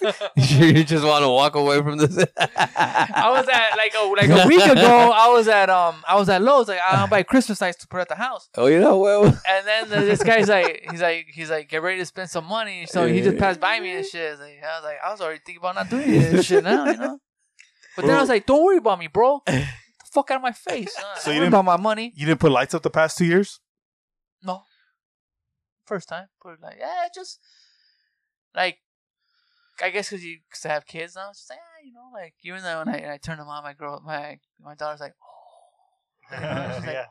sure you just want to walk away from this? I was at like a like a week ago. I was at um I was at Lowe's. Like I'll buy Christmas lights to put at the house. oh, you know. Well, And then the, this guy's like he's like he's like get ready to spend some money. So he just passed by me and shit. It's Like, I was like I was already thinking about not doing this shit now, you know. But then I was like, don't worry about me, bro. Get the fuck out of my face. huh? So Don't you worry didn't- about my money. You didn't put lights up the past two years. No. First time. Put it like, yeah, just like, I guess because you cause I have kids now. It's just like, ah, you know, like even though when I, I turn them on, my girl, my my daughter's like, oh, you know, she's like, Yeah.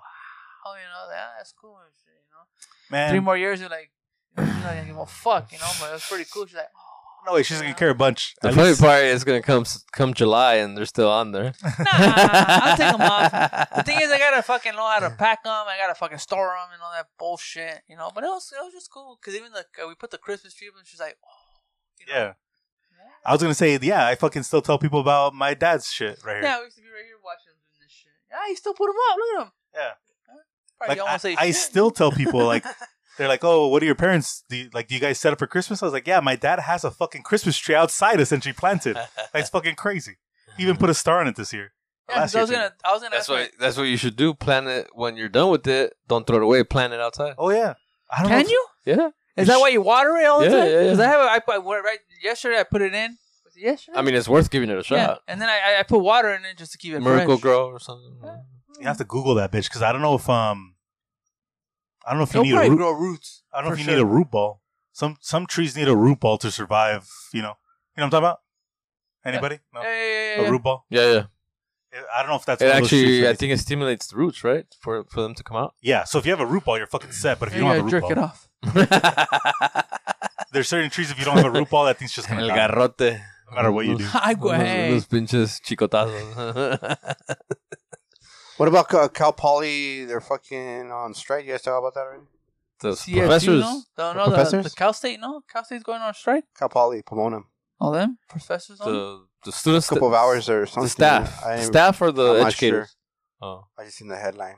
wow, you know, that, that's cool and shit, you know. Man, Three more years, you're like, you're not gonna give a fuck, you know. But it's pretty cool. She's like, no way, she's gonna care a bunch. the At funny least- part is gonna come come July, and they're still on there. "Oh, nah, Ah, I'll take them off. The thing is, I gotta fucking know how to pack them. I gotta fucking store them and all that bullshit, you know. But it was it was just cool because even like uh, we put the Christmas tree up and she's like, oh, you know, yeah. I was gonna say, yeah, I fucking still tell people about my dad's shit right here. Yeah, we used to be right here watching him doing this shit. Yeah, he still put him up. Look at him. Yeah. Huh? Probably like don't I, wanna say I shit. still tell people like they're like, oh, what do your parents do? You, like, do you guys set up for Christmas? I was like, yeah, my dad has a fucking Christmas tree outside essentially planted. That's fucking crazy. He even put a star on it this year. Yeah, 'cause Last I year was gonna. I was gonna. That's ask what that's what you should do. Plant it when you're done with it. Don't throw it away. Plant it outside. Oh yeah, I don't Can know. you? Yeah. Is that why you water it all the Yeah, time? yeah, yeah. 'Cause I have. a- I put I went right yesterday. I put it in. Was it yesterday? I mean, it's worth giving it a yeah. shot. And then I, I- I put water in it just to keep it Miracle fresh. Grow or something. If, you have to Google that bitch because I don't know if um, I don't know if you It'll need a probably root. grow roots. I don't know for if you sure. need a root ball. Some some trees need a root ball to survive. You know, you know what I'm talking about. Anybody? No. Yeah, yeah, yeah, A yeah. root ball. Yeah, yeah. I don't know if that's It one of those trees actually, that I they- think it stimulates the roots, right, for for them to come out. Yeah, so if you have a root ball, you're fucking set. But if you You don't have gotta a root jerk it ball, off. there's certain trees. If you don't have a root ball, that thing's just gonna El die, garrote. no matter what you do. I go hey. Los pinches chicotazos. What about uh, Cal Poly? They're fucking on strike. You guys talk about that already? Those CSU, professors. no? No, no, the, professors? the Cal State, no? Cal State's going on strike? Cal Poly, Pomona. All them? Professors on? The the students. A couple of hours or something. The staff. I, The staff or the I'm not educators. Oh, I just seen the headline.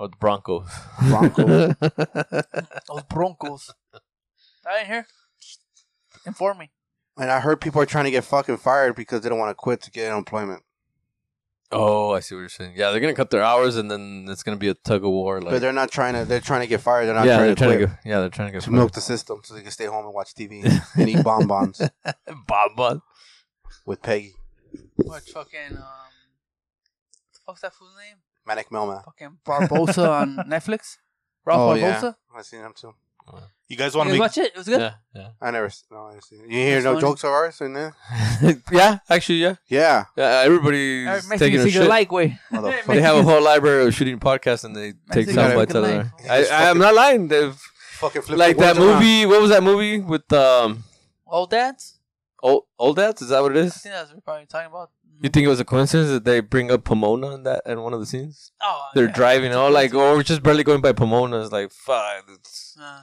or the Broncos. Broncos. Those Broncos. I didn't hear. Inform me. and I heard people are trying to get fucking fired because they don't want to quit to get unemployment. oh, I see what you're saying. Yeah, they're gonna cut their hours, and then it's gonna be a tug of war. Like, but they're not trying to. They're trying to get fired. They're not yeah, trying, they're to, trying quit, to go, yeah, they're trying to go to milk the system so they can stay home and watch TV and eat bonbons Bob with Peggy. What fucking um, what's that fool's name? Manic Melma. Fucking Barbosa on Netflix. Ralph Oh, Barbosa. yeah. I seen him too. You guys want to You guys watch make? it. It was good. Yeah, yeah. I never. s- No, I never seen it. You hear It's no funny. jokes of ours in there? yeah, actually, yeah. Yeah. yeah everybody's Alright, taking Mexican a Secret shit. Like way. Motherfucker. They have a whole library of shooting podcasts, and they take Mexican sound bites out of Life. there. I, I'm not lying. They've Fucking flip like the that words around. movie. What was that movie with um Old dads. old old dads? Is that what it I is? think that's what we're probably talking about. Mm. You think it was a coincidence that they bring up Pomona in that in one of the scenes? Oh, They're yeah. driving, oh, like, oh, we're just barely going by Pomona. It's like, fuck, it's- Uh,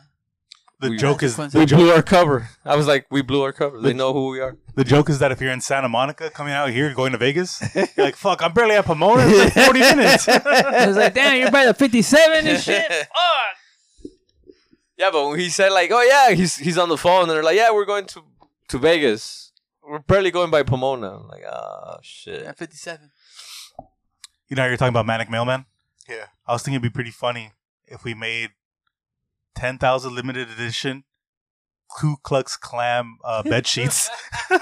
The We- joke is Consequences. we the joke, blew our cover. I was like, we blew our cover. They know who we are. the joke is that if you're in Santa Monica coming out here going to Vegas, you're like fuck, I'm barely at Pomona. It's like 40 minutes. it was like, damn, you're by the 57 and shit. Fuck. Yeah, but when he said like, "Oh yeah, he's he's on the phone," and they're like, "Yeah, we're going to to Vegas. We're barely going by Pomona." I'm like, oh Yeah, shit. 57. You know, how you're talking about Manic Mailman. Yeah. I was thinking it'd be pretty funny if we made ten thousand limited edition Ku Klux Klan uh, bed sheets. you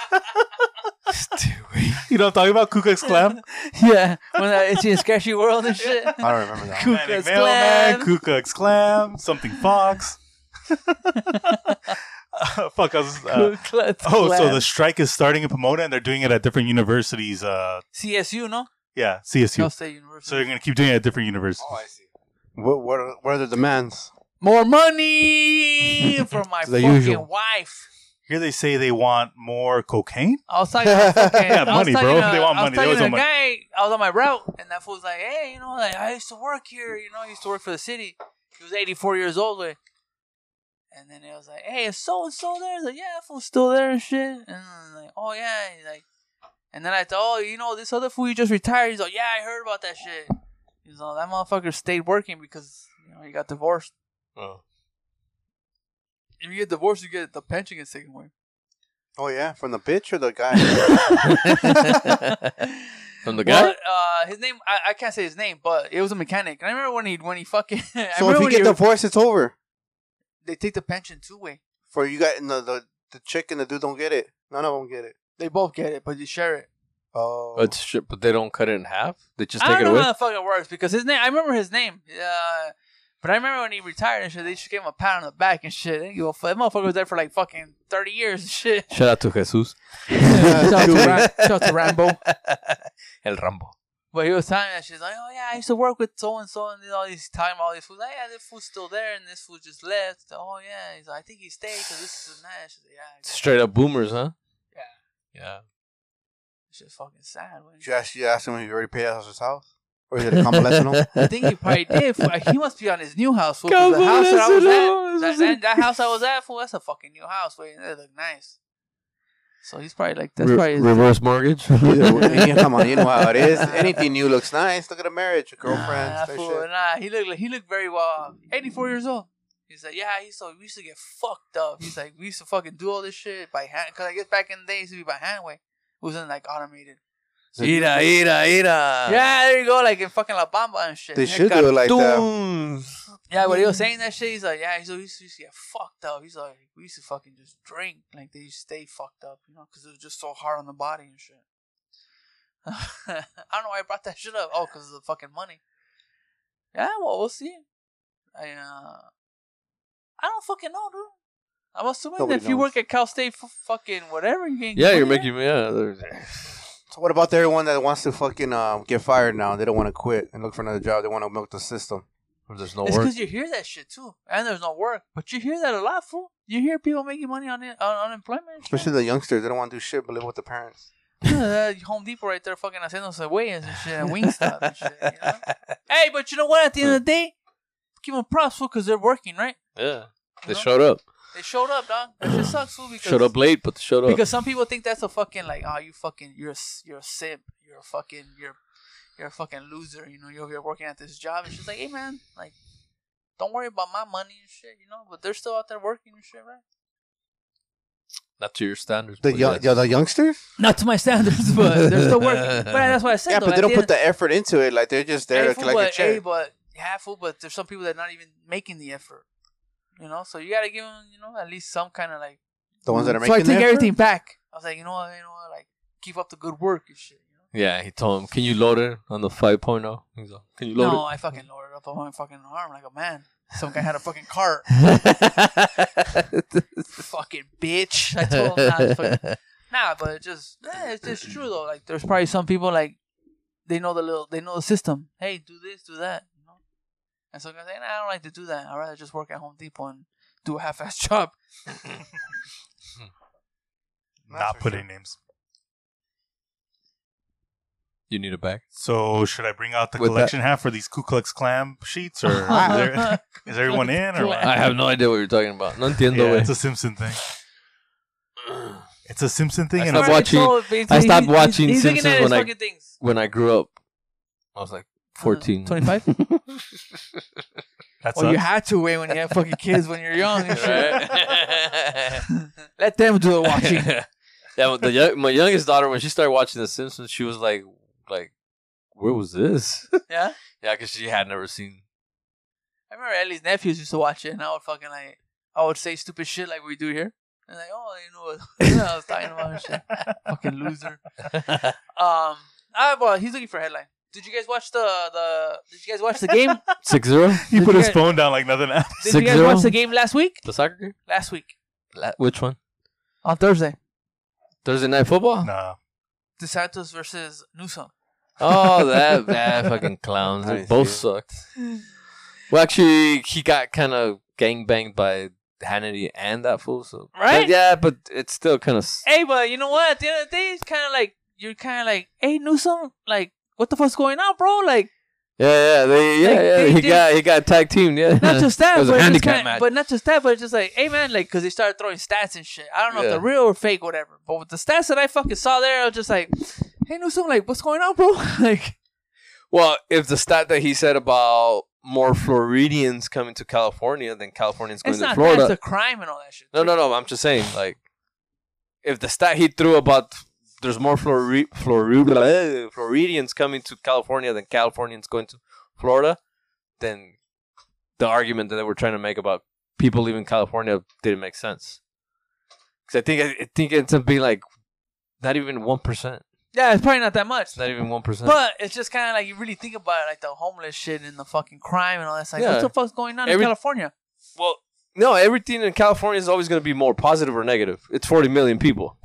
know, what I'm talking about Ku Klux Klan. Yeah, when that itchy and sketchy world and shit. I don't remember that. Ku Manic Klux Mailman, Klan. Ku Klux Klan, something Fox. Uh, fuck, I was. Uh, Ku Klux oh, so Klan. the strike is starting in Pomona, and they're doing it at different universities. Uh, CSU, no? yeah, CSU. Cal State University. So they're gonna keep doing it at different universities. Oh, see. What what are, what are the demands? More money from my The fucking usual. wife. Here they say they want more cocaine. I was talking to fucking, Yeah, I was money, talking bro. to- They want I money. was They talking always to a want money. guy. I was on my route, and that fool's like, "Hey, you know, like I used to work here. You know, I used to work for the city. He was 84 years old, like. And then it was like, "Hey, is so and so there?" I was like, "Yeah, that fool's still there and shit." And I'm like, "Oh yeah," He's like, and then I thought, "Oh, you know, this other fool you just retired." He's like, "Yeah, I heard about that shit." He's like, "That motherfucker stayed working because you know he got divorced. Oh. If you get divorced, you get the pension gets taken away." Oh yeah, from the bitch or the guy? From the guy. Well, uh, his name I, I can't say his name, but it was a mechanic. And I remember when he when he fucking. I so remember if you when get he- divorced, it's over. they take the pension two way. For you got and the, the the chick and the dude don't get it. None of them get it. They both get it, but you share it. Oh, But shit, but they don't cut it in half. They just I take don't it know away. how the fuck it works because his name. I remember his name. Uh, but I remember when he retired and shit. They just gave him a pat on the back and shit. They didn't give a fuck. That motherfucker was there for like fucking thirty years and shit. Shout out to Jesus. Shout out to Ram- shout out to Rambo. El Rambo. But he was telling me that she's like, oh yeah, I used to work with so and so, and then all these time, all these fools. Like, yeah, this fool's still there, and this fool just left. Oh yeah, he's like, I think he stayed because this is a night. She's like, yeah, it's Straight up boomers, huh? Yeah. Yeah. just fucking sad. man." Did you ask you asked him if you already paid out his house, or is it a convalescent? I think he probably did. fool. He must be on his new house. Fool, 'cause the house that I was at, that, that, that house I was at, fool, that's a fucking new house. Wait, that look nice. So he's probably like, that's probably. his- reverse mortgage. Either way, you- Come on, you know how it is. Anything new looks nice. Look at a marriage, a girlfriend, Nah, that fool, shit. nah, he looked like, he looked very well. off. 84 years old. He's like, yeah, he's so we used to get fucked up. He's like, we used to fucking do all this shit by hand. Cause I guess back in the day, it used to be by hand way. It wasn't like automated. Ira, ira, ira. yeah, there you go, like in fucking La Bamba and shit. Uh. They Yeah, should do it like that. Dooms. Yeah, but he was saying that shit. He's like, yeah, he's like, we used to, used to get fucked up. He's like, we used to fucking just drink. Like, they used to stay fucked up, you know, because it was just so hard on the body and shit. I don't know why I brought that shit up. Oh, because of the fucking money. Yeah, well, we'll see. I, uh, I don't fucking know, dude. I'm assuming Nobody that if you knows. work at Cal State for fucking whatever, you can Yeah, you're making yeah. they're- So what about everyone that wants to fucking um, get fired now? They don't want to quit and look for another job. They want to milk the system. There's no It's work. because you hear that shit too, and there's no work. But you hear that a lot, fool. You hear people making money on it- on unemployment, and shit. Especially the youngsters. They don't want to do shit but live with the parents. Uh, Home Depot right there fucking haciéndose güeyes and shit and Wingstop and shit. You know? hey, but you know what? At the end of the day, give them props, fool, because they're working, right? Yeah. They know? showed up. They showed up, dog. That shit sucks, fool, because, Showed up late, but they showed up. because some people think that's a fucking, like, oh, you fucking, you're a, s- you're a simp. You're a fucking, you're, you're a fucking loser. You know, you're, you're working at this job. And she's like, hey, man, like, don't worry about my money and shit, you know? But they're still out there working and shit, right? Not to your standards. The but young, yes. yeah, the youngsters. Not to my standards, but they're still working. But that's what I said, Yeah, though, but at they don't the end- put the effort into it. Like they're just there hey, to fool, collect a but, hey, check. but yeah, fool, but there's some people that not even making the effort. You know, so you gotta give them, you know, at least some kind of like. The ones that are so I take making the effort? everything back. I was like, you know what, you know what, like keep up the good work and shit. You know? Yeah, he told him, "Can you load it on the 5.0?" oh?" He's like, "Can you load no, I fucking loaded up on my fucking arm like a man. Some guy had a fucking cart. yeah, fucking bitch. I told him not. Fucking, nah, but it just eh, it's just true though. Like there's probably some people like they know the little they know the system. Hey, do this, do that. You know? And some guys say, nah, I don't like to do that. I'd rather just work at Home Depot and do a half-ass job. Not putting names. You need a bag. So should I bring out the With that- collection half for these Ku Klux Klan sheets, or is, there, is everyone in? Or what? I have no idea what you're talking about. No entiendo, Yeah, güey. it's a Simpson thing. It's a Simpson thing, I and stopped it's- watching- I stopped watching he's, he's looking Simpsons at his when I- fucking things. When I grew up, I was like 14. 25? that's Oh, Well, Oh, you a, had to wait when you have fucking kids when you're young. and shit. Right? Let them do the watching. yeah, but the young, my youngest daughter, when she started watching The Simpsons, she was like, like, where was this? Yeah? yeah, because she had never seen. I remember Ellie's nephews used to watch it, and I would fucking like, I would say stupid shit like we do here. And like, oh, you know what I was talking about and shit. fucking loser. Um, ah, well, he's looking for a headline. Did you guys watch the the? Did you guys watch the game? Six zero. you put you his get- phone down like nothing. happened. Did you guys 6-0? watch the game last week? The soccer game? Last week La- Which one? on Thursday, Thursday night football? Nah, DeSantis versus Newsom. Oh, that that fucking clowns. They I both see. sucked. Well, actually, he got kind of gangbanged by Hannity and that fool. So Right? But yeah, but it's still kind of. Hey, but you know what? At the end of the day, it's kind of like you're kind of like, hey, Newsom, like, what the fuck's going on, bro? Like, Yeah, yeah, they, yeah, Like, yeah. they He did- got he got tag team. Yeah, not just that, It was a but, it's handicap kinda- match. but not just that, but it's just like, hey man, like, because they started throwing stats and shit. I don't know Yeah. if they're real or fake, whatever. But with the stats that I fucking saw there, I was just like, hey, Newsom, like, what's going on, bro? like, Well, if the stat that he said about more Floridians coming to California than Californians going it's to not Florida. that's the crime and all that shit. No, no, no. I'm just saying, like, if the stat he threw about there's more Flori- Flori- blah, Floridians coming to California than Californians going to Florida, then the argument that they were trying to make about people leaving California didn't make sense. Because I think I think it ends up being like not even one percent. Yeah, it's probably not that much. It's not even one percent. But it's just kind of like you really think about it, like the homeless shit and the fucking crime and all that. It's like, Yeah. what the fuck's going on Every- in California? Well, no, everything in California is always going to be more positive or negative. It's 40 million people.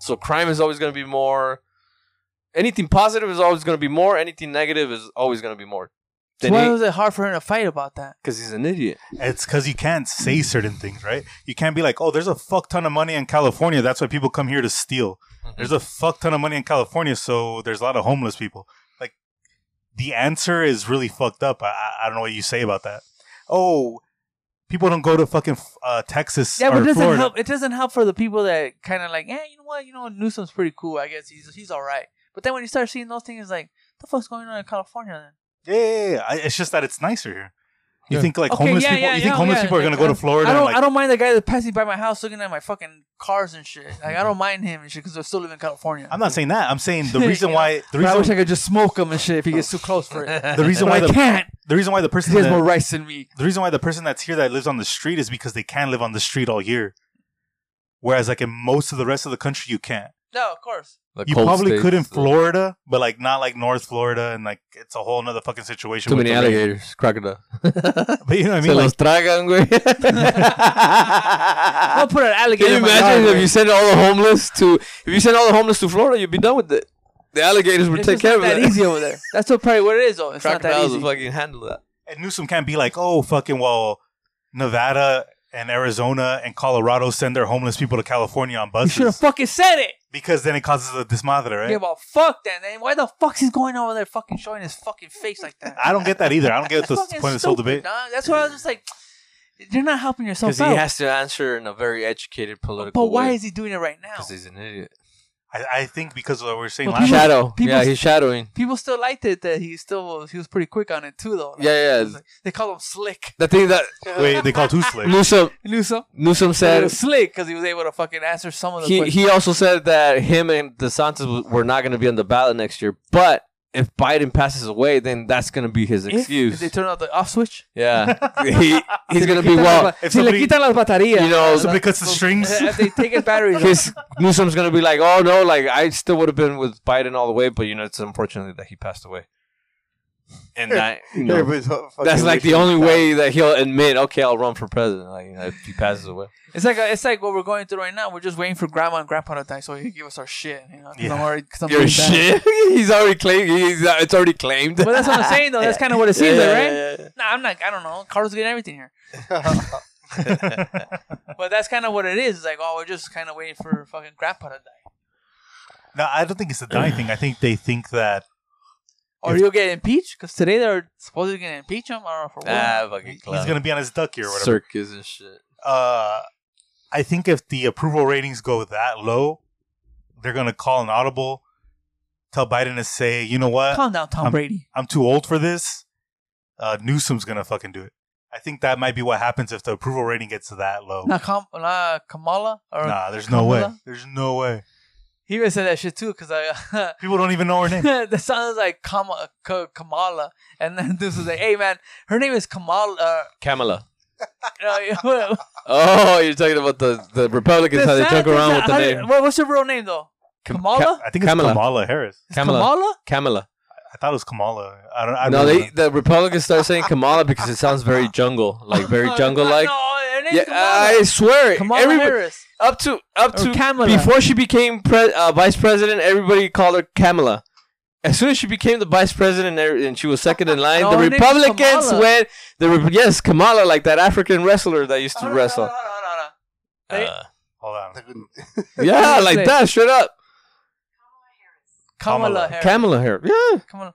So crime is always going to be more. Anything positive is always going to be more. Anything negative is always going to be more. So why was it hard for him to fight about that? Because he's an idiot. it's because you can't say certain things, right? You can't be like, "Oh, there's a fuck ton of money in California. That's why people come here to steal." Mm-hmm. There's a fuck ton of money in California, so there's a lot of homeless people. Like, the answer is really fucked up. I, I- I don't know what you say about that. Oh, people don't go to fucking uh, Texas Yeah, but or it doesn't Florida. help. It doesn't help for the people that kind of like, eh, you know what? You know, Newsom's pretty cool. I guess he's he's all right. But then when you start seeing those things, it's like, the fuck's going on in California? Then Yeah, yeah, yeah. I, it's just that it's nicer here. You think like Okay, homeless yeah, people? yeah, you think yeah, homeless yeah. people are gonna go to Florida? I and, don't. like, I don't mind the guy that's passing by my house looking at my fucking cars and shit. Like I don't mind him and shit because I still live in California. I'm not saying that. I'm saying the reason why the But I wish reason I could just smoke him and shit if he gets too close for it. the reason But why I the can't. the reason why the person He has that- more rights than me. the reason why the person that's here that lives on the street is because they can live on the street all year. Whereas like in most of the rest of the country you can't. No, of course. The you cold probably states, could in the- Florida, but like not like North Florida and like it's a whole nother fucking situation. Too with many the rain. alligators, crocodile. But you know what I Se mean? Like, los tragan, güey. I'll put an alligator. Can you in my imagine yard, if you sent all the homeless to if you sent all the homeless to Florida, you'd be done with it. The alligators would It's take just care not of that it. easy over there. That's what probably what it is. Though it's not that Crocodiles easy. would fucking handle that. and Newsom can't be like, oh fucking well, Nevada and Arizona and Colorado send their homeless people to California on You should have buses fucking said it. because then it causes a desmadre, right? Yeah, well, fuck that. Then why the fuck's he going over there, fucking showing his fucking face like that? I don't get that either. I don't get the That's point fucking of this whole stupid, debate. dog. That's why I was just like, you're not helping yourself Because he out. has to answer in a very educated political but why way. is he doing it right now? Because he's an idiot. I, I think because of what we were saying Well, last time. Shadow. people- yeah, he's shadowing. People still liked it that he still was, he was pretty quick on it too, though. Like, Yeah, it yeah. was like- they call him slick. The thing that Wait, they called who slick? Newsom Newsom Newsom said it said was slick because he was able to fucking answer some of the he questions. he also said that him and DeSantis w- were not going to be on the ballot next year. But if Biden passes away, then that's going to be his If- excuse. If they turn out the off switch, yeah, he he's going to be quitan well. las ba- If si le somebody- quitan las baterías. You know, Somebody cuts the strings. if eh, they take his batteries, his Newsom's going to be like, oh no, like I still would have been with Biden all the way, but you know, it's unfortunately that he passed away. and I, you know, Everybody's fu- fucking that's like the wishing only that. way that he'll admit, okay, I'll run for president. Like you know, if he passes away, It's like it's like what we're going through right now. We're just waiting for grandma and grandpa to die so he can give us our shit. You know, 'cause Yeah. I'm already, 'cause I'm your doing that. shit. he's already claimed. He's uh, it's already claimed. But that's what I'm saying though. That's kind of what it Yeah, seems like, right? yeah, yeah. Nah, I'm not. I don't know. Carlos getting everything here, but that's kind of what it is. It's like, oh, we're just kind of waiting for fucking grandpa to die, no, I don't think it's the dying thing. I think they think that or If- he'll get impeached because today they're supposedly going to impeach him. I don't know for what. Ah, fucking he's clown. going to be on his duck here or whatever. circus and shit. uh, I think if the approval ratings go that low, they're gonna call an audible, tell Biden to say, you know what, Calm down, Tom I'm- Brady. I'm too old for this. Uh, Newsom's gonna fucking do it. I think that might be what happens if the approval rating gets that low. Not Kam- nah, Kamala or Nah, there's no way. Kamala? There's no way. he even said that shit too because I. People don't even know her name. that sounds like Kama, K- Kamala, and then this was like, "Hey man, her name is Kamala." Uh, Kamala. uh, Oh, you're talking about the, the Republicans, how they joke around with the how do- name. what- what's her real name though? Kam- Kamala? I think it's Kamala. Kamala, Harris. It's Kamala. Kamala? Kamala. I thought it was Kamala. I don't. I uh, no, don't they, know. the Republicans start saying Kamala because it sounds very jungle, like very jungle like. Uh, No, her name's Yeah, Kamala. I swear. Kamala everybody- Harris. up to up Or to Oh, Kamala. before she became pre- uh, vice president, everybody called her Kamala. As soon as she became the vice president and every- and she was second in line, No, the her name is Republicans Kamala. went. The Re- yes, Kamala, like that African wrestler that used to Hold on, wrestle. hold on, hold on, hold on. They- Uh, Hold on. yeah, Let's like say- that. Straight up, Kamala, Kamala. Harris. Kamala here. Yeah, Kamala.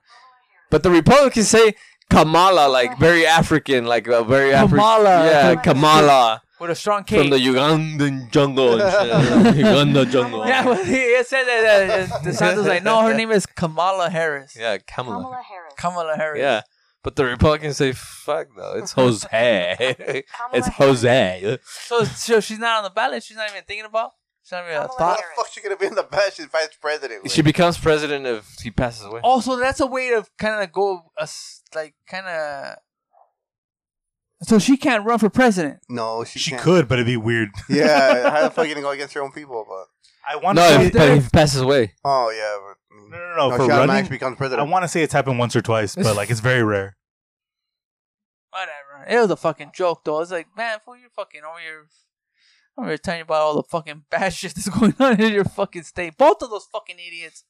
but the Republicans say Kamala, like very African, like a very African. Kamala. Yeah, Kamala With a strong K. from the Ugandan jungle. And shit. Uganda jungle. yeah, well, he, he said that. Uh, DeSantis like, no, her name is Kamala Harris. yeah, Kamala. Kamala Harris. Kamala Harris. Yeah. But the Republicans say, fuck no, it's Jose. Kamala it's Harris. Jose. So, so she's not on the ballot. She's not even thinking about. She's not even a Kamala How thought. the fuck she gonna be in the bash? She's vice president. She She becomes president if he passes away. Also, that's a way to kind of go, uh, s- like, kind of. So she can't run for president. no, she She can't. could, but it'd be weird. Yeah, how the fuck you gonna go against your own people? But I want No, to. say if, but if he passes away. oh yeah, no, no, but, no. no, Oh, for she automatically running, becomes I president. want to say it's happened once or twice, but like it's very rare. Whatever. It was a fucking joke, though. It's like, man, fool, you're fucking over here. I'm here telling you about all the fucking bad shit that's going on in your fucking state. Both of those fucking idiots.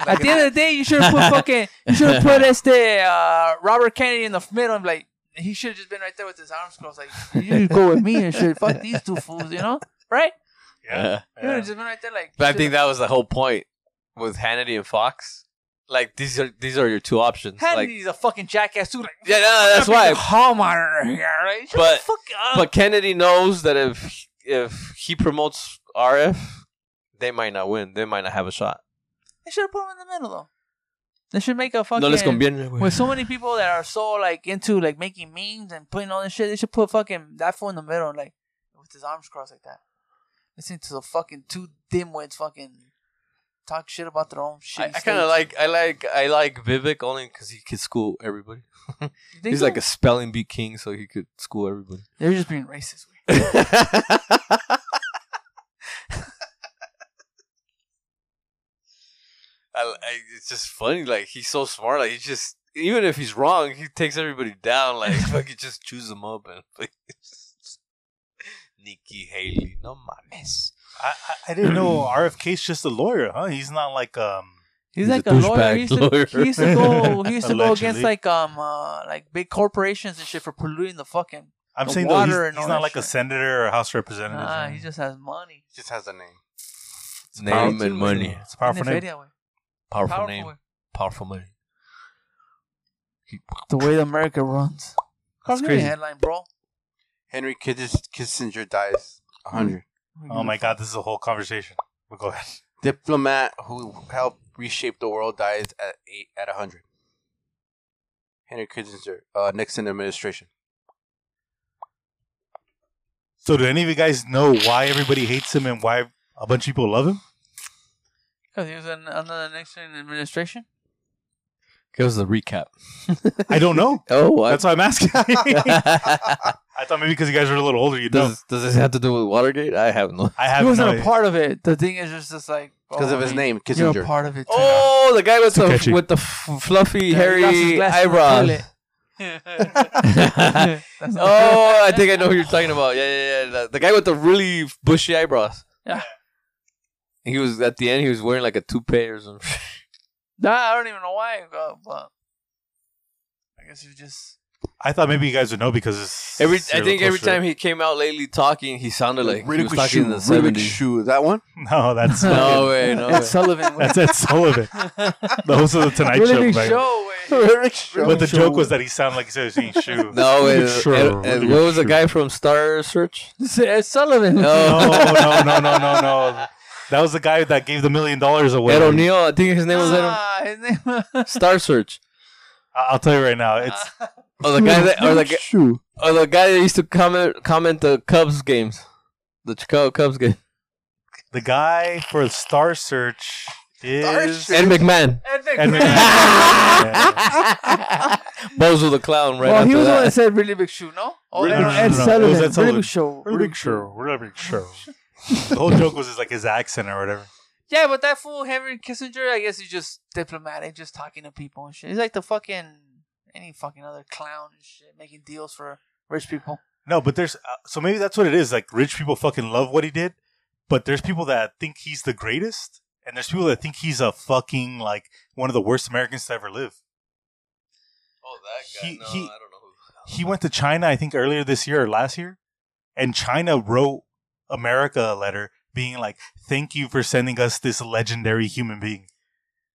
At the end of the day, you should have put fucking, you should have put este uh, Robert Kennedy in the middle. and like, he should have just been right there with his arms crossed. Like, you should go with me and shit. Fuck these two fools, you know? Right? Yeah. You would have just been right there, like. But I think that was the whole point with Hannity and Fox. Like these are these are your two options. Like Hannity's a fucking jackass too. Like, Yeah, no, that's why. Hallmark, right? Shut But- the fuck up. But Kennedy knows that if if he promotes RF, they might not win. They might not have a shot. They should have put him in the middle though. They should make a fucking. No les conviene. güey. With so many people that are so like into like making memes and putting all this shit, they should put fucking that fool in the middle, like with his arms crossed like that. Listening to the fucking two dimwits fucking talk shit about their own shit. I, I kind of like I like I like Vivek only because he could school everybody. He's like a spelling bee king, so he could school everybody. They're just being racist. Way. I, I- it's just funny. Like he's so smart. Like he just even if he's wrong, he takes everybody down. Like fucking just choose them up and like, Nikki Haley. No mames. I, I, I didn't know RFK's just a lawyer, huh? He's not like um. He's, He's like a a, lawyer. douchebag He used, to, he used to lawyer. go. He used to go against Allegedly. like um uh, like big corporations and shit for polluting the fucking. I'm The saying though, he's, water and he's all not that like a shit. senator or house representative. Nah, or- he just has money. She just has a name. powerful Name too, and money. It's a powerful Isn't it name. radio, way? Powerful, Powerful name. way. Powerful money. He- The way that America runs. That's crazy. Headline, bro. Henry Kiss- Kissinger dies. a hundred. Oh my god, this is a whole conversation. But go ahead. Diplomat who helped reshape the world dies at eight at a hundred. Henry Kissinger, uh, Nixon administration. So, do any of you guys know why everybody hates him and why a bunch of people love him? Because he was in, under the Nixon administration. Give us the recap. I don't know. Oh, what? That's why I'm asking. I thought maybe because you guys are a little older, you know. does does this have to do with Watergate? I have no. I He have wasn't no a idea. part of it. The thing is, it's just like because oh, of his man, name, You're Kissinger. a part of it. Too. Oh, the guy with the Takeshi. with the f- Yeah, fluffy he lost his hairy glasses in the eyebrows. toilet. That's not- oh, I think I know who you're talking about. Yeah, yeah, yeah. The, the guy with the really bushy eyebrows. Yeah. He was at the end. He was wearing like a toupee or something. Nah, I don't even know why. uh, But I guess you just I thought maybe you guys would know because it's Every it's I really think every close to time he came out lately talking, he sounded like he was Riddick talking in Shoe. the Riddick seventies. Shoe. That one? it. No, that's No way, no way. Ed Sullivan. that's Ed Sullivan, the host of the Tonight Really Show. big like- show. eh? Riddick Shoe. But the joke was that he sounded like he said he was eating shoe. No way. Sure, and, and really what was the sure. guy from Star Search? It's Ed Sullivan. No, no, no, no, no, no, no. That was the guy that gave the million dollars away. Ed O'Neill. I think his name was Ed. O'Neill. Ah, his name. Star Search. I- I'll tell you right now, it's Oh, the guy that or the guy, Riddick Shoe. or the guy that used to comment comment the Cubs games, the Chicago Cubs game. the guy for Star Search is Search? Ed McMahon. Ed McMahon. Ed McMahon. Bozo the clown. Right. well, he after was the that. one that said really big shoe, no? Oh, Really Ed, big Ed shoe, no, no, it Sullivan. was Ed Really Sullivan. big show. big show. We're a big show. The whole joke was his, like his accent or whatever. Yeah, but that fool Henry Kissinger, I guess he's just diplomatic, just talking to people and shit. He's like the fucking any fucking other clown and shit, making deals for rich people. No, but there's uh, so maybe that's what it is. Like rich people fucking love what he did, but there's people that think he's the greatest, and there's people that think he's a fucking like one of the worst Americans to ever live. Oh, that guy. He- no, he- I don't know who. he went to China, I think earlier this year or last year, and China wrote America a letter being like, "Thank you for sending us this legendary human being,"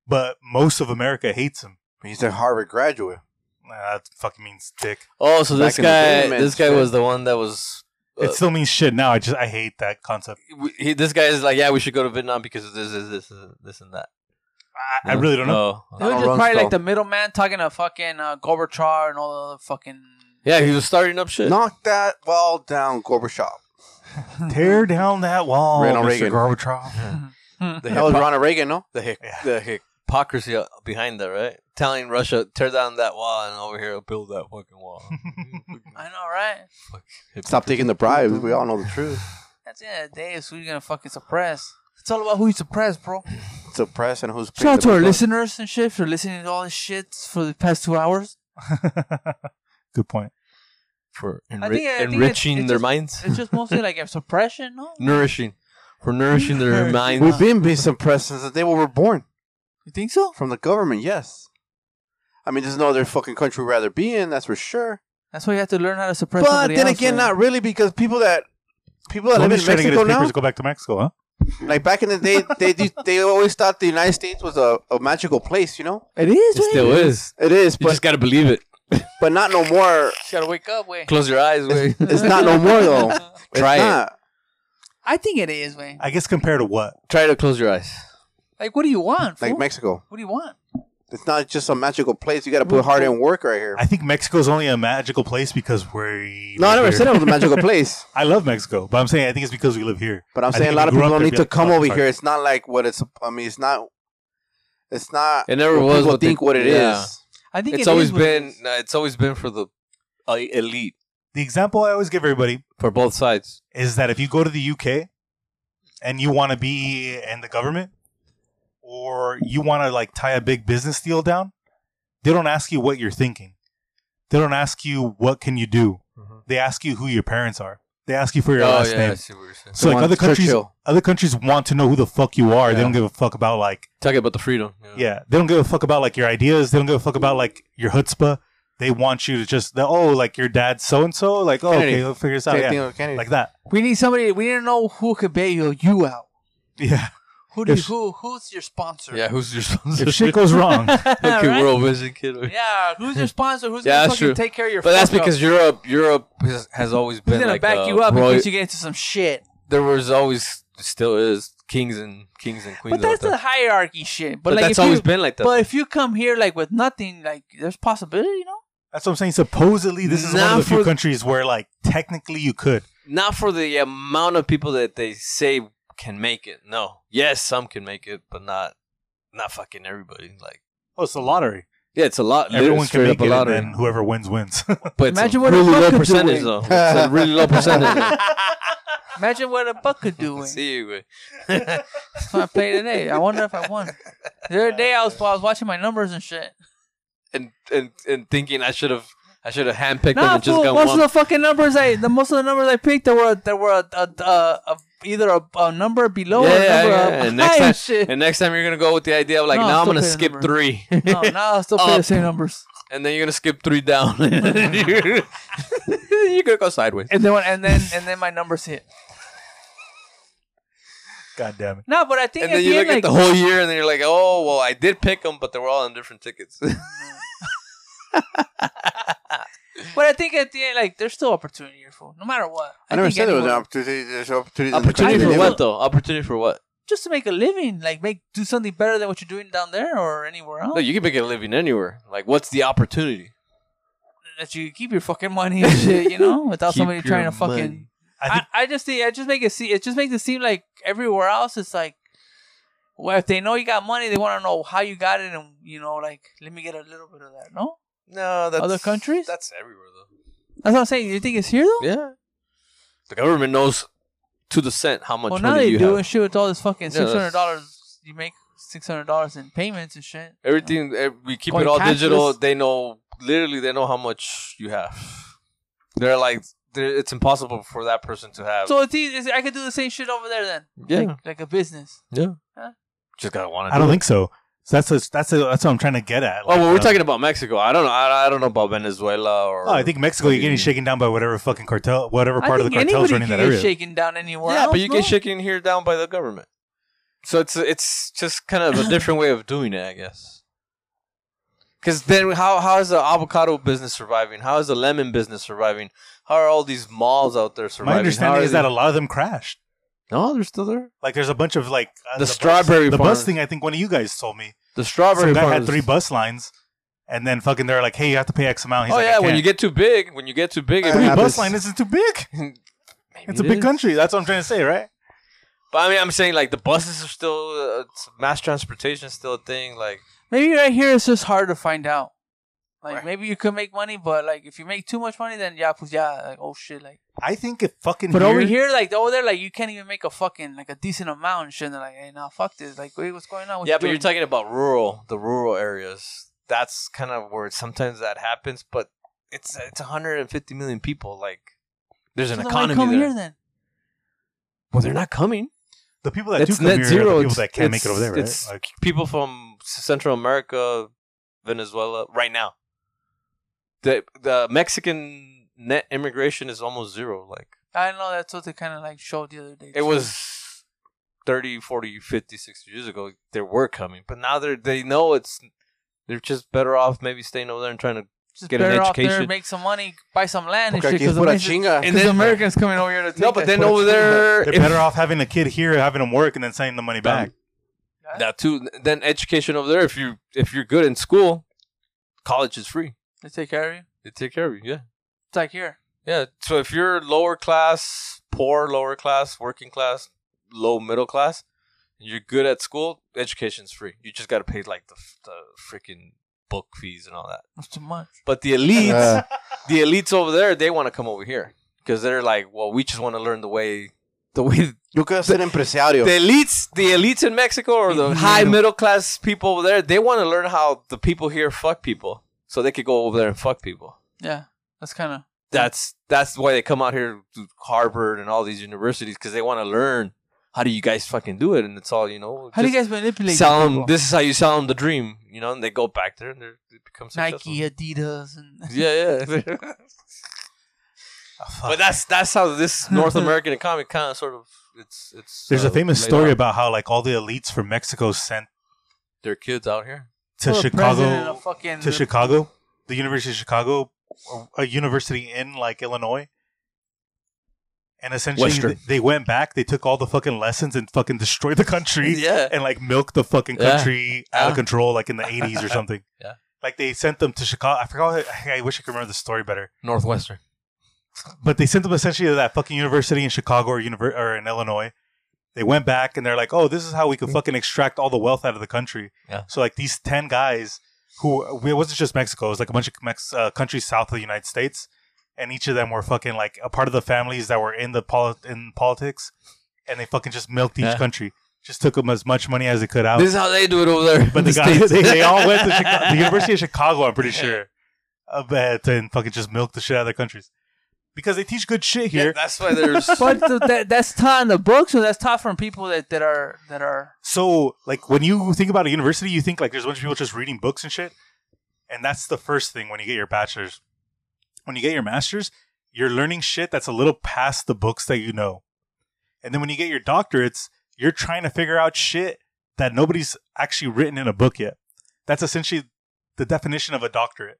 but most of America hates him. He's a Harvard graduate. Nah, that fucking means dick. Oh, so this Back in the day, guy, man, this guy shit. was the one that was. Uh, it still means shit now. I just I hate that concept. we- He, this guy is like, yeah, we should go to Vietnam because of this, this, this, and this, and that. Oh. I, I really don't know. He No. was Donald just probably Rumsfeld. like the middleman talking to fucking uh, Gorbachev and all the other fucking. Yeah, he was starting up shit. Knock that wall down, Gorbachev. Tear down that wall, Uh, Ronald Mr. Reagan. Gorbachev. The, That was hypo- Ronald Reagan, no? the, hy- Yeah. the hypocrisy uh, behind that, right? Telling Russia, tear down that wall, and over here, build that fucking wall. I know, right? Stop taking the bribes. We all know the truth. That's the end of the day. It's who you're gonna fucking suppress. It's all about who you suppress, bro. Suppress and who's Shout out picking to the our big bucks. listeners and shit for listening to all this shit for the past two hours. Good point. For I think- I enri- think it's- enriching it's their just- minds, It's just mostly like a suppression, no? nourishing. For nourishing their minds. We've been being suppressed since the day we were born You think so? from the government. Yes, I mean there's no other fucking country we'd rather be in. That's for sure. That's why you have to learn how to suppress. But somebody then else, again, man. not really because people that people that Let live me in try to get Mexico his papers now, to go back to Mexico, huh? like back in the day, they do, they always thought the United States was a, a magical place. You know, It is. It still is. it is, You but just gotta believe it. but not no more. Just gotta wake up, way. Close your eyes. Wait. It's not no more though. It's Try it. not. I think it is, man. I guess compared to what? Try to close your eyes. Like, what do you want? like fool? Mexico. What do you want? It's not just a magical place. You got to put hard in work right here. I think Mexico's only a magical place because we. No, I live never here. said it was a magical place. I love Mexico, but I'm saying I think it's because we live here. But I'm I saying a think lot if of you people grew up don't there, need be to like, come "Oh, over sorry." here. It's not like what it's. I mean, it's not. It's not. It never was people what they- think what it is. yeah. I think It's it always is what it been. is. no, It's always been for the uh, elite The example I always give everybody for both sides. is that if you go to the UK and you want to be in the government or you want to like tie a big business deal down, they don't ask you what you're thinking. They don't ask you what can you do. Mm-hmm. They ask you who your parents are. They ask you for Oh, your last name. Oh, see what you're saying. So like They want other countries, Churchill. other countries want to know who the fuck you are. They don't give a fuck about like Talking about the freedom. Yeah, they don't give a fuck about like your ideas. They don't give a fuck about like your chutzpah. They want you to just the, oh like your dad so and so like oh Kennedy. okay we'll figure this out Same yeah thing with Kennedy. like that We need somebody. We need to know who could bail you out. yeah. Who do you, Yes. who who's your sponsor? Yeah. Who's your If sponsor? shit goes wrong, okay, Right? World Vision kid. Yeah, who's your sponsor? Who's Yeah, gonna that's fucking true. take care of your? But that's fuck up? because Europe, Europe has, has always who's been gonna like back a you up royal- in case you get into some shit. there was always, still is kings and kings and queens. But that's out the there. hierarchy shit. But, But like, that's if always you, been like that. But if you come here like with nothing, like there's possibility, you know. that's what I'm saying. Supposedly, this is Now one of the few for- countries where like technically you could. Not for the amount of people that they say can make it. No. Yes, some can make it, but not, not fucking everybody. Like. Oh, it's a lottery. Yeah, it's a lot. Everyone can straight up make it, a and lottery. then whoever wins wins. but it's Imagine a what a really buck low could do, percentage, eh? though. It's a really low percentage. though. Imagine what a buck could do. That's See, güey. what I played today. I wonder if I won. The other day I was I was watching my numbers and shit. and and and thinking I should have I should have handpicked them Nah, and just fool, got most one. of the fucking numbers I the most of the numbers I picked there were there were a, a, a, a, either a, a number below or a yeah, yeah, number yeah. up And next high time, shit. and next time you're gonna go with the idea of like, No, now I'll I'm still gonna play the skip number. three, no, now I still play the same numbers. and then you're gonna skip three down. you're, you're gonna go sideways. And then when- and then and then my numbers hit. God damn it. No, but I think And at then the you end, look at like, the whole year, and then you're like, oh well, I did pick them, but they were all on different tickets. but I think at the end, like, there's still opportunity here, fool. No matter what. I never think said there was an anyone- opportunity. There's opportunities. in the Opportunity country. for what, though? Opportunity for what? Just to make a living, like, make do something better than what you're doing down there or anywhere else. No, you can make a living anywhere. Like, what's the opportunity? that you keep your fucking money and shit, you know, without Keep somebody your trying to fucking. money. I I, think I just think I just make it see it just makes it seem like everywhere else it's like well if they know you got money they want to know how you got it and you know like let me get a little bit of that no No, that's Other countries? That's everywhere though. that's what I'm saying you think it's here though Yeah. The government knows to the cent how much well now money they you do have. and shit with all this fucking Yeah, six hundred that's- dollars you make six hundred dollars in payments and shit Everything eh, we keep Going it all digital. cashless. They know literally. They know how much you have. They're like, they're, it's impossible for that person to have. so it's, easy, it's I could do the same shit over there then Yeah. like, like a business just gotta want I don't think so. So that's a, that's a, that's what I'm trying to get at. Oh well, we're uh, talking about Mexico. I don't know. I, I don't know about Venezuela or. Oh, I think Mexico, you're getting Yeah. shaken down by whatever fucking cartel, whatever part I of the think cartel's anybody running can that get area. shaken down anywhere Yeah, else, but you no? get shaken here down by the government. So it's it's just kind of a different way of doing it, I guess. Because then, how how is the avocado business surviving? How is the lemon business surviving? How are all these malls out there surviving? My How understanding are is they- that a lot of them crashed. no, they're still there. Like there's a bunch of like uh, The strawberry bus, the farmers. bus thing. I think one of you guys told me. The strawberry Some guy farmers. had three bus lines, and then fucking they're like, "Hey, you have to pay X amount." He's oh like, yeah, I when can't. you get too big, when you get too big, it Three three happens. bus line isn't too big. Maybe It's a it big is. country. That's what I'm trying to say, right? But I mean, I'm saying like the buses are still uh, it's- mass transportation is still a thing. Like Maybe right here it's just hard to find out. Like Right. maybe you could make money, but like if you make too much money, then yeah, pues yeah, like oh shit, like. I think it fucking. But over here, like over there, like you can't even make a fucking like a decent amount. And shit, and they're like, hey, now fuck this. Like, wait, what's going on? What yeah, you but you're doing? talking about rural, the rural areas. That's kind of where sometimes that happens, but it's it's 150 million people. Like there's an So then why economy come there. here then. Well, they're not coming. the people that do it's come net here zero. are the people It's- that can't make it it's- over there, right? it's- Like, People from Central America, Venezuela, right now. The the Mexican net immigration is almost zero. Like I know that's what they kind of like showed the other day. it too. was 30 40 50 60 years ago they were coming but now they're they know it's they're just better off maybe staying over there and trying to just get an better off there, education. make some money, buy some land and Porque shit. aquí es Because pura chinga. And then- Americans coming over here to take no but that. then over there they're if- better off having a kid here, having them work, and then sending the money back. that too then education over there if you if you're good in school college is free they take care of you. they take care of you yeah It's like here. yeah so if you're lower class poor lower class working class low middle class and you're good at school education's free you just got to pay like the, f- the freaking book fees and all that That's too much. But the elites, Uh. the elites over there, they want to come over here because they're like, well, we just want to learn the way, the way. Yo quiero ser The empresario. elites, the elites in Mexico or the Mm-hmm. high middle class people over there, they want to learn how the people here fuck people, so they could go over there and fuck people. Yeah, that's kind of. That's that's why they come out here to Harvard and all these universities because they want to learn how do you guys fucking do it, and it's all you know. How do you guys just manipulate? sell the them? people? This is how you sell them the dream, you know. And they go back there and they're, they become successful. Nike, Adidas, and Yeah, yeah. but that's that's how this North American economy kind of sort of it's it's. There's uh, a famous laid story out. about how like all the elites from Mexico sent their kids out here. to Well, the president Chicago of fucking- to Chicago, the University of Chicago, or a university in like Illinois. And essentially, Western. th- they went back. They took all the fucking lessons and fucking destroyed the country. Yeah. and like milked the fucking Yeah. country out of Yeah. control, like in the eighties or something. Yeah. like they sent them to Chicago. I forgot. I wish I could remember the story better. Northwestern. But they sent them essentially to that fucking university in Chicago or, univer- or in Illinois. They went back and they're like, oh, this is how we could fucking extract all the wealth out of the country. Yeah. So like these ten guys who it wasn't just Mexico. It was like a bunch of Mex- uh, countries south of the United States, and each of them were fucking like a part of the families that were in the poli- in politics, and they fucking just milked each Yeah. country. Just took them as much money as they could out. This is how they do it over there. but in the guy, States. they, they all went to Chicago, the University of Chicago. I'm pretty sure. I bet and fucking just milked the shit out of their countries because they teach good shit here. Yeah, that's why there's but th- that, that's taught in the books, or that's taught from people that, that are that are. So, like, when you think about a university, you think like there's a bunch of people just reading books and shit. And that's the first thing when you get your bachelor's. When you get your master's, you're learning shit that's a little past the books that you know. And then when you get your doctorates, you're trying to figure out shit that nobody's actually written in a book yet. That's essentially the definition of a doctorate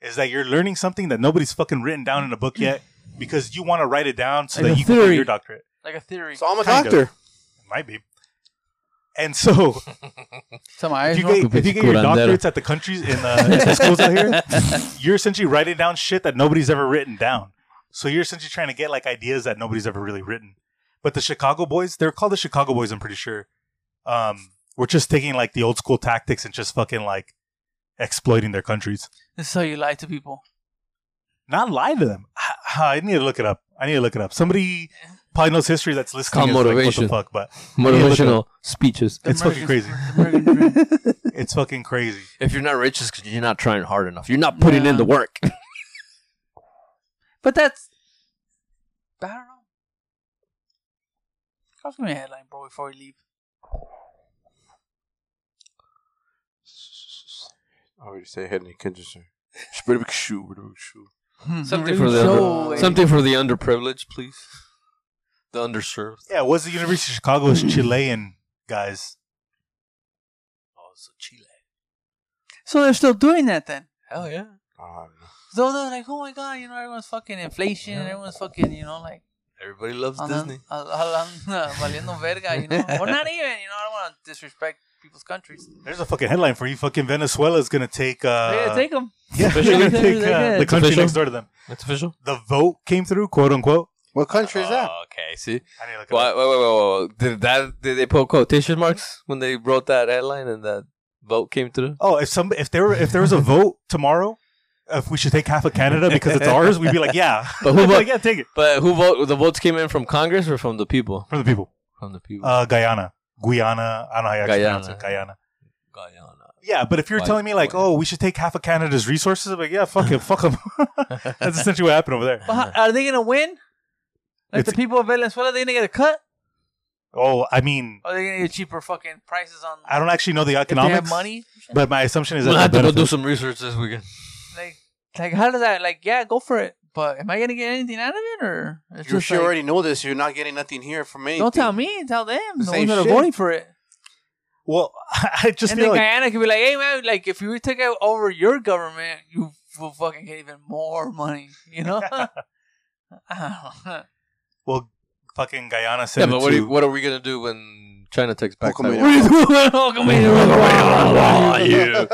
is that you're learning something that nobody's fucking written down in a book yet because you want to write it down so Like that a you can get theory. your doctorate. Like a theory. So I'm a Kind of. doctor. It might be. And so So my eyes if you, roll. get, if you get your Curandero. doctorates at the countries in the, at the schools out here, you're essentially writing down shit that nobody's ever written down. So you're essentially trying to get like ideas that nobody's ever really written. But the Chicago Boys, they're called the Chicago Boys, I'm pretty sure. Um, we're just taking like the old school tactics and just fucking like exploiting their countries. This is how you lie to people. Not lie to them. I, I need to look it up. I need to look it up. Somebody probably knows history that's listening. Called is like, what the motivation. fuck? But Motivational speeches. it's fucking crazy. crazy. It's fucking crazy. If you're not rich, it's because you're not trying hard enough. You're not putting in the work. But that's. I don't know. I'll give me a headline, bro, before we leave. I already say Henry Kinderson. Something Hmm. Something for the So, uh, something for the underprivileged, please. The underserved. Yeah, it was the University of Chicago's Chilean guys. Oh, so Chile. So they're still doing that then. Hell yeah. Um, So they're like, oh my god, you know, everyone's fucking inflation, and everyone's fucking, you know, like. Everybody loves andan- Disney. a- a- andan- Valiendo verga, you know. Or not even, you know, I don't want to disrespect people's countries. There's a fucking headline for you. Fucking Venezuela is gonna take. Uh, Oh, yeah, take them. yeah, they're official. gonna take Yeah. uh, the It's country official. next door to them. That's official. The vote came through, quote unquote. What country is that? Oh, okay, see. I need to look it Wait, up. wait, wait, wait, wait. Did that? Did they put quotation marks when they wrote that headline and that vote came through? Oh, if some if there were if there was a vote tomorrow, if we should take half of Canada because it's ours, we'd be like, yeah, But who We'd be vote- like, yeah, take it But who vote? The votes came in from Congress or from the people? from the people. From the people. Uh, Guyana, Guyana. I don't know how you actually pronounce it. Guyana. Guyana. Guyana. Yeah, but if you're Why- telling me like, why- oh, we should take half of Canada's resources, I'm like, yeah, fuck it, fuck them. That's essentially what happened over there. But how, are they going to win? Like the It's- people of Venezuela, they going to get a cut? Oh, I mean, Or are they going to get cheaper fucking prices on. I don't actually know the if they economics. have money? But my assumption is We'll that have the to go do benefits- some research this weekend. Like, like how does that? Like, yeah, go for it. But am I gonna get anything out of it, or it's You just should like, already know this. You're not getting nothing here from me. don't tell me, tell them. The ones same that are shit. voting for it, well, I just and feel then like Guyana could be like, "Hey man, like if you take out over your government, you will fucking get even more money." You know? I don't know. well, fucking Guyana Yeah, sent but it what, to, do you- what are we gonna do when China takes back Welcome Taiwan? Welcome in. Where are you gonna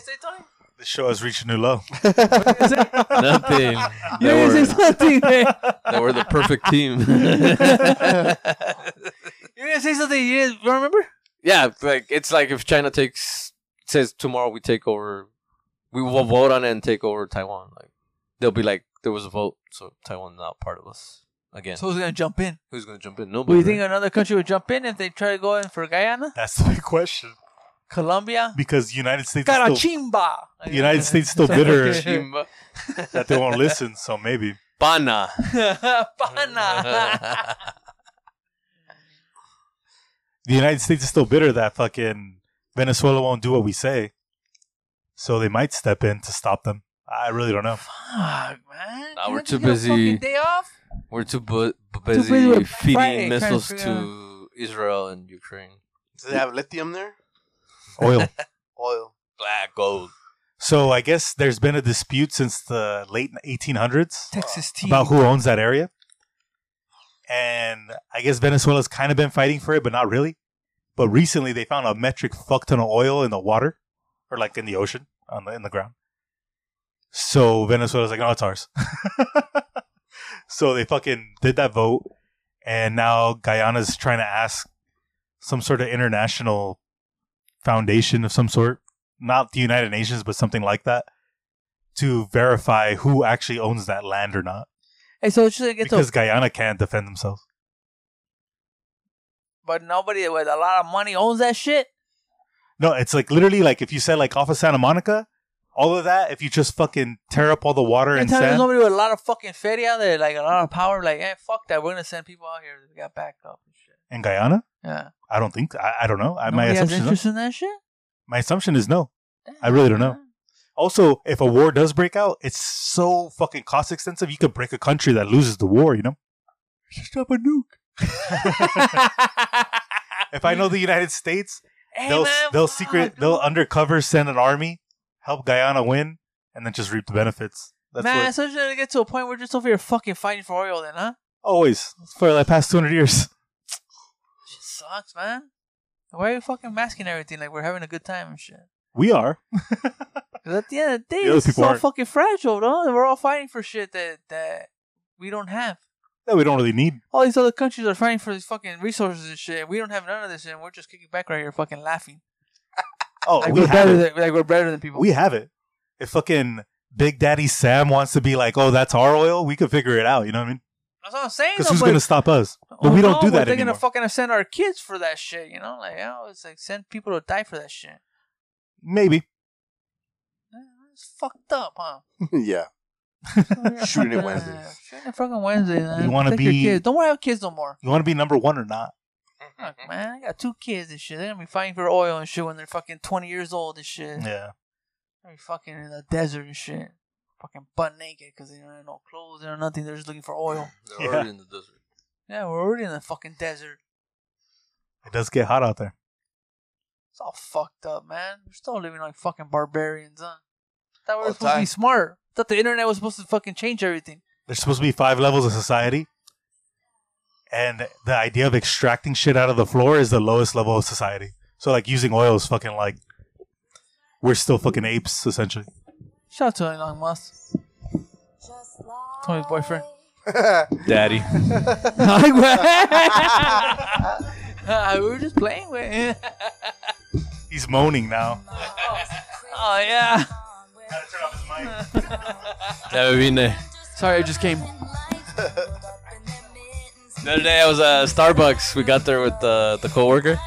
say, Tony? the show has reached a new low. Nothing. Yeah, They were, it's nothing, eh? they were the perfect team. You're gonna say something you didn't remember? yeah, like it's like if China takes says tomorrow we take over, we will vote on it and take over Taiwan. Like they'll be like there was a vote, so Taiwan's not part of us again. So who's gonna jump in? Who's gonna jump in? Do Nobody. you think another country would jump in if they try to go in for Guyana, That's the big question Colombia, because the United States, is still, Carachimba? the United States, is still bitter right? that they won't listen. So maybe Bana. Pana. the United States is still bitter that fucking Venezuela won't do what we say. So they might step in to stop them. I really don't know. Fuck, man. Nah, Can't we're you too get a busy. fucking Day off. We're too bu- bu- busy busy with feeding fighting, missiles trying to to Israel and Ukraine. Do they have lithium there? Oil. Oil. Black gold. so I guess there's been a dispute since the late 1800s. Texas team. about who owns that area. And I guess Venezuela's kind of been fighting for it, but not really. But recently, they found a metric fuck ton of oil in the water, or like in the ocean, on the in the ground. So Venezuela's like, no, it's ours. so they fucking did that vote, and now Guyana's trying to ask some sort of international foundation of some sort, not the United Nations, but something like that, to verify who actually owns that land or not. Hey, so it's just like it's because a, Guyana can't defend themselves. but nobody with a lot of money owns that shit. No, it's like literally like if you said like off of Santa Monica, all of that, if you just fucking tear up all the water Every and time there's sand. nobody with a lot of fucking feria out there, like a lot of power, like, hey, fuck that. We're gonna send people out here that got backed up and shit. in Guyana? Yeah. I don't think I, I don't know. I, my Nobody has assumption is no. interest in that shit? my assumption is no. I really don't know. Damn. Also, if a war does break out, it's so fucking cost extensive. You could break a country that loses the war, you know? Just drop a nuke. If I know the United States, Hey, they'll man, they'll fuck, secret dude. they'll undercover send an army, help Guyana win, and then just reap the benefits. That's man, what so it's gonna get to a point where we're just over here fucking fighting for oil, then, huh? always for the past two hundred years. Shit sucks, man. Why are you fucking masking everything like we're having a good time and shit? We are. 'Cause at the end of the day, The other it's people all aren't. fucking fragile, though. We're all fighting for shit that that we don't have. That we don't really need. All these other countries are fighting for these fucking resources and shit. and We don't have none of this, and we're just kicking back right here, fucking laughing. Oh, Like we we're have better it. than like we're better than people. We have it. If fucking Big Daddy Sam wants to be like, oh, that's our oil, we could figure it out. You know what I mean? That's what I'm saying. Because though, who's but- gonna stop us? But Oh, we don't no, do that They're anymore. gonna fucking send our kids for that shit, you know? Like, you know, it's like send people to die for that shit. Maybe. It's fucked up, huh? yeah. Shooting it Wednesdays. Shooting it fucking Wednesday, man. You wanna Take your be- kids. Don't worry about kids no more. You want to be number one or not? Fuck, Mm-hmm. man, I got two kids and shit. They're gonna be fighting for oil and shit when they're fucking 20 years old and shit. Yeah. They're fucking in the desert and shit. Fucking butt naked because they don't have no clothes, they don't have nothing. They're just looking for oil. They're Yeah. already in the desert. Yeah, we're already in the fucking desert. It does get hot out there. It's all fucked up, man. We're still living like fucking barbarians, huh? Thought we All were the supposed to time. be smart. Thought the internet was supposed to fucking change everything. There's supposed to be five levels of society. And the idea of extracting shit out of the floor is the lowest level of society. So like using oil is fucking like we're still fucking apes essentially. Shout out to Elon Musk. Tony's boyfriend. Daddy. Uh, we were just playing with him. He's moaning now. oh, yeah. Never been there. Sorry, I just came. The other day I was at Starbucks. We got there with uh, the the coworker,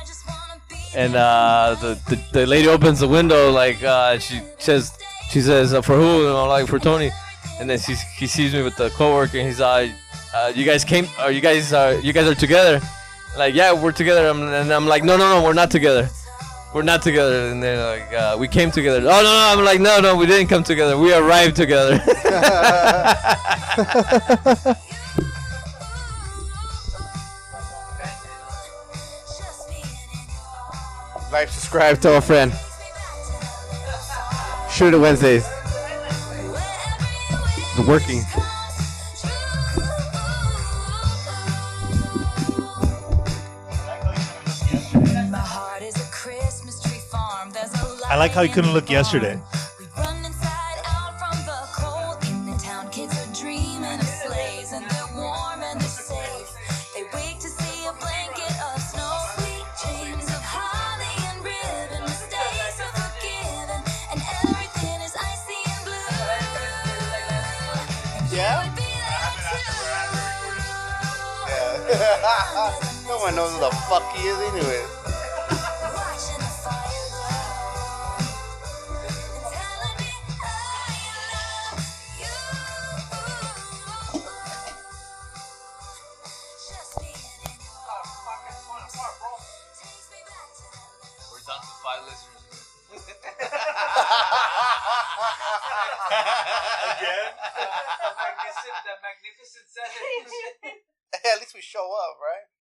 and uh, the, the the lady opens the window like uh, she says she says uh, for who? And I'm like for Tony, and then she he sees me with the coworker and he's like, uh, you guys came? Are you guys uh, you guys are together? Like yeah, we're together. I'm, and I'm like no no no, we're not together. We're not together. And they're like uh, we came together. Oh no no, I'm like no no, we didn't come together. We arrived together. Like, subscribe, tell a friend. Shoot it Wednesdays. Working. I like how he couldn't look yesterday. We run inside out from the cold. In the town, kids are dreaming of slaves, and they're warm and they're safe. They wake to see a blanket of snow, sweet dreams of holly and ribbon. Mistakes are forgiven, and everything is icy and blue. Yeah. no one knows who the fuck he is, anyway. Watching the fire glow and telling me I love you. Just being in your arms takes me back to that little We're down to five listeners. At least we show up, right?